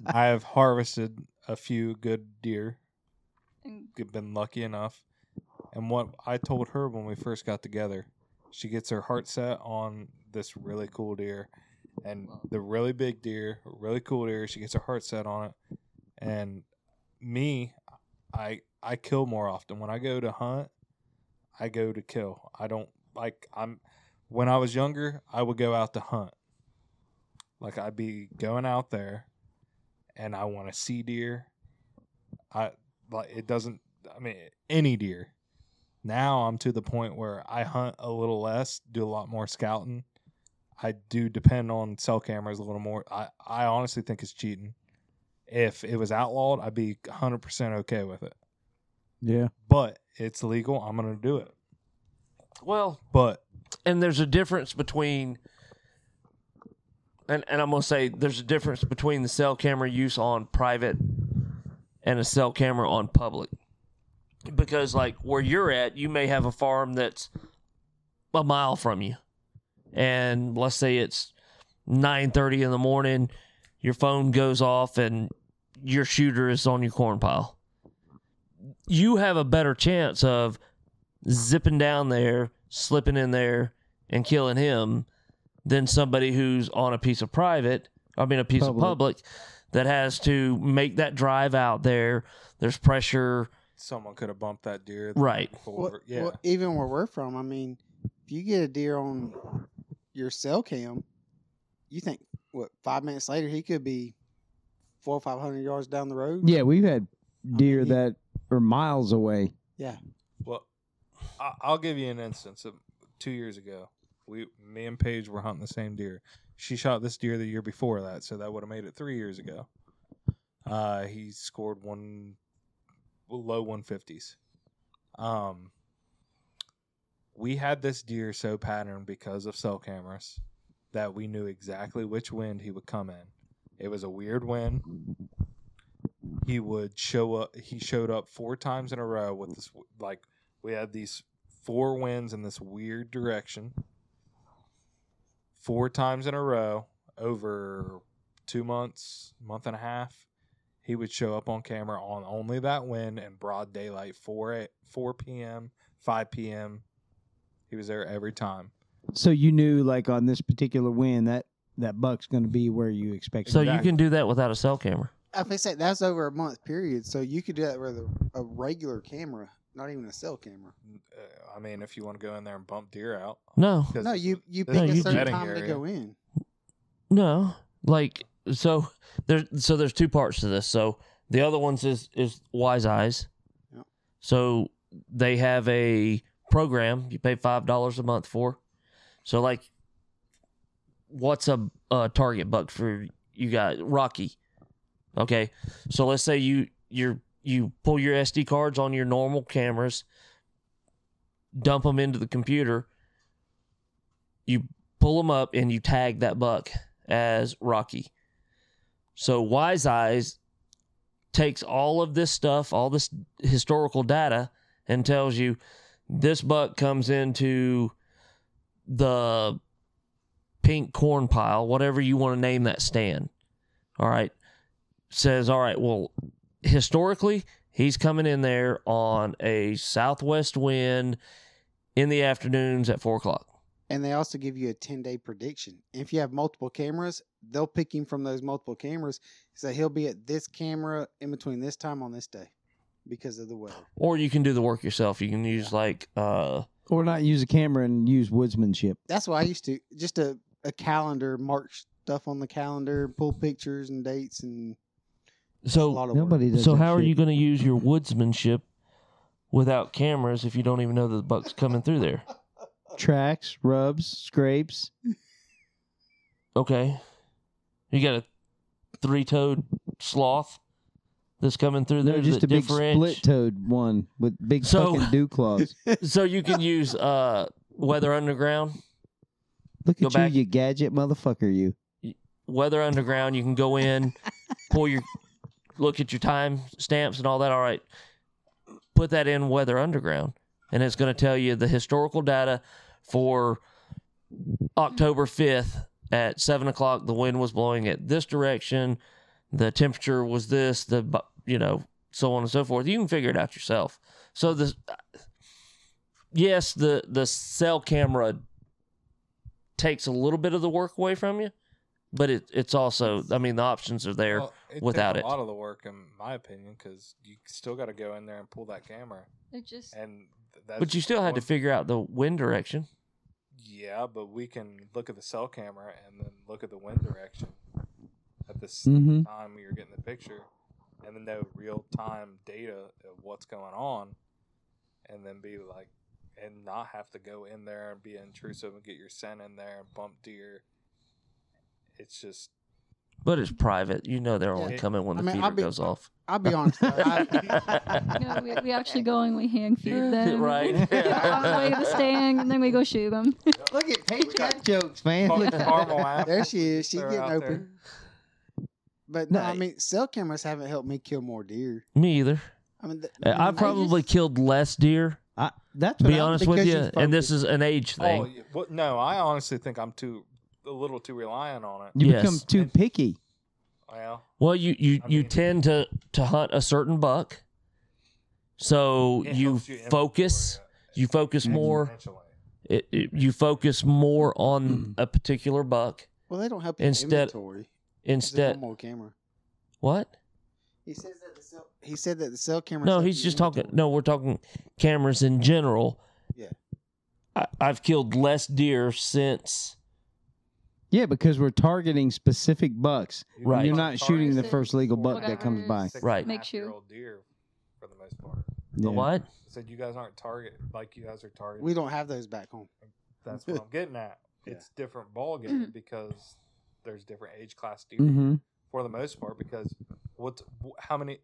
[SPEAKER 5] I have harvested a few good deer.
[SPEAKER 6] And
[SPEAKER 5] g- Been lucky enough, and what I told her when we first got together, she gets her heart set on this really cool deer, and the really big deer, really cool deer. She gets her heart set on it, and me, I I kill more often when I go to hunt. I go to kill. I don't like I'm. When I was younger, I would go out to hunt. Like I'd be going out there, and I want to see deer. I like it doesn't. I mean any deer. Now I'm to the point where I hunt a little less, do a lot more scouting. I do depend on cell cameras a little more. I, I honestly think it's cheating. If it was outlawed, I'd be 100% okay with it.
[SPEAKER 3] Yeah.
[SPEAKER 5] But it's legal. I'm going to do it.
[SPEAKER 2] well,
[SPEAKER 5] But
[SPEAKER 2] and there's a difference between, and and I'm gonna say there's a difference between the cell camera use on private and a cell camera on public, because like where you're at, you may have a farm that's a mile from you, and let's say it's nine thirty in the morning, your phone goes off and your shooter is on your corn pile. You have a better chance of zipping down there, slipping in there, and killing him than somebody who's on a piece of private, I mean, a piece
[SPEAKER 3] Public.
[SPEAKER 2] of public that has to make that drive out there. There's pressure.
[SPEAKER 5] someone could have bumped that deer.
[SPEAKER 2] Right.
[SPEAKER 5] before.
[SPEAKER 7] Well,
[SPEAKER 5] yeah.
[SPEAKER 7] well, even where we're from, I mean, if you get a deer on your cell cam, you think what five minutes later he could be four or five hundred yards down the road.
[SPEAKER 3] Yeah, we've had deer
[SPEAKER 7] mean,
[SPEAKER 3] that are miles away.
[SPEAKER 5] Well, I, I'll give you an instance. Of two years ago, we, me and Paige were hunting the same deer. She shot this deer the year before that, so that would have made it three years ago. Uh, he scored one low 150s. Um, we had this deer so patterned because of cell cameras that we knew exactly which wind he would come in. It was a weird wind. he would show up. He showed up four times in a row with this. w- Like we had these four wins in this weird direction, four times in a row over two months, month and a half. He would show up on camera on only that win in broad daylight, four a, four p.m., five p.m. He was there every time.
[SPEAKER 3] So you knew, like on this particular win, that that buck's going to be where you expect.
[SPEAKER 2] So
[SPEAKER 3] it.
[SPEAKER 2] you can do that without a cell camera.
[SPEAKER 7] I think that that's over a month period, so you could do that with a, a regular camera, not even a cell camera.
[SPEAKER 5] Uh, I mean, if you want to go in there and bump deer out,
[SPEAKER 2] No,
[SPEAKER 5] 'cause
[SPEAKER 7] No,
[SPEAKER 5] it's
[SPEAKER 7] you you
[SPEAKER 5] this
[SPEAKER 7] pick
[SPEAKER 2] is
[SPEAKER 7] a
[SPEAKER 2] a
[SPEAKER 7] certain
[SPEAKER 5] betting
[SPEAKER 7] time to
[SPEAKER 5] area.
[SPEAKER 7] go in.
[SPEAKER 2] no. Like so, there's so there's two parts to this. So the other one's is is Wise Eyes.
[SPEAKER 7] Yep.
[SPEAKER 2] So they have a program you pay five dollars a month for. So like, what's a, a target buck for you guys? Rocky. Okay, so let's say you you're you pull your SD cards on your normal cameras, dump them into the computer. You pull them up and you tag that buck as Rocky. So Wise Eyes takes all of this stuff, all this historical data, and tells you this buck comes into the pink corn pile, whatever you want to name that stand. All right. Says, all right, well, historically, he's coming in there on a southwest wind in the afternoons at four o'clock.
[SPEAKER 7] And they also give you a 10 day prediction. If you have multiple cameras, they'll pick him from those multiple cameras. So he'll be at this camera in between this time on this day because of the weather.
[SPEAKER 2] or you can do the work yourself. You can use like uh
[SPEAKER 3] or not use a camera and use woodsmanship.
[SPEAKER 7] That's why I used to just a, a calendar, mark stuff on the calendar, pull pictures and dates and a
[SPEAKER 2] so
[SPEAKER 7] lot of work.
[SPEAKER 3] Nobody does.
[SPEAKER 2] so
[SPEAKER 3] that
[SPEAKER 2] how are
[SPEAKER 3] shit.
[SPEAKER 2] you going to use your woodsmanship without cameras if you don't even know the buck's coming through there?
[SPEAKER 3] tracks, rubs, scrapes?
[SPEAKER 2] Okay. You got a three-toed sloth that's coming through there
[SPEAKER 3] No, just
[SPEAKER 2] that
[SPEAKER 3] a big
[SPEAKER 2] differentiates-
[SPEAKER 3] split-toed one with big
[SPEAKER 2] So-
[SPEAKER 3] fucking dew claws.
[SPEAKER 2] So you can use uh Weather Underground.
[SPEAKER 3] Look
[SPEAKER 2] Go
[SPEAKER 3] at
[SPEAKER 2] back.
[SPEAKER 3] you, you gadget motherfucker, you.
[SPEAKER 2] Weather Underground, you can go in, pull your look at your time stamps and all that. All right. Put that in Weather Underground and it's going to tell you the historical data for October 5th at 7 o'clock. The wind was blowing at this direction. The temperature was this, the, bu- you know, so on and so forth. You can figure it out yourself. So, this, yes, the, the cell camera takes a little bit of the work away from you, but it, it's also, I mean, the options are there.
[SPEAKER 5] Well, it took
[SPEAKER 2] without it.
[SPEAKER 5] A lot of the work, in my opinion, because you still got to go in there and pull that camera,
[SPEAKER 6] It just
[SPEAKER 5] and th- that's.
[SPEAKER 2] but you still had to
[SPEAKER 5] one-
[SPEAKER 2] figure out the wind direction.
[SPEAKER 5] Yeah, but we can look at the cell camera and then look at the wind direction at the
[SPEAKER 2] Mm.
[SPEAKER 5] same
[SPEAKER 3] Mm-hmm.
[SPEAKER 5] time you're getting the picture, and then know real time data of what's going on, and then be like, and not have to go in there and be intrusive and get your scent in there and bump deer. It's just
[SPEAKER 2] But it's private. You know they're only
[SPEAKER 5] Yeah.
[SPEAKER 2] coming when the
[SPEAKER 7] I mean,
[SPEAKER 2] feeder
[SPEAKER 7] I'll be-
[SPEAKER 2] goes off.
[SPEAKER 7] I'll be honest. I,
[SPEAKER 6] no, we, we actually go and we hand feed
[SPEAKER 2] Dude,
[SPEAKER 6] them.
[SPEAKER 2] right.
[SPEAKER 6] on the way to the stand, and then we go shoot them.
[SPEAKER 3] Look at paint that jokes, man.
[SPEAKER 5] Car- caramel
[SPEAKER 7] there
[SPEAKER 5] apples
[SPEAKER 7] she is. She's
[SPEAKER 5] are
[SPEAKER 7] getting
[SPEAKER 5] out there.
[SPEAKER 7] open. But no, I
[SPEAKER 3] No.
[SPEAKER 7] mean, cell cameras haven't helped me kill more deer.
[SPEAKER 2] Me either.
[SPEAKER 7] I mean, th-
[SPEAKER 2] Uh, I probably killed less deer.
[SPEAKER 3] I, that's
[SPEAKER 2] To
[SPEAKER 3] what
[SPEAKER 2] be
[SPEAKER 3] I-
[SPEAKER 2] honest with
[SPEAKER 7] because
[SPEAKER 2] you,
[SPEAKER 7] you
[SPEAKER 2] and this is an age
[SPEAKER 5] Oh,
[SPEAKER 2] thing.
[SPEAKER 5] y- well, no, I honestly think I'm too a little too reliant on it.
[SPEAKER 3] You
[SPEAKER 2] Yes.
[SPEAKER 3] become too picky.
[SPEAKER 5] Well,
[SPEAKER 2] Well, you you,
[SPEAKER 5] I
[SPEAKER 2] you
[SPEAKER 5] mean-
[SPEAKER 2] tend to to hunt a certain buck, so
[SPEAKER 5] it
[SPEAKER 2] you
[SPEAKER 5] helps inventory Mm-hmm.
[SPEAKER 2] focus
[SPEAKER 5] it
[SPEAKER 2] you focus more
[SPEAKER 5] exponentially.
[SPEAKER 2] it, it- you focus more on a particular buck
[SPEAKER 7] Well, they don't help you with
[SPEAKER 2] Instead-
[SPEAKER 7] inventory. It's a
[SPEAKER 2] instead.
[SPEAKER 7] normal camera.
[SPEAKER 2] What?
[SPEAKER 7] He says that the cell. He said that the cell camera.
[SPEAKER 2] No, he's just talking. No, we're talking cameras in general.
[SPEAKER 7] Yeah.
[SPEAKER 2] I, I've killed less deer since.
[SPEAKER 3] Yeah, because we're targeting specific bucks.
[SPEAKER 5] You
[SPEAKER 2] Right.
[SPEAKER 5] can
[SPEAKER 2] You're
[SPEAKER 3] not
[SPEAKER 5] target
[SPEAKER 3] shooting
[SPEAKER 6] the
[SPEAKER 5] six,
[SPEAKER 3] first legal
[SPEAKER 5] four,
[SPEAKER 6] buck that comes by.
[SPEAKER 5] six
[SPEAKER 2] Right.
[SPEAKER 5] and a
[SPEAKER 6] Make
[SPEAKER 5] half
[SPEAKER 6] sure.
[SPEAKER 5] year old deer for the most part.
[SPEAKER 2] The
[SPEAKER 3] Yeah.
[SPEAKER 2] what?
[SPEAKER 5] So you guys aren't target like you guys are targeting.
[SPEAKER 7] We don't have those back home.
[SPEAKER 5] That's what I'm getting at.
[SPEAKER 7] Yeah.
[SPEAKER 5] It's different ball game because there's different age class deer
[SPEAKER 3] Mm-hmm.
[SPEAKER 5] for the most part. Because what? How many?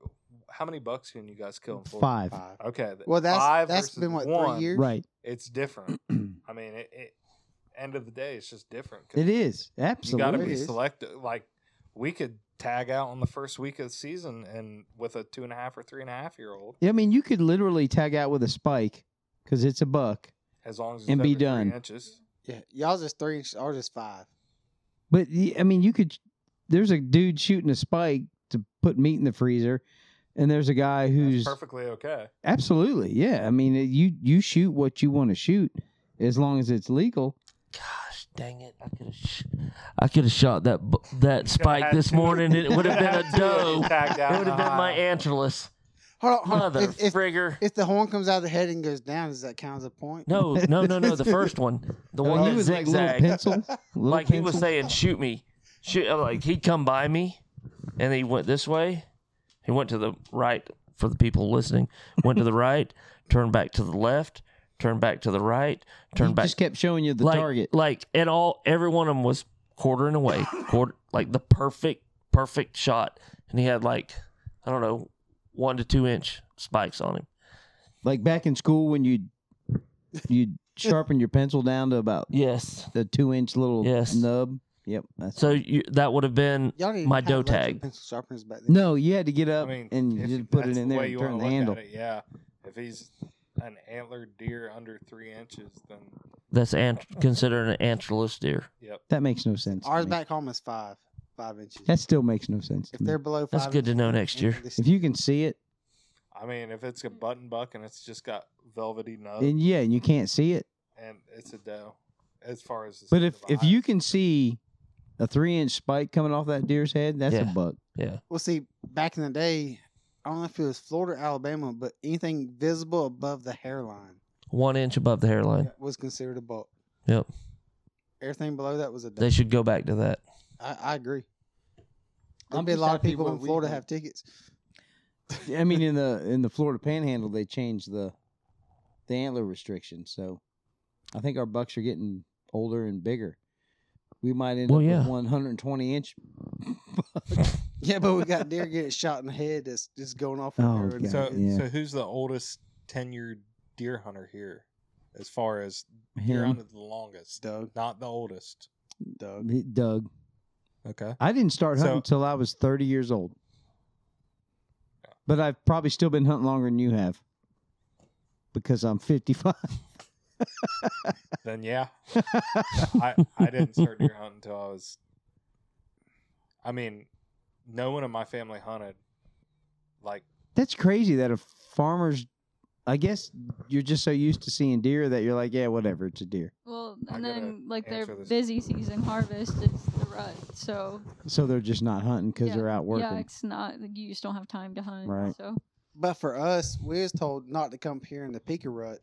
[SPEAKER 5] How many bucks can you guys kill? in Florida?
[SPEAKER 3] Five.
[SPEAKER 7] Five.
[SPEAKER 5] Okay. th-
[SPEAKER 7] Well, that's
[SPEAKER 5] five
[SPEAKER 7] that's
[SPEAKER 5] versus
[SPEAKER 7] been what
[SPEAKER 5] one,
[SPEAKER 7] three years.
[SPEAKER 3] Right.
[SPEAKER 5] It's different. I mean, it, it. End of the day, it's just different. 'cause
[SPEAKER 3] It is
[SPEAKER 5] You got to
[SPEAKER 3] absolutely.
[SPEAKER 5] be
[SPEAKER 7] It is.
[SPEAKER 5] selective. Like we could tag out on the first week of the season and with a two and a half or three and a half year old
[SPEAKER 3] I mean, you could literally tag out with a spike because it's a buck.
[SPEAKER 5] as long as it's
[SPEAKER 3] And be
[SPEAKER 5] over three
[SPEAKER 3] done.
[SPEAKER 5] inches.
[SPEAKER 4] Yeah, y'all's just three inches. Ours is five.
[SPEAKER 3] But y- I mean, you could. There's a dude shooting a spike to put meat in the freezer, and there's a guy who's
[SPEAKER 5] That's perfectly okay.
[SPEAKER 3] absolutely yeah. I mean, you you shoot what you want to shoot as long as it's legal.
[SPEAKER 2] Gosh dang it! I could have, sh- I could have shot that bu- that spike
[SPEAKER 5] had
[SPEAKER 2] this
[SPEAKER 5] to.
[SPEAKER 2] morning. It would have been
[SPEAKER 5] Had
[SPEAKER 2] a
[SPEAKER 5] to Ah.
[SPEAKER 2] doe.
[SPEAKER 5] have tagged out
[SPEAKER 2] It would have been my antelus.
[SPEAKER 4] Hold on, hold
[SPEAKER 2] Mother
[SPEAKER 4] on. If, if,
[SPEAKER 2] frigger.
[SPEAKER 4] if the horn comes out of the head and goes down, does that count as a point?
[SPEAKER 2] No, no, no, no. The first one, the one
[SPEAKER 3] he
[SPEAKER 2] that
[SPEAKER 3] was like little
[SPEAKER 2] zigzagged.
[SPEAKER 3] pencil, little
[SPEAKER 2] like he was
[SPEAKER 3] pencil.
[SPEAKER 2] saying, "Shoot me, shoot!" uh, Like he'd come by me, and he went this way. He went to the right for the people listening. Went to the right, turned back to the left, turned back to the right, turned
[SPEAKER 3] He
[SPEAKER 2] back.
[SPEAKER 3] just kept showing you the
[SPEAKER 2] like,
[SPEAKER 3] target.
[SPEAKER 2] like, and all every one of them was quartering away, quarter like the perfect, perfect shot. And he had like I don't know, one to two inch spikes on him.
[SPEAKER 3] Like back in school when you you sharpen your pencil down to about
[SPEAKER 2] Yes.
[SPEAKER 3] the two inch little
[SPEAKER 2] Yes.
[SPEAKER 3] nub. Yep. That's
[SPEAKER 2] So you, that would have been
[SPEAKER 4] Y'all didn't
[SPEAKER 2] My
[SPEAKER 4] have
[SPEAKER 2] doe
[SPEAKER 4] electric
[SPEAKER 2] tag.
[SPEAKER 4] pencil sharpeners back then.
[SPEAKER 3] no, you had to get
[SPEAKER 5] I
[SPEAKER 3] up
[SPEAKER 5] mean,
[SPEAKER 3] and
[SPEAKER 5] if
[SPEAKER 3] just put it
[SPEAKER 5] that's
[SPEAKER 3] in
[SPEAKER 5] the
[SPEAKER 3] there
[SPEAKER 5] way
[SPEAKER 3] and
[SPEAKER 5] you
[SPEAKER 3] turn the
[SPEAKER 5] wanna look at
[SPEAKER 3] handle.
[SPEAKER 5] it, yeah. If he's an antlered deer under three inches, then
[SPEAKER 2] that's ant- considered an antlerless deer.
[SPEAKER 5] yep.
[SPEAKER 3] That makes no sense. to
[SPEAKER 4] Ours
[SPEAKER 3] me.
[SPEAKER 4] back home is five, five inches.
[SPEAKER 3] That still makes no sense.
[SPEAKER 4] if
[SPEAKER 3] to me.
[SPEAKER 4] they're below five,
[SPEAKER 2] That's good to know next year.
[SPEAKER 3] If you can see it,
[SPEAKER 5] I mean, if it's a button buck and it's just got velvety nub
[SPEAKER 3] and yeah, and you can't see it.
[SPEAKER 5] and it's a doe, as far as the
[SPEAKER 3] But
[SPEAKER 5] state
[SPEAKER 3] if
[SPEAKER 5] of
[SPEAKER 3] if
[SPEAKER 5] Ohio.
[SPEAKER 3] you can see a three inch spike coming off that deer's head, that's a
[SPEAKER 2] Yeah.
[SPEAKER 3] buck.
[SPEAKER 2] Yeah.
[SPEAKER 4] well, see, back in the day, I don't know if it was Florida, or Alabama, but anything visible above the hairline
[SPEAKER 2] One inch above the hairline.
[SPEAKER 4] was considered a buck.
[SPEAKER 2] Yep.
[SPEAKER 4] Everything below that was a
[SPEAKER 2] They
[SPEAKER 4] doe.
[SPEAKER 2] should go back to that.
[SPEAKER 4] I, I agree.
[SPEAKER 3] I'm
[SPEAKER 4] There'd be a
[SPEAKER 3] just
[SPEAKER 4] lot of
[SPEAKER 3] happy
[SPEAKER 4] people
[SPEAKER 3] what
[SPEAKER 4] in
[SPEAKER 3] we
[SPEAKER 4] Florida
[SPEAKER 3] do.
[SPEAKER 4] have tickets.
[SPEAKER 3] I mean, in the in the Florida Panhandle, they changed the the antler restriction, so I think our bucks are getting older and bigger. We might end
[SPEAKER 2] Well,
[SPEAKER 3] up
[SPEAKER 2] yeah.
[SPEAKER 3] with 120 inch.
[SPEAKER 4] Yeah, but we got deer getting shot in the head that's just going off.
[SPEAKER 3] Oh,
[SPEAKER 4] Oh,
[SPEAKER 3] God.
[SPEAKER 5] so,
[SPEAKER 3] Yeah.
[SPEAKER 5] so who's the oldest tenured deer hunter here, as far as deer
[SPEAKER 3] Him,
[SPEAKER 5] hunted the longest,
[SPEAKER 4] Doug,
[SPEAKER 5] not the oldest?
[SPEAKER 4] Doug.
[SPEAKER 3] uh, Doug.
[SPEAKER 5] Okay.
[SPEAKER 3] I didn't start hunting
[SPEAKER 5] So-
[SPEAKER 3] until I was 30 years old, but I've probably still been hunting longer than you have because I'm 55.
[SPEAKER 5] Then yeah, I I didn't start deer hunting until I was. I mean, no one in my family hunted. Like
[SPEAKER 3] That's crazy that a farmer's. I guess you're just so used to seeing deer that you're like, yeah, whatever, it's a deer.
[SPEAKER 6] Well,
[SPEAKER 5] I
[SPEAKER 6] and then like their
[SPEAKER 5] answer this.
[SPEAKER 6] busy season harvest is the rut, so
[SPEAKER 3] So they're just not hunting because
[SPEAKER 6] Yeah.
[SPEAKER 3] they're out working.
[SPEAKER 6] yeah, it's not like, you just don't have time to hunt.
[SPEAKER 3] Right.
[SPEAKER 6] So
[SPEAKER 4] But for us, we was told not to come up here in the peak of rut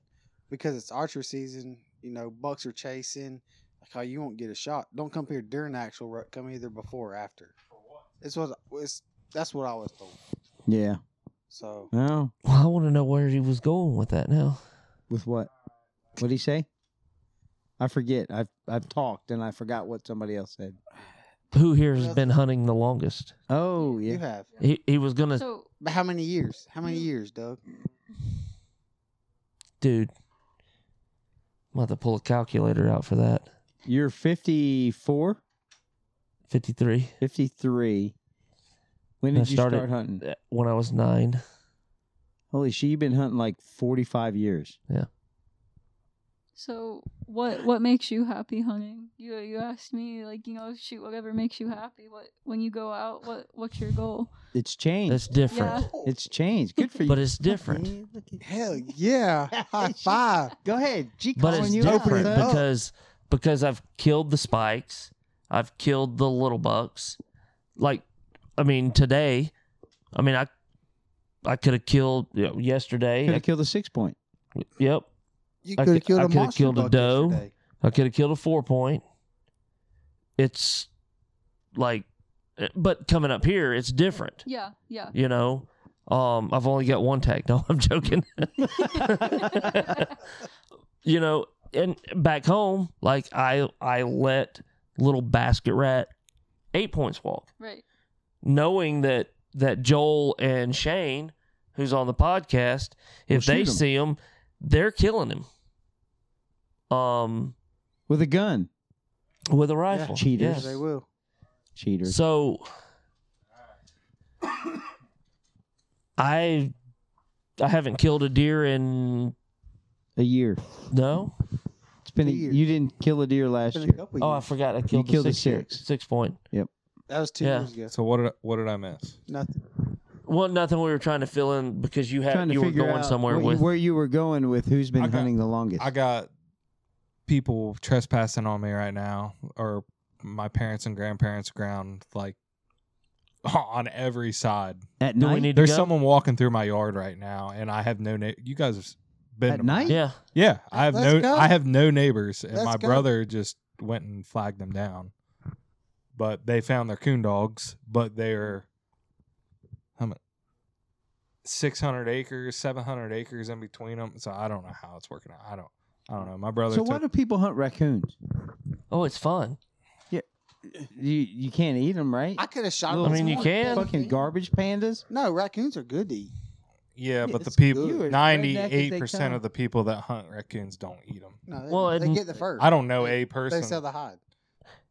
[SPEAKER 4] because it's archer season. You know, bucks are chasing. Like, oh, you won't get a shot. Don't come here during the actual rut. Come either before or after. It's what it's, that's what I was told.
[SPEAKER 3] yeah.
[SPEAKER 4] So
[SPEAKER 3] Oh,
[SPEAKER 2] Well, I want to know where he was going with that now.
[SPEAKER 3] with what? What would he say? I forget. I've I've talked and I forgot what somebody else said.
[SPEAKER 2] Who here has been hunting the longest?
[SPEAKER 3] Oh
[SPEAKER 4] you
[SPEAKER 3] yeah,
[SPEAKER 4] have.
[SPEAKER 2] He, he was going to,
[SPEAKER 6] so
[SPEAKER 4] But how many years? How many years, Doug?
[SPEAKER 2] dude, I'm going to pull a calculator out for that.
[SPEAKER 3] you're 54,
[SPEAKER 2] 53
[SPEAKER 3] 53. When did
[SPEAKER 2] I
[SPEAKER 3] you
[SPEAKER 2] started-
[SPEAKER 3] start hunting?
[SPEAKER 2] uh, when I was nine.
[SPEAKER 3] Holy shit, you've been hunting like forty five years.
[SPEAKER 6] so what what makes you happy hunting? You you asked me like you know shoot whatever makes you happy. What when you go out, what what's your goal?
[SPEAKER 3] It's changed.
[SPEAKER 2] It's different,
[SPEAKER 3] it's changed. Good for you.
[SPEAKER 2] but it's different.
[SPEAKER 3] Yeah, look at-
[SPEAKER 4] Hell yeah! High five.
[SPEAKER 3] Go ahead. G
[SPEAKER 2] But
[SPEAKER 3] calling
[SPEAKER 2] it's
[SPEAKER 3] you out.
[SPEAKER 2] different
[SPEAKER 4] Open it up.
[SPEAKER 2] because because I've killed the spikes, I've killed the little bucks. Like, I mean, today, I mean, I I could have killed you know, yesterday.
[SPEAKER 3] Could have killed a six point.
[SPEAKER 2] I- yep,
[SPEAKER 4] You
[SPEAKER 2] I
[SPEAKER 4] could have
[SPEAKER 2] could-
[SPEAKER 4] killed
[SPEAKER 2] I
[SPEAKER 4] a
[SPEAKER 2] coulda
[SPEAKER 4] monster
[SPEAKER 2] killed a
[SPEAKER 4] buck
[SPEAKER 2] doe.
[SPEAKER 4] yesterday.
[SPEAKER 2] I could have killed a four point. It's like, eh, but coming up here, it's different.
[SPEAKER 6] Yeah, yeah.
[SPEAKER 2] You know, um, I've only got one tag. No, I'm joking. you know, and back home, like I I let little basket rat eight points walk,
[SPEAKER 6] right.
[SPEAKER 2] knowing that that Joel and Shane, who's on the podcast, if
[SPEAKER 3] Will shoot
[SPEAKER 2] they
[SPEAKER 3] 'em.
[SPEAKER 2] see him, they're killing Um, him. Um,
[SPEAKER 3] With a gun.
[SPEAKER 2] with a rifle,
[SPEAKER 3] cheaters.
[SPEAKER 2] Yes.
[SPEAKER 4] They will.
[SPEAKER 3] Cheater.
[SPEAKER 2] So I I haven't killed a deer in
[SPEAKER 3] a year.
[SPEAKER 2] no.
[SPEAKER 3] It's been a,
[SPEAKER 4] A year.
[SPEAKER 3] you didn't kill a deer last
[SPEAKER 4] Been a
[SPEAKER 3] year.
[SPEAKER 4] couple
[SPEAKER 2] Oh, I
[SPEAKER 4] years.
[SPEAKER 2] forgot I killed,
[SPEAKER 3] killed
[SPEAKER 2] the
[SPEAKER 3] a
[SPEAKER 2] six, year-
[SPEAKER 3] six.
[SPEAKER 2] six point.
[SPEAKER 4] that was two
[SPEAKER 2] yeah.
[SPEAKER 4] years ago.
[SPEAKER 5] So what did I, what did I miss?
[SPEAKER 4] Nothing.
[SPEAKER 2] Well, nothing. We were trying to fill in because you
[SPEAKER 3] Trying
[SPEAKER 2] had
[SPEAKER 3] to
[SPEAKER 2] you were
[SPEAKER 3] figure
[SPEAKER 2] going
[SPEAKER 3] out
[SPEAKER 2] somewhere
[SPEAKER 3] wh-
[SPEAKER 2] with.
[SPEAKER 3] where you were going with who's been
[SPEAKER 5] I got-
[SPEAKER 3] hunting the longest.
[SPEAKER 5] I got people trespassing on me right now, or my parents and grandparents' ground, like on every side.
[SPEAKER 3] At
[SPEAKER 2] do
[SPEAKER 3] night.
[SPEAKER 2] we need to
[SPEAKER 5] There's
[SPEAKER 2] go?
[SPEAKER 5] someone walking through my yard right now, and I have no. Na- you guys have s- been
[SPEAKER 3] At
[SPEAKER 5] to my-
[SPEAKER 3] night?
[SPEAKER 2] Yeah.
[SPEAKER 5] Yeah, I have
[SPEAKER 4] Let's
[SPEAKER 5] no.
[SPEAKER 4] go.
[SPEAKER 5] I have no neighbors, and
[SPEAKER 4] Let's
[SPEAKER 5] my
[SPEAKER 4] go.
[SPEAKER 5] brother just went and flagged them down. But they found their coon dogs, but they're how much? Six hundred acres, seven hundred acres in between them. So I don't know how it's working out. I don't. I don't know. My brother.
[SPEAKER 3] so
[SPEAKER 5] took-
[SPEAKER 3] why do people hunt raccoons?
[SPEAKER 2] Oh, it's fun.
[SPEAKER 3] You you can't eat them, right?
[SPEAKER 4] I could have shot.
[SPEAKER 3] Little
[SPEAKER 4] him
[SPEAKER 2] I mean, you
[SPEAKER 4] this
[SPEAKER 2] can.
[SPEAKER 4] morning.
[SPEAKER 3] Fucking garbage pandas.
[SPEAKER 4] No, raccoons are good to eat.
[SPEAKER 5] Yeah, but the
[SPEAKER 4] it's
[SPEAKER 5] people,
[SPEAKER 3] good.
[SPEAKER 5] ninety-eight
[SPEAKER 3] Redneck as they
[SPEAKER 5] percent of
[SPEAKER 3] come.
[SPEAKER 5] the people that hunt raccoons don't eat them.
[SPEAKER 4] No, they,
[SPEAKER 2] Well,
[SPEAKER 4] they
[SPEAKER 2] and-
[SPEAKER 4] get the fur.
[SPEAKER 5] I don't know
[SPEAKER 4] They-
[SPEAKER 5] a person.
[SPEAKER 4] They sell the hide.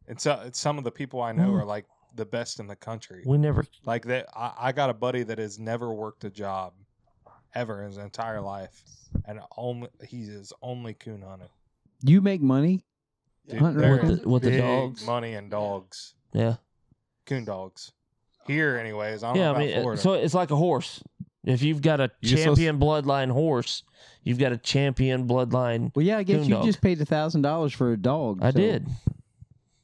[SPEAKER 5] and so, and some of the people I know
[SPEAKER 2] Mm.
[SPEAKER 5] are like the best in the country.
[SPEAKER 2] We never.
[SPEAKER 5] Like that, I, I got a buddy that has never worked a job ever in his entire life, and only he is only coon hunting.
[SPEAKER 3] You make money.
[SPEAKER 5] Dude,
[SPEAKER 3] Hunting
[SPEAKER 5] there
[SPEAKER 2] with
[SPEAKER 5] is
[SPEAKER 2] the- with the
[SPEAKER 5] big
[SPEAKER 2] dogs.
[SPEAKER 5] money and dogs,
[SPEAKER 2] Yeah.
[SPEAKER 5] coon dogs. Here, anyways, I don't
[SPEAKER 2] Yeah.
[SPEAKER 5] know
[SPEAKER 2] I
[SPEAKER 5] about
[SPEAKER 2] mean, uh,
[SPEAKER 5] Florida.
[SPEAKER 2] so it's like a horse. If you've got a
[SPEAKER 5] You're supposed-
[SPEAKER 2] champion bloodline horse, you've got a champion bloodline.
[SPEAKER 3] Well, yeah, I guess
[SPEAKER 2] Coon
[SPEAKER 3] you
[SPEAKER 2] dog.
[SPEAKER 3] just paid a thousand dollars for a dog.
[SPEAKER 2] I
[SPEAKER 3] so
[SPEAKER 2] did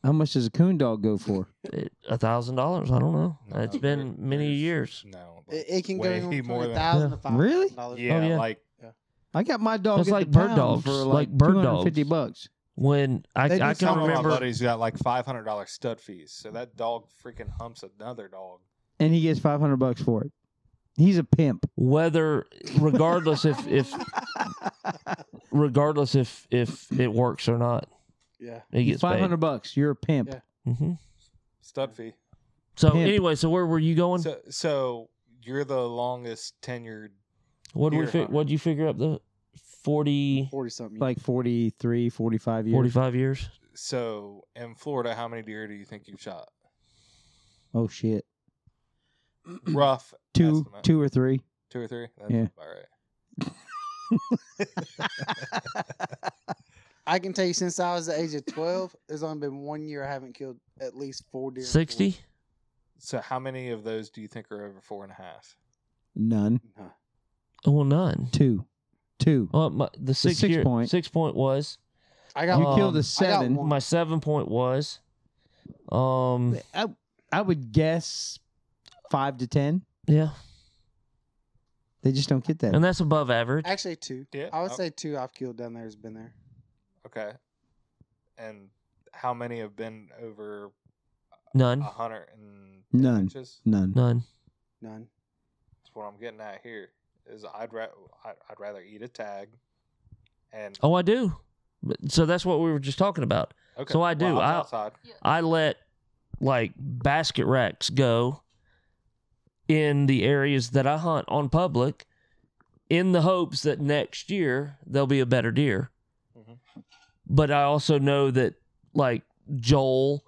[SPEAKER 3] How much does a coon dog go for?
[SPEAKER 2] It- a thousand dollars. I don't know. it's been many years.
[SPEAKER 5] No, like,
[SPEAKER 4] It, it can go
[SPEAKER 5] way
[SPEAKER 4] anywhere from
[SPEAKER 5] more
[SPEAKER 4] a
[SPEAKER 5] than
[SPEAKER 4] thousand to five.
[SPEAKER 3] Really? Oh,
[SPEAKER 5] yeah,
[SPEAKER 2] Oh, yeah.
[SPEAKER 5] like
[SPEAKER 3] I got my dog.
[SPEAKER 2] That's
[SPEAKER 3] at
[SPEAKER 2] like
[SPEAKER 3] the
[SPEAKER 2] bird
[SPEAKER 3] pound
[SPEAKER 2] dogs,
[SPEAKER 3] for
[SPEAKER 2] like
[SPEAKER 3] like,
[SPEAKER 2] bird dogs.
[SPEAKER 3] Fifty bucks.
[SPEAKER 2] When I,
[SPEAKER 4] They do
[SPEAKER 2] I can
[SPEAKER 5] some of my
[SPEAKER 2] remember,
[SPEAKER 5] buddies got like five hundred dollar stud fees, so that dog freaking humps another dog.
[SPEAKER 3] and he gets 500 bucks for it. He's a pimp.
[SPEAKER 2] whether regardless if if regardless if if it works or not
[SPEAKER 4] Yeah.
[SPEAKER 2] it gets
[SPEAKER 3] 500
[SPEAKER 2] paid
[SPEAKER 3] bucks. You're a pimp.
[SPEAKER 4] Yeah.
[SPEAKER 2] hmm
[SPEAKER 5] Stud fee.
[SPEAKER 2] so
[SPEAKER 3] Pimp.
[SPEAKER 2] anyway so where were you going
[SPEAKER 5] So, so you're the longest tenured.
[SPEAKER 2] what did we
[SPEAKER 5] deer
[SPEAKER 2] fi-
[SPEAKER 5] hunter.
[SPEAKER 2] what'd you figure up the 40
[SPEAKER 4] Forty something.
[SPEAKER 3] Like 43, 45 years.
[SPEAKER 2] 45 years
[SPEAKER 5] So in Florida, how many deer do you think you've shot?
[SPEAKER 3] Oh shit.
[SPEAKER 5] Rough.
[SPEAKER 3] Two,
[SPEAKER 5] estimate.
[SPEAKER 3] two or three.
[SPEAKER 5] Two or three. That's
[SPEAKER 3] Yeah.
[SPEAKER 5] All right.
[SPEAKER 4] I can tell you since I was the age of twelve, there's only been one year I haven't killed at least four deer. in a
[SPEAKER 2] 60
[SPEAKER 5] So how many of those do you think are over four and a half?
[SPEAKER 3] None.
[SPEAKER 4] quarter.
[SPEAKER 2] oh well none
[SPEAKER 3] Two. Two.
[SPEAKER 2] well my, the six,
[SPEAKER 3] six
[SPEAKER 2] year,
[SPEAKER 3] point.
[SPEAKER 2] six point was
[SPEAKER 4] I
[SPEAKER 3] you
[SPEAKER 4] got
[SPEAKER 2] Um,
[SPEAKER 3] killed
[SPEAKER 2] I
[SPEAKER 3] a
[SPEAKER 2] got
[SPEAKER 3] seven.
[SPEAKER 4] one.
[SPEAKER 2] my seven point was um
[SPEAKER 3] I, I would guess five to 10.
[SPEAKER 2] yeah
[SPEAKER 3] They just don't get that.
[SPEAKER 2] and that's above average
[SPEAKER 4] actually two.
[SPEAKER 5] Yeah,
[SPEAKER 4] I would
[SPEAKER 5] oh.
[SPEAKER 4] say two I've killed down there has been there.
[SPEAKER 5] Okay. And how many have been over a
[SPEAKER 2] none
[SPEAKER 5] hundred and
[SPEAKER 3] None.
[SPEAKER 5] inches?
[SPEAKER 3] None.
[SPEAKER 2] none
[SPEAKER 4] None.
[SPEAKER 5] That's what I'm getting at here. Is I'd ra- I'd I'd rather eat a tag, and
[SPEAKER 2] oh i do But- so that's what we were just talking about
[SPEAKER 5] okay.
[SPEAKER 2] so I do.
[SPEAKER 5] Well, I'm
[SPEAKER 2] I'll-
[SPEAKER 5] outside.
[SPEAKER 2] I let like basket racks go in the areas that I hunt on public in the hopes that next year there'll be a better deer.
[SPEAKER 5] Mhm.
[SPEAKER 2] But I also know that like Joel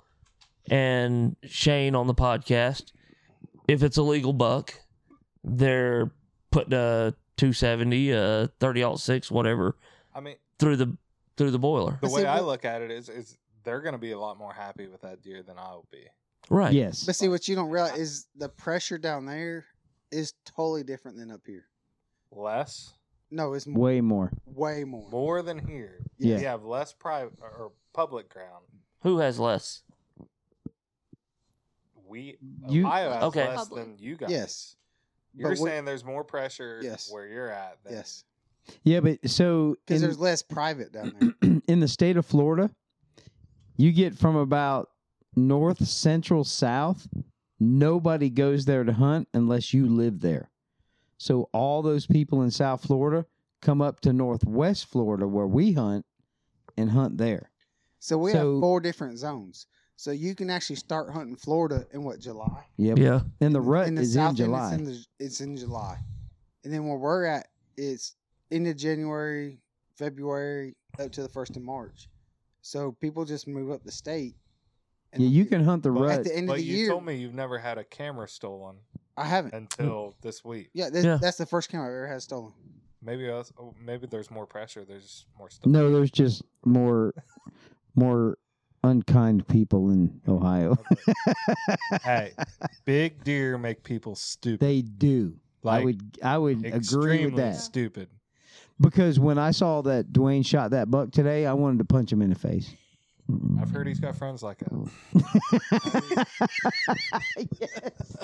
[SPEAKER 2] and Shane on the podcast, if it's a legal buck, they're putting a 270, a 30 six, whatever
[SPEAKER 5] I mean,
[SPEAKER 2] through the through the boiler.
[SPEAKER 5] the
[SPEAKER 4] I
[SPEAKER 5] way
[SPEAKER 4] see,
[SPEAKER 5] I
[SPEAKER 4] but-
[SPEAKER 5] look at it is, is they're going to be a lot more happy with that deer than I'll be.
[SPEAKER 2] Right.
[SPEAKER 3] Yes.
[SPEAKER 4] But see what you don't realize is the pressure down there is totally different than up here.
[SPEAKER 5] Less,
[SPEAKER 4] No, it's way,
[SPEAKER 3] Way more.
[SPEAKER 4] way more.
[SPEAKER 5] more than here.
[SPEAKER 3] Yeah.
[SPEAKER 5] You have less private or public ground.
[SPEAKER 2] Who has less?
[SPEAKER 5] We
[SPEAKER 3] You-
[SPEAKER 5] Ohio has
[SPEAKER 2] Okay.
[SPEAKER 5] less
[SPEAKER 6] Public.
[SPEAKER 5] than you guys.
[SPEAKER 4] Yes.
[SPEAKER 5] you're
[SPEAKER 4] But we-
[SPEAKER 5] saying there's more pressure
[SPEAKER 4] Yes.
[SPEAKER 5] where you're at. Than,
[SPEAKER 4] Yes.
[SPEAKER 3] Yeah, but so
[SPEAKER 4] Because
[SPEAKER 3] in-
[SPEAKER 4] there's less private down there.
[SPEAKER 3] in the state of Florida, you get from about north, central, south, nobody goes there to hunt unless you live there. So all those people in South Florida come up to northwest Florida where we hunt and hunt there.
[SPEAKER 4] So we
[SPEAKER 3] So-
[SPEAKER 4] have four different zones. So you can actually start hunting Florida in what July?
[SPEAKER 3] Yep.
[SPEAKER 2] Yeah.
[SPEAKER 3] And the rut
[SPEAKER 4] in the
[SPEAKER 3] is
[SPEAKER 4] south
[SPEAKER 3] in
[SPEAKER 4] end,
[SPEAKER 3] July.
[SPEAKER 4] It's in, the, it's in July, and then where we're at, it's end of January, February, up to the first of March. So people just move up the state And
[SPEAKER 3] Yeah, you can hunt the
[SPEAKER 4] But
[SPEAKER 3] rut.
[SPEAKER 4] at the end of
[SPEAKER 5] But
[SPEAKER 4] the
[SPEAKER 5] you
[SPEAKER 4] year.
[SPEAKER 5] told me you've never had a camera stolen
[SPEAKER 4] I haven't.
[SPEAKER 5] until
[SPEAKER 3] Mm.
[SPEAKER 5] this week.
[SPEAKER 4] Yeah, this,
[SPEAKER 2] Yeah.
[SPEAKER 4] that's the first camera I've ever had stolen.
[SPEAKER 5] Maybe us. oh, Maybe there's more pressure. There's more stuff.
[SPEAKER 3] no, there's just more, more unkind people in Ohio.
[SPEAKER 5] hey, big deer make people stupid.
[SPEAKER 3] they do.
[SPEAKER 5] like
[SPEAKER 3] I would, I would agree with
[SPEAKER 5] extremely
[SPEAKER 3] that.
[SPEAKER 5] Stupid.
[SPEAKER 3] Because when I saw that Dwayne shot that buck today, I wanted to punch him in the face.
[SPEAKER 5] I've heard he's got friends like that.
[SPEAKER 3] yes.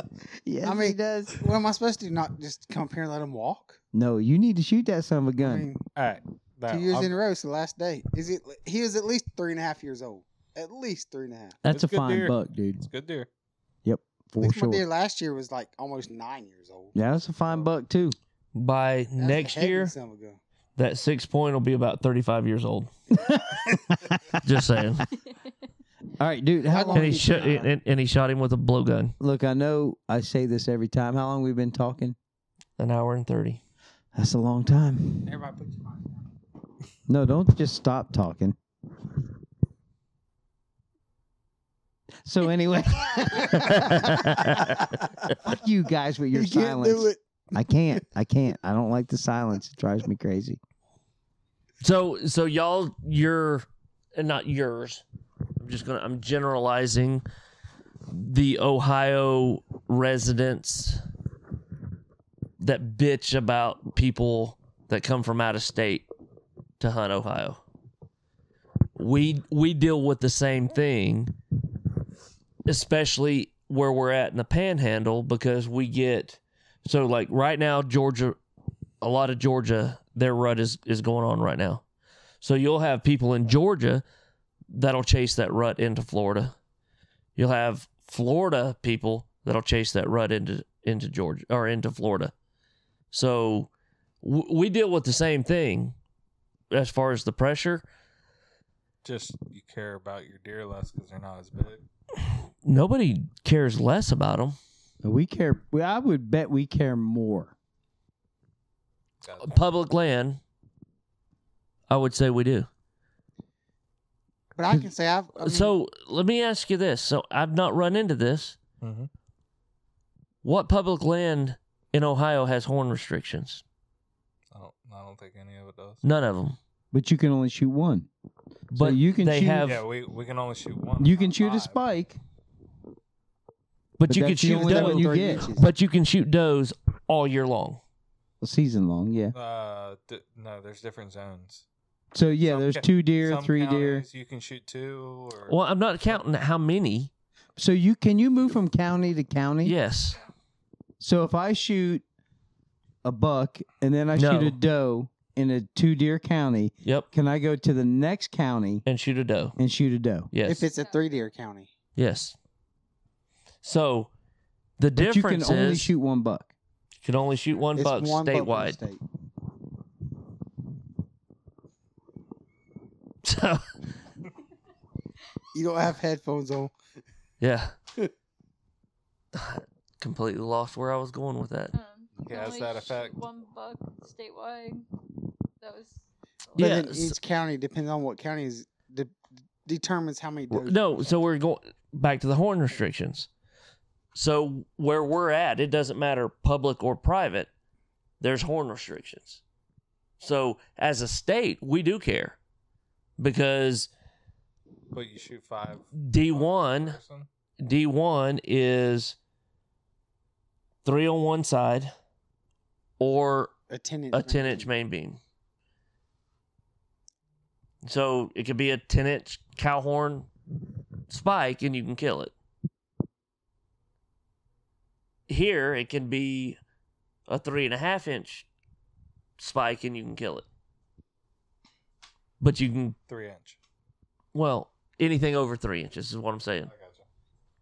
[SPEAKER 3] Yes,
[SPEAKER 4] I mean-
[SPEAKER 3] he does.
[SPEAKER 4] What am I supposed to do? Not just come up here and let them walk?
[SPEAKER 3] No, you need to shoot that son of a
[SPEAKER 4] I
[SPEAKER 3] gun.
[SPEAKER 4] mean,
[SPEAKER 5] All right, now,
[SPEAKER 4] two years
[SPEAKER 5] I'm-
[SPEAKER 4] in a row. It's the last day. Is it? He was at least three and a half years old. At least three and a half.
[SPEAKER 3] That's
[SPEAKER 5] it's
[SPEAKER 3] a
[SPEAKER 5] good
[SPEAKER 3] fine
[SPEAKER 5] deer.
[SPEAKER 3] buck, dude.
[SPEAKER 5] It's good deer.
[SPEAKER 4] At
[SPEAKER 3] For
[SPEAKER 4] least my deer
[SPEAKER 3] sure.
[SPEAKER 4] last year was like almost nine years old.
[SPEAKER 3] Yeah, that's a fine buck too.
[SPEAKER 2] By
[SPEAKER 4] That's a
[SPEAKER 2] next
[SPEAKER 4] heck of a
[SPEAKER 2] year,
[SPEAKER 4] son of a gun.
[SPEAKER 2] that six point will be about 35 years old. Just saying.
[SPEAKER 6] Um,
[SPEAKER 3] All right, dude.
[SPEAKER 4] How
[SPEAKER 3] How
[SPEAKER 4] long
[SPEAKER 3] long?
[SPEAKER 2] And he, shot, and, and he shot him with a blowgun.
[SPEAKER 3] Look, I know I say this every time. How long we've been talking?
[SPEAKER 2] An hour and 30.
[SPEAKER 3] That's a long time.
[SPEAKER 4] Everybody put your mind.
[SPEAKER 3] No, don't just stop talking. So anyway, fuck you guys with your
[SPEAKER 4] You can't
[SPEAKER 3] silence.
[SPEAKER 4] do it.
[SPEAKER 3] I can't. I can't. I don't like the silence. It drives me crazy.
[SPEAKER 2] So so y'all your and not yours. I'm just gonna I'm generalizing the Ohio residents that bitch about people that come from out of state to hunt Ohio. We we deal with the same thing, especially where we're at in the panhandle, because we get so like right now Georgia a lot of Georgia, their rut is, is going on right now. So you'll have people in Georgia that'll chase that rut into Florida. You'll have Florida people that'll chase that rut into into Georgia or into Florida. So w- we deal with the same thing as far as the pressure.
[SPEAKER 5] Just you care about your deer less because they're not as big.
[SPEAKER 2] Nobody cares less about them.
[SPEAKER 3] We care. we- I would bet we care more.
[SPEAKER 5] Got that.
[SPEAKER 2] Public land, I would say we do.
[SPEAKER 4] But I can say I've. I mean,
[SPEAKER 2] so let me ask you this. So I've not run into this.
[SPEAKER 4] Mm-hmm.
[SPEAKER 5] Mhm.
[SPEAKER 2] What public land in Ohio has horn restrictions?
[SPEAKER 5] I don't. I don't think any of it
[SPEAKER 3] Mm.
[SPEAKER 5] does.
[SPEAKER 2] None of them.
[SPEAKER 3] But you can only shoot one.
[SPEAKER 2] But
[SPEAKER 3] you can
[SPEAKER 2] they
[SPEAKER 3] shoot-
[SPEAKER 2] have.
[SPEAKER 5] Yeah, we, we can only shoot one.
[SPEAKER 3] You can
[SPEAKER 5] not
[SPEAKER 3] shoot a
[SPEAKER 5] five.
[SPEAKER 3] spike.
[SPEAKER 2] but,
[SPEAKER 3] but
[SPEAKER 2] you can
[SPEAKER 3] that's the
[SPEAKER 2] shoot
[SPEAKER 3] only
[SPEAKER 2] does.
[SPEAKER 3] one you get.
[SPEAKER 2] But you can shoot does all year long.
[SPEAKER 3] season long, yeah.
[SPEAKER 5] Uh, d- no, there's different zones.
[SPEAKER 3] So yeah,
[SPEAKER 5] Some
[SPEAKER 3] there's
[SPEAKER 5] ca-
[SPEAKER 3] two deer,
[SPEAKER 5] Some
[SPEAKER 3] three deer.
[SPEAKER 5] counties You can shoot two. Or
[SPEAKER 2] Well, I'm not counting how many.
[SPEAKER 3] So you can you move from county to county?
[SPEAKER 2] Yes.
[SPEAKER 3] So if I shoot a buck and then I
[SPEAKER 2] No.
[SPEAKER 3] shoot a doe in a two deer county,
[SPEAKER 2] Yep.
[SPEAKER 3] can I go to the next county
[SPEAKER 2] And shoot a doe.
[SPEAKER 3] and shoot a doe?
[SPEAKER 2] Yes.
[SPEAKER 4] if it's a three deer county,
[SPEAKER 2] yes. So the
[SPEAKER 3] But you
[SPEAKER 2] difference
[SPEAKER 3] can only
[SPEAKER 2] is
[SPEAKER 3] shoot one buck.
[SPEAKER 2] you can only shoot one
[SPEAKER 4] it's
[SPEAKER 2] buck
[SPEAKER 4] one buck per
[SPEAKER 2] statewide.
[SPEAKER 4] state.
[SPEAKER 2] so
[SPEAKER 4] You don't have headphones on.
[SPEAKER 2] yeah. Completely lost where I was going with that.
[SPEAKER 6] Um,
[SPEAKER 5] Yeah,
[SPEAKER 6] can
[SPEAKER 5] has
[SPEAKER 6] only
[SPEAKER 5] that
[SPEAKER 6] shoot
[SPEAKER 5] effect?
[SPEAKER 6] One buck statewide. That was.
[SPEAKER 4] But
[SPEAKER 2] Yeah,
[SPEAKER 4] then
[SPEAKER 2] s-
[SPEAKER 4] each county, depending on what county is, de- determines how many. does-
[SPEAKER 2] No, so we're going back to the horn restrictions. So where we're at, it doesn't matter public or private. There's horn restrictions. So as a state, we do care because
[SPEAKER 5] but you shoot five.
[SPEAKER 2] D
[SPEAKER 5] bucks per
[SPEAKER 2] one
[SPEAKER 5] person.
[SPEAKER 2] D one is three on one side or
[SPEAKER 4] a ten inch.
[SPEAKER 2] a 10 inch main beam. So it could be a 10 inch cow horn spike and you can kill it. Here it can be a three and a half inch spike and you can kill it. But you can,
[SPEAKER 5] Three inch.
[SPEAKER 2] well, anything over three inches is what I'm saying.
[SPEAKER 5] I got you.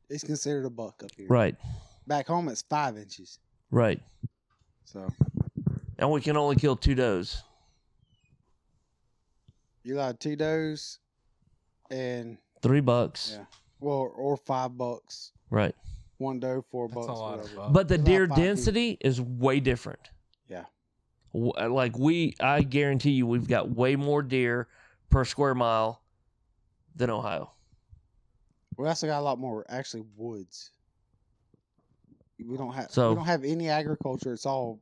[SPEAKER 4] It's considered a buck up here.
[SPEAKER 2] Right,
[SPEAKER 4] Back home, it's five inches.
[SPEAKER 2] right.
[SPEAKER 4] So
[SPEAKER 2] And we can only kill two does.
[SPEAKER 4] you allowed two does, and
[SPEAKER 2] Three bucks.
[SPEAKER 4] Yeah. well, or five bucks.
[SPEAKER 2] Right.
[SPEAKER 4] One doe, four
[SPEAKER 5] That's
[SPEAKER 4] bucks.
[SPEAKER 5] a lot
[SPEAKER 4] whatever.
[SPEAKER 5] of bucks.
[SPEAKER 2] But the
[SPEAKER 4] About
[SPEAKER 2] deer
[SPEAKER 4] five feet.
[SPEAKER 2] density is way different.
[SPEAKER 4] Yeah.
[SPEAKER 2] W- uh, Like we, I guarantee you, we've got way more deer per square mile than Ohio.
[SPEAKER 4] We also got a lot more actually woods. We don't have
[SPEAKER 2] So-
[SPEAKER 4] we don't have any agriculture. It's all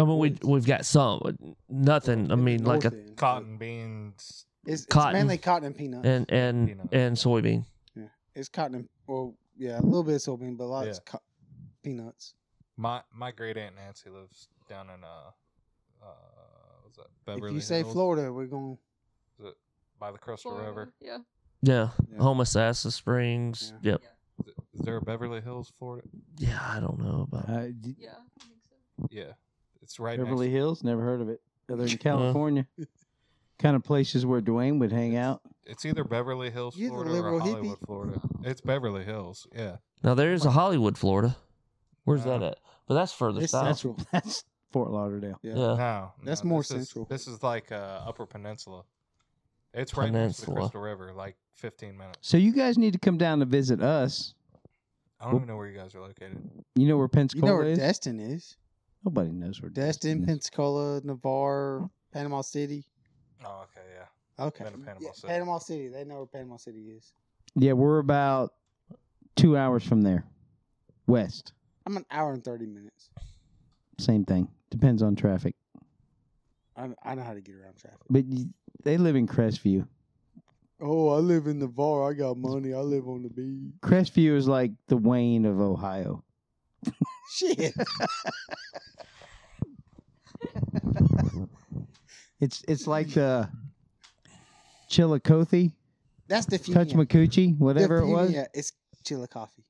[SPEAKER 2] I mean, we
[SPEAKER 4] Woods.
[SPEAKER 2] we've got some, but nothing. I
[SPEAKER 4] in the
[SPEAKER 2] mean, like
[SPEAKER 4] north
[SPEAKER 2] a
[SPEAKER 4] end.
[SPEAKER 5] Cotton beans.
[SPEAKER 4] It's, it's
[SPEAKER 2] Cotton.
[SPEAKER 4] mainly cotton and peanuts.
[SPEAKER 2] and and
[SPEAKER 5] Peanuts.
[SPEAKER 2] and soybean.
[SPEAKER 4] it's cotton. And, well, yeah, a little bit of soybean, but a lot
[SPEAKER 5] Yeah.
[SPEAKER 4] is co- peanuts.
[SPEAKER 5] My my great aunt Nancy lives down in uh, uh was that Beverly
[SPEAKER 4] if you say
[SPEAKER 5] Hills?
[SPEAKER 4] Florida, we're going.
[SPEAKER 5] Is it by the Crystal
[SPEAKER 6] Florida.
[SPEAKER 5] River.
[SPEAKER 6] Yeah.
[SPEAKER 2] Yeah,
[SPEAKER 4] Yeah.
[SPEAKER 2] Homosassa Springs. Yep.
[SPEAKER 5] Is, it- is there a Beverly Hills, Florida?
[SPEAKER 2] Yeah, I don't know about.
[SPEAKER 3] Uh, d-
[SPEAKER 6] Yeah. I think so.
[SPEAKER 5] Yeah, it's right
[SPEAKER 3] Beverly
[SPEAKER 5] next.
[SPEAKER 3] Hills, never heard of it. Other
[SPEAKER 2] Uh-huh.
[SPEAKER 3] than California, kind of places where Dwayne would hang out.
[SPEAKER 5] It's either Beverly Hills,
[SPEAKER 4] You're the
[SPEAKER 5] Florida,
[SPEAKER 4] liberal
[SPEAKER 5] or
[SPEAKER 4] hippie.
[SPEAKER 5] Hollywood, Florida. It's Beverly Hills. Yeah,
[SPEAKER 2] Now there is a Hollywood, Florida. Where's that
[SPEAKER 5] Uh,
[SPEAKER 2] at? But that's further
[SPEAKER 4] It's
[SPEAKER 2] south.
[SPEAKER 4] central.
[SPEAKER 3] That's Fort Lauderdale.
[SPEAKER 4] Yeah.
[SPEAKER 2] Yeah.
[SPEAKER 5] no,
[SPEAKER 4] That's
[SPEAKER 5] no,
[SPEAKER 4] more
[SPEAKER 5] this is-
[SPEAKER 4] central.
[SPEAKER 5] this is like uh, Upper Peninsula. It's right next to the
[SPEAKER 2] Peninsula.
[SPEAKER 5] Crystal River, like 15 minutes.
[SPEAKER 3] So you guys need to come down to visit us.
[SPEAKER 5] I don't even know where you guys are located.
[SPEAKER 3] You know where
[SPEAKER 4] You
[SPEAKER 3] Pensacola
[SPEAKER 4] know where
[SPEAKER 3] is?
[SPEAKER 4] Destin is?
[SPEAKER 3] Nobody knows where
[SPEAKER 4] Destin,
[SPEAKER 3] Destin is.
[SPEAKER 4] Pensacola, Navarre, Panama City.
[SPEAKER 5] Oh, okay, yeah.
[SPEAKER 4] Okay.
[SPEAKER 5] Been to Panama
[SPEAKER 4] Yeah,
[SPEAKER 5] City.
[SPEAKER 4] Panama City. They know where Panama City is.
[SPEAKER 3] Yeah, we're about two hours from there. West.
[SPEAKER 4] I'm an hour and thirty minutes.
[SPEAKER 3] Same thing. Depends on traffic.
[SPEAKER 4] I I know how to get around traffic.
[SPEAKER 3] But y they live in Crestview.
[SPEAKER 4] Oh, I live in Navarre. I got money. I live on the beach.
[SPEAKER 3] Crestview is like the Wayne of Ohio.
[SPEAKER 4] Shit.
[SPEAKER 3] It's it's like the Chillicothe,
[SPEAKER 4] That's the
[SPEAKER 3] Touch McCoochie, whatever it was.
[SPEAKER 4] Yeah, it's Chilla Coffee.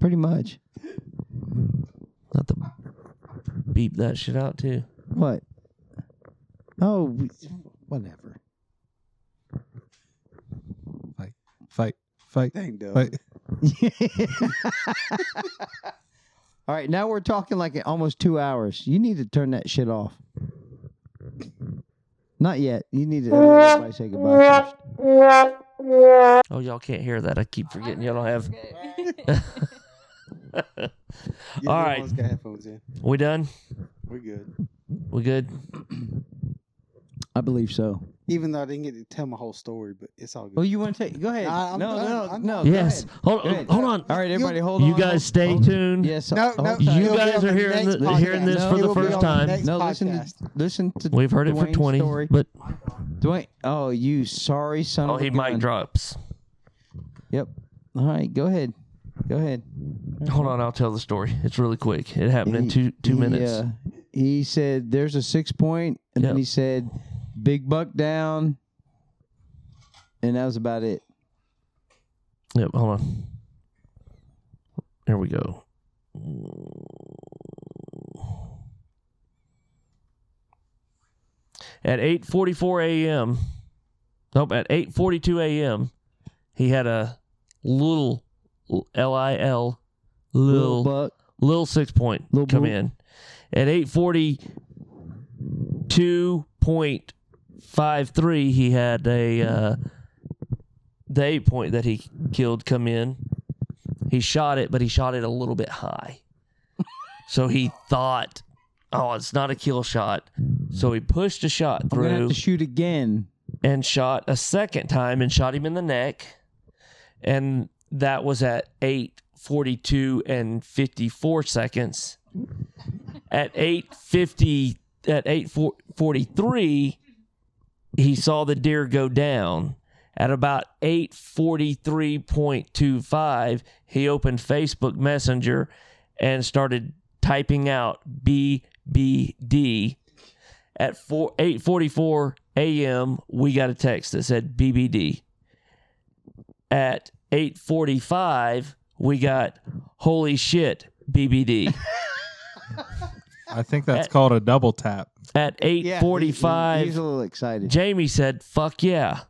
[SPEAKER 3] Pretty much.
[SPEAKER 2] Not to beep that shit out too.
[SPEAKER 3] What? Oh, we- whatever.
[SPEAKER 5] Fight, fight,
[SPEAKER 4] Dang, dog.
[SPEAKER 3] All right, now we're talking like almost two hours. You need to turn that shit off. Not yet. You need to let everybody say goodbye first.
[SPEAKER 2] Oh, y'all can't hear that. I keep forgetting y'all don't have.
[SPEAKER 6] have.
[SPEAKER 4] Yeah,
[SPEAKER 2] All
[SPEAKER 4] the
[SPEAKER 2] right.
[SPEAKER 4] one's got headphones in.
[SPEAKER 2] We done?
[SPEAKER 4] We're good.
[SPEAKER 2] We good?
[SPEAKER 3] I believe so.
[SPEAKER 4] Even though I didn't get to tell my whole story, but it's all good.
[SPEAKER 3] Well, you want to take? Go ahead.
[SPEAKER 4] Nah, I'm
[SPEAKER 3] no,
[SPEAKER 4] done.
[SPEAKER 3] no,
[SPEAKER 4] I'm
[SPEAKER 3] no,
[SPEAKER 4] done.
[SPEAKER 3] Oh, go
[SPEAKER 2] yes.
[SPEAKER 3] ahead.
[SPEAKER 2] Hold
[SPEAKER 3] Go
[SPEAKER 2] on.
[SPEAKER 3] ahead.
[SPEAKER 2] Hold on.
[SPEAKER 3] All right, everybody, hold
[SPEAKER 2] you
[SPEAKER 3] on.
[SPEAKER 2] guys stay
[SPEAKER 3] Hold-
[SPEAKER 2] tuned.
[SPEAKER 3] Yes.
[SPEAKER 4] no, no,
[SPEAKER 3] hold-
[SPEAKER 4] no,
[SPEAKER 2] Oh, You
[SPEAKER 4] it'll be
[SPEAKER 2] guys
[SPEAKER 4] on
[SPEAKER 2] are hearing
[SPEAKER 4] next
[SPEAKER 2] the- hearing this
[SPEAKER 4] podcast.
[SPEAKER 2] for the
[SPEAKER 4] It will be
[SPEAKER 2] first
[SPEAKER 4] on the
[SPEAKER 2] time.
[SPEAKER 4] next
[SPEAKER 3] No, listen
[SPEAKER 4] podcast.
[SPEAKER 3] to listen to.
[SPEAKER 2] We've heard it for
[SPEAKER 3] Dwayne's
[SPEAKER 2] 20,
[SPEAKER 3] story.
[SPEAKER 2] but
[SPEAKER 3] Dwayne, oh, you sorry son.
[SPEAKER 2] oh,
[SPEAKER 3] of a
[SPEAKER 2] he mic
[SPEAKER 3] gun.
[SPEAKER 2] drops.
[SPEAKER 3] Yep. All right, go ahead. Go ahead.
[SPEAKER 2] Hold on, I'll tell the story. It's really quick. It happened in
[SPEAKER 3] He-
[SPEAKER 2] two two
[SPEAKER 3] he,
[SPEAKER 2] minutes.
[SPEAKER 3] uh, he said, "There's a six point," and
[SPEAKER 2] Yep.
[SPEAKER 3] then he said, "Big buck down," and that was about it.
[SPEAKER 2] Yep, hold on. Here we go. At 8:44 a.m. Nope, at 8:42 a.m. He had a little L I L
[SPEAKER 3] Little
[SPEAKER 2] little
[SPEAKER 3] buck.
[SPEAKER 2] little six point
[SPEAKER 3] Lil
[SPEAKER 2] come
[SPEAKER 3] Boop.
[SPEAKER 2] in. At 842.53 he had a uh the eight point that he killed come in. He shot it, but he shot it a little bit high. so he thought, oh, it's not a kill shot. So he pushed a shot
[SPEAKER 3] I'm gonna have
[SPEAKER 2] through
[SPEAKER 3] to shoot again.
[SPEAKER 2] and shot a second time and shot him in the neck. And that was at 8:42 and 54 seconds. At 8:50 at 8:43 he saw the deer go down. At about 8:43.25 he opened Facebook Messenger and started typing out BBD at 4 8:44 a.m. we got a text that said BBD. At 8:45 we got holy shit BBD.
[SPEAKER 5] I think that's called a double tap.
[SPEAKER 2] at
[SPEAKER 3] Yeah, he-
[SPEAKER 2] 8:45
[SPEAKER 3] He's a little excited.
[SPEAKER 2] Jamie said, "Fuck yeah."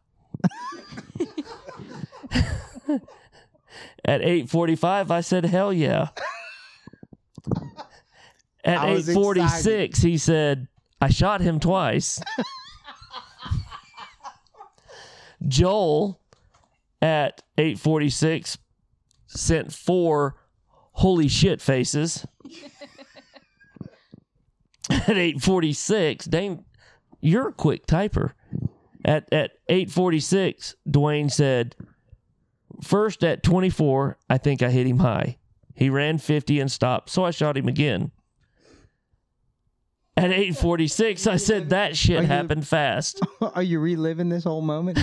[SPEAKER 2] At 8:45 I said, "Hell yeah." At
[SPEAKER 4] I was
[SPEAKER 2] 8:46 he said, "I shot him twice." Joel at 8:46 sent four holy shit faces. At 8:46, dang You're a quick typer. At at 846, Dwayne said, First at 24, I think I hit him high. He ran 50 and stopped, so I shot him again. At 846, I said that
[SPEAKER 3] Are
[SPEAKER 2] shit
[SPEAKER 3] you-
[SPEAKER 2] happened fast.
[SPEAKER 3] Are you reliving this whole moment?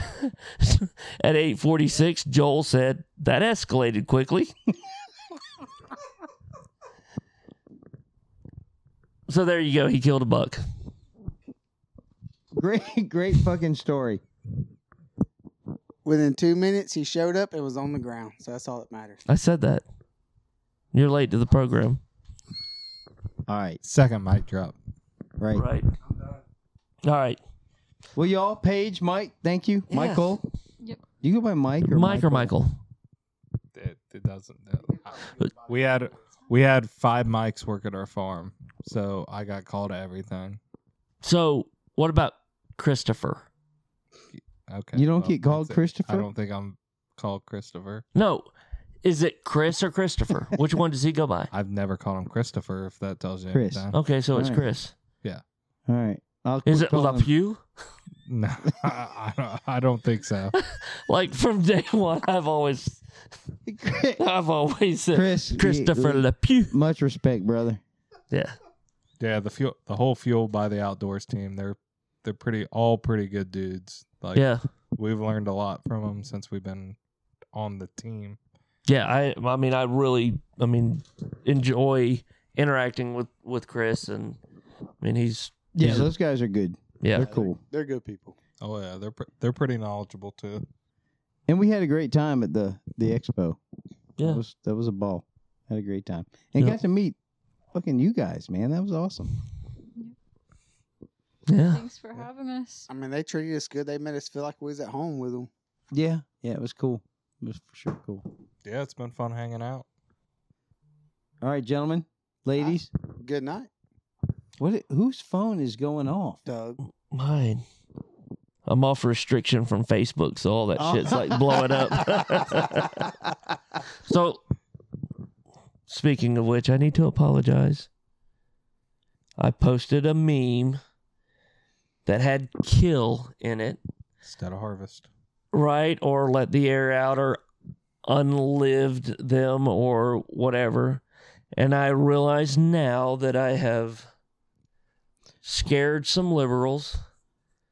[SPEAKER 2] At 846, Joel said that escalated quickly. so there you go. He killed a buck.
[SPEAKER 3] Great, great fucking story.
[SPEAKER 4] Within two minutes, he showed up and was on the ground. So that's all that matters.
[SPEAKER 2] I said that. You're late to the program.
[SPEAKER 3] All right,
[SPEAKER 5] Second mic drop.
[SPEAKER 3] right.
[SPEAKER 2] Right. All right.
[SPEAKER 3] Well, y'all, Paige, Mike, thank you,
[SPEAKER 2] Yeah.
[SPEAKER 3] Michael.
[SPEAKER 6] Yep.
[SPEAKER 3] Do you go by Mike or
[SPEAKER 2] Mike or Michael?
[SPEAKER 5] It, it doesn't. that- we had we had five mics work at our farm, so I got called to everything.
[SPEAKER 2] So, what about Christopher?
[SPEAKER 5] Okay.
[SPEAKER 3] You don't
[SPEAKER 5] well,
[SPEAKER 3] get called
[SPEAKER 5] that's it.
[SPEAKER 3] Christopher?
[SPEAKER 5] I don't think I'm called Christopher.
[SPEAKER 2] No. Is it Chris or Christopher? Which one does he go by?
[SPEAKER 5] I've never called him Christopher. If that tells you
[SPEAKER 3] Chris.
[SPEAKER 5] anything.
[SPEAKER 2] Okay, so it's
[SPEAKER 3] Alright.
[SPEAKER 2] Chris.
[SPEAKER 3] All right. I'll
[SPEAKER 2] Is
[SPEAKER 3] quit
[SPEAKER 2] it
[SPEAKER 3] calling him-
[SPEAKER 2] LaPew?
[SPEAKER 5] No, I, don't, I don't think so.
[SPEAKER 2] Like from day one, I've always, I've always said
[SPEAKER 3] Chris.
[SPEAKER 2] Christopher
[SPEAKER 3] you-
[SPEAKER 2] LaPew.
[SPEAKER 3] Much respect, brother.
[SPEAKER 2] Yeah.
[SPEAKER 5] Yeah, the fuel, the whole fuel by the outdoors team. They're they're pretty all pretty good dudes. Like
[SPEAKER 2] Yeah.
[SPEAKER 5] we've learned a lot from them since we've been on the team.
[SPEAKER 2] yeah i i mean i really i mean enjoy interacting with with chris and i mean he's
[SPEAKER 3] Yeah,
[SPEAKER 2] He's a-
[SPEAKER 3] those guys are good.
[SPEAKER 2] yeah
[SPEAKER 3] They're cool.
[SPEAKER 4] They're good people.
[SPEAKER 5] Oh yeah, they're pre- they're pretty knowledgeable too.
[SPEAKER 3] And we had a great time at the the expo.
[SPEAKER 2] Yeah.
[SPEAKER 3] That was that was a ball. Had a great time. And
[SPEAKER 2] Yeah.
[SPEAKER 3] got to meet fucking you guys, man. That was awesome.
[SPEAKER 2] yeah
[SPEAKER 6] Thanks for having us.
[SPEAKER 4] I mean, they treated us good. They made us feel like we was at home with them.
[SPEAKER 3] Yeah. Yeah, it was cool. It was for sure cool.
[SPEAKER 5] Yeah, it's been fun hanging out.
[SPEAKER 3] All right, gentlemen, ladies.
[SPEAKER 4] Good night,
[SPEAKER 3] What i- whose phone is going off?
[SPEAKER 4] Doug.
[SPEAKER 2] mine i'm off restriction from facebook so all that shit's like blowing up so speaking of which i need to apologize i posted a meme that had kill in it
[SPEAKER 5] Instead of harvest,
[SPEAKER 2] right or let the air out or unlived them or whatever and i realize now that i have scared some liberals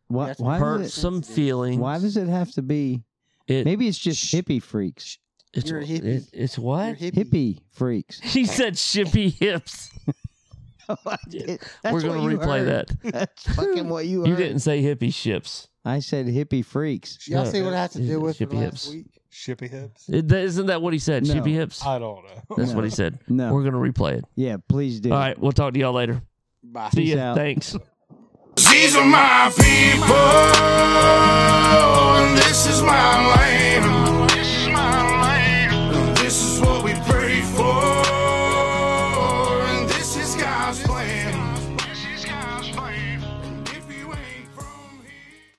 [SPEAKER 3] Why,
[SPEAKER 4] That's
[SPEAKER 3] why,
[SPEAKER 2] hurt
[SPEAKER 3] does
[SPEAKER 2] some
[SPEAKER 3] it,
[SPEAKER 2] feelings
[SPEAKER 3] why does it have to be?
[SPEAKER 2] it,
[SPEAKER 3] Maybe it's just hippie freaks.
[SPEAKER 2] it's,
[SPEAKER 4] you're a hippie.
[SPEAKER 2] it- it's what
[SPEAKER 4] You're hippie.
[SPEAKER 3] Hippie freaks.
[SPEAKER 2] he said shippy hips Oh, we're gonna replay that
[SPEAKER 3] That's fucking what you heard.
[SPEAKER 2] you didn't say hippie ships
[SPEAKER 3] I said hippie freaks.
[SPEAKER 4] Y'all
[SPEAKER 2] No.
[SPEAKER 4] see what I had to
[SPEAKER 2] He's
[SPEAKER 4] deal
[SPEAKER 2] a
[SPEAKER 4] with for the
[SPEAKER 2] hippie
[SPEAKER 4] last
[SPEAKER 2] hips.
[SPEAKER 4] week?
[SPEAKER 5] shippy hips.
[SPEAKER 2] is isn't that what he said
[SPEAKER 3] No. Uh,
[SPEAKER 2] shippy hips
[SPEAKER 5] I don't know.
[SPEAKER 2] that's
[SPEAKER 3] No.
[SPEAKER 2] what he said
[SPEAKER 3] No.
[SPEAKER 2] we're gonna replay it
[SPEAKER 3] yeah, please do.
[SPEAKER 2] all right we'll talk to y'all later
[SPEAKER 4] Bye.
[SPEAKER 2] see
[SPEAKER 3] Peace
[SPEAKER 2] ya
[SPEAKER 3] out.
[SPEAKER 2] thanks
[SPEAKER 1] These are my people, and this is my land. This is my land. This is what we pray for, and this is God's plan. This is God's plan.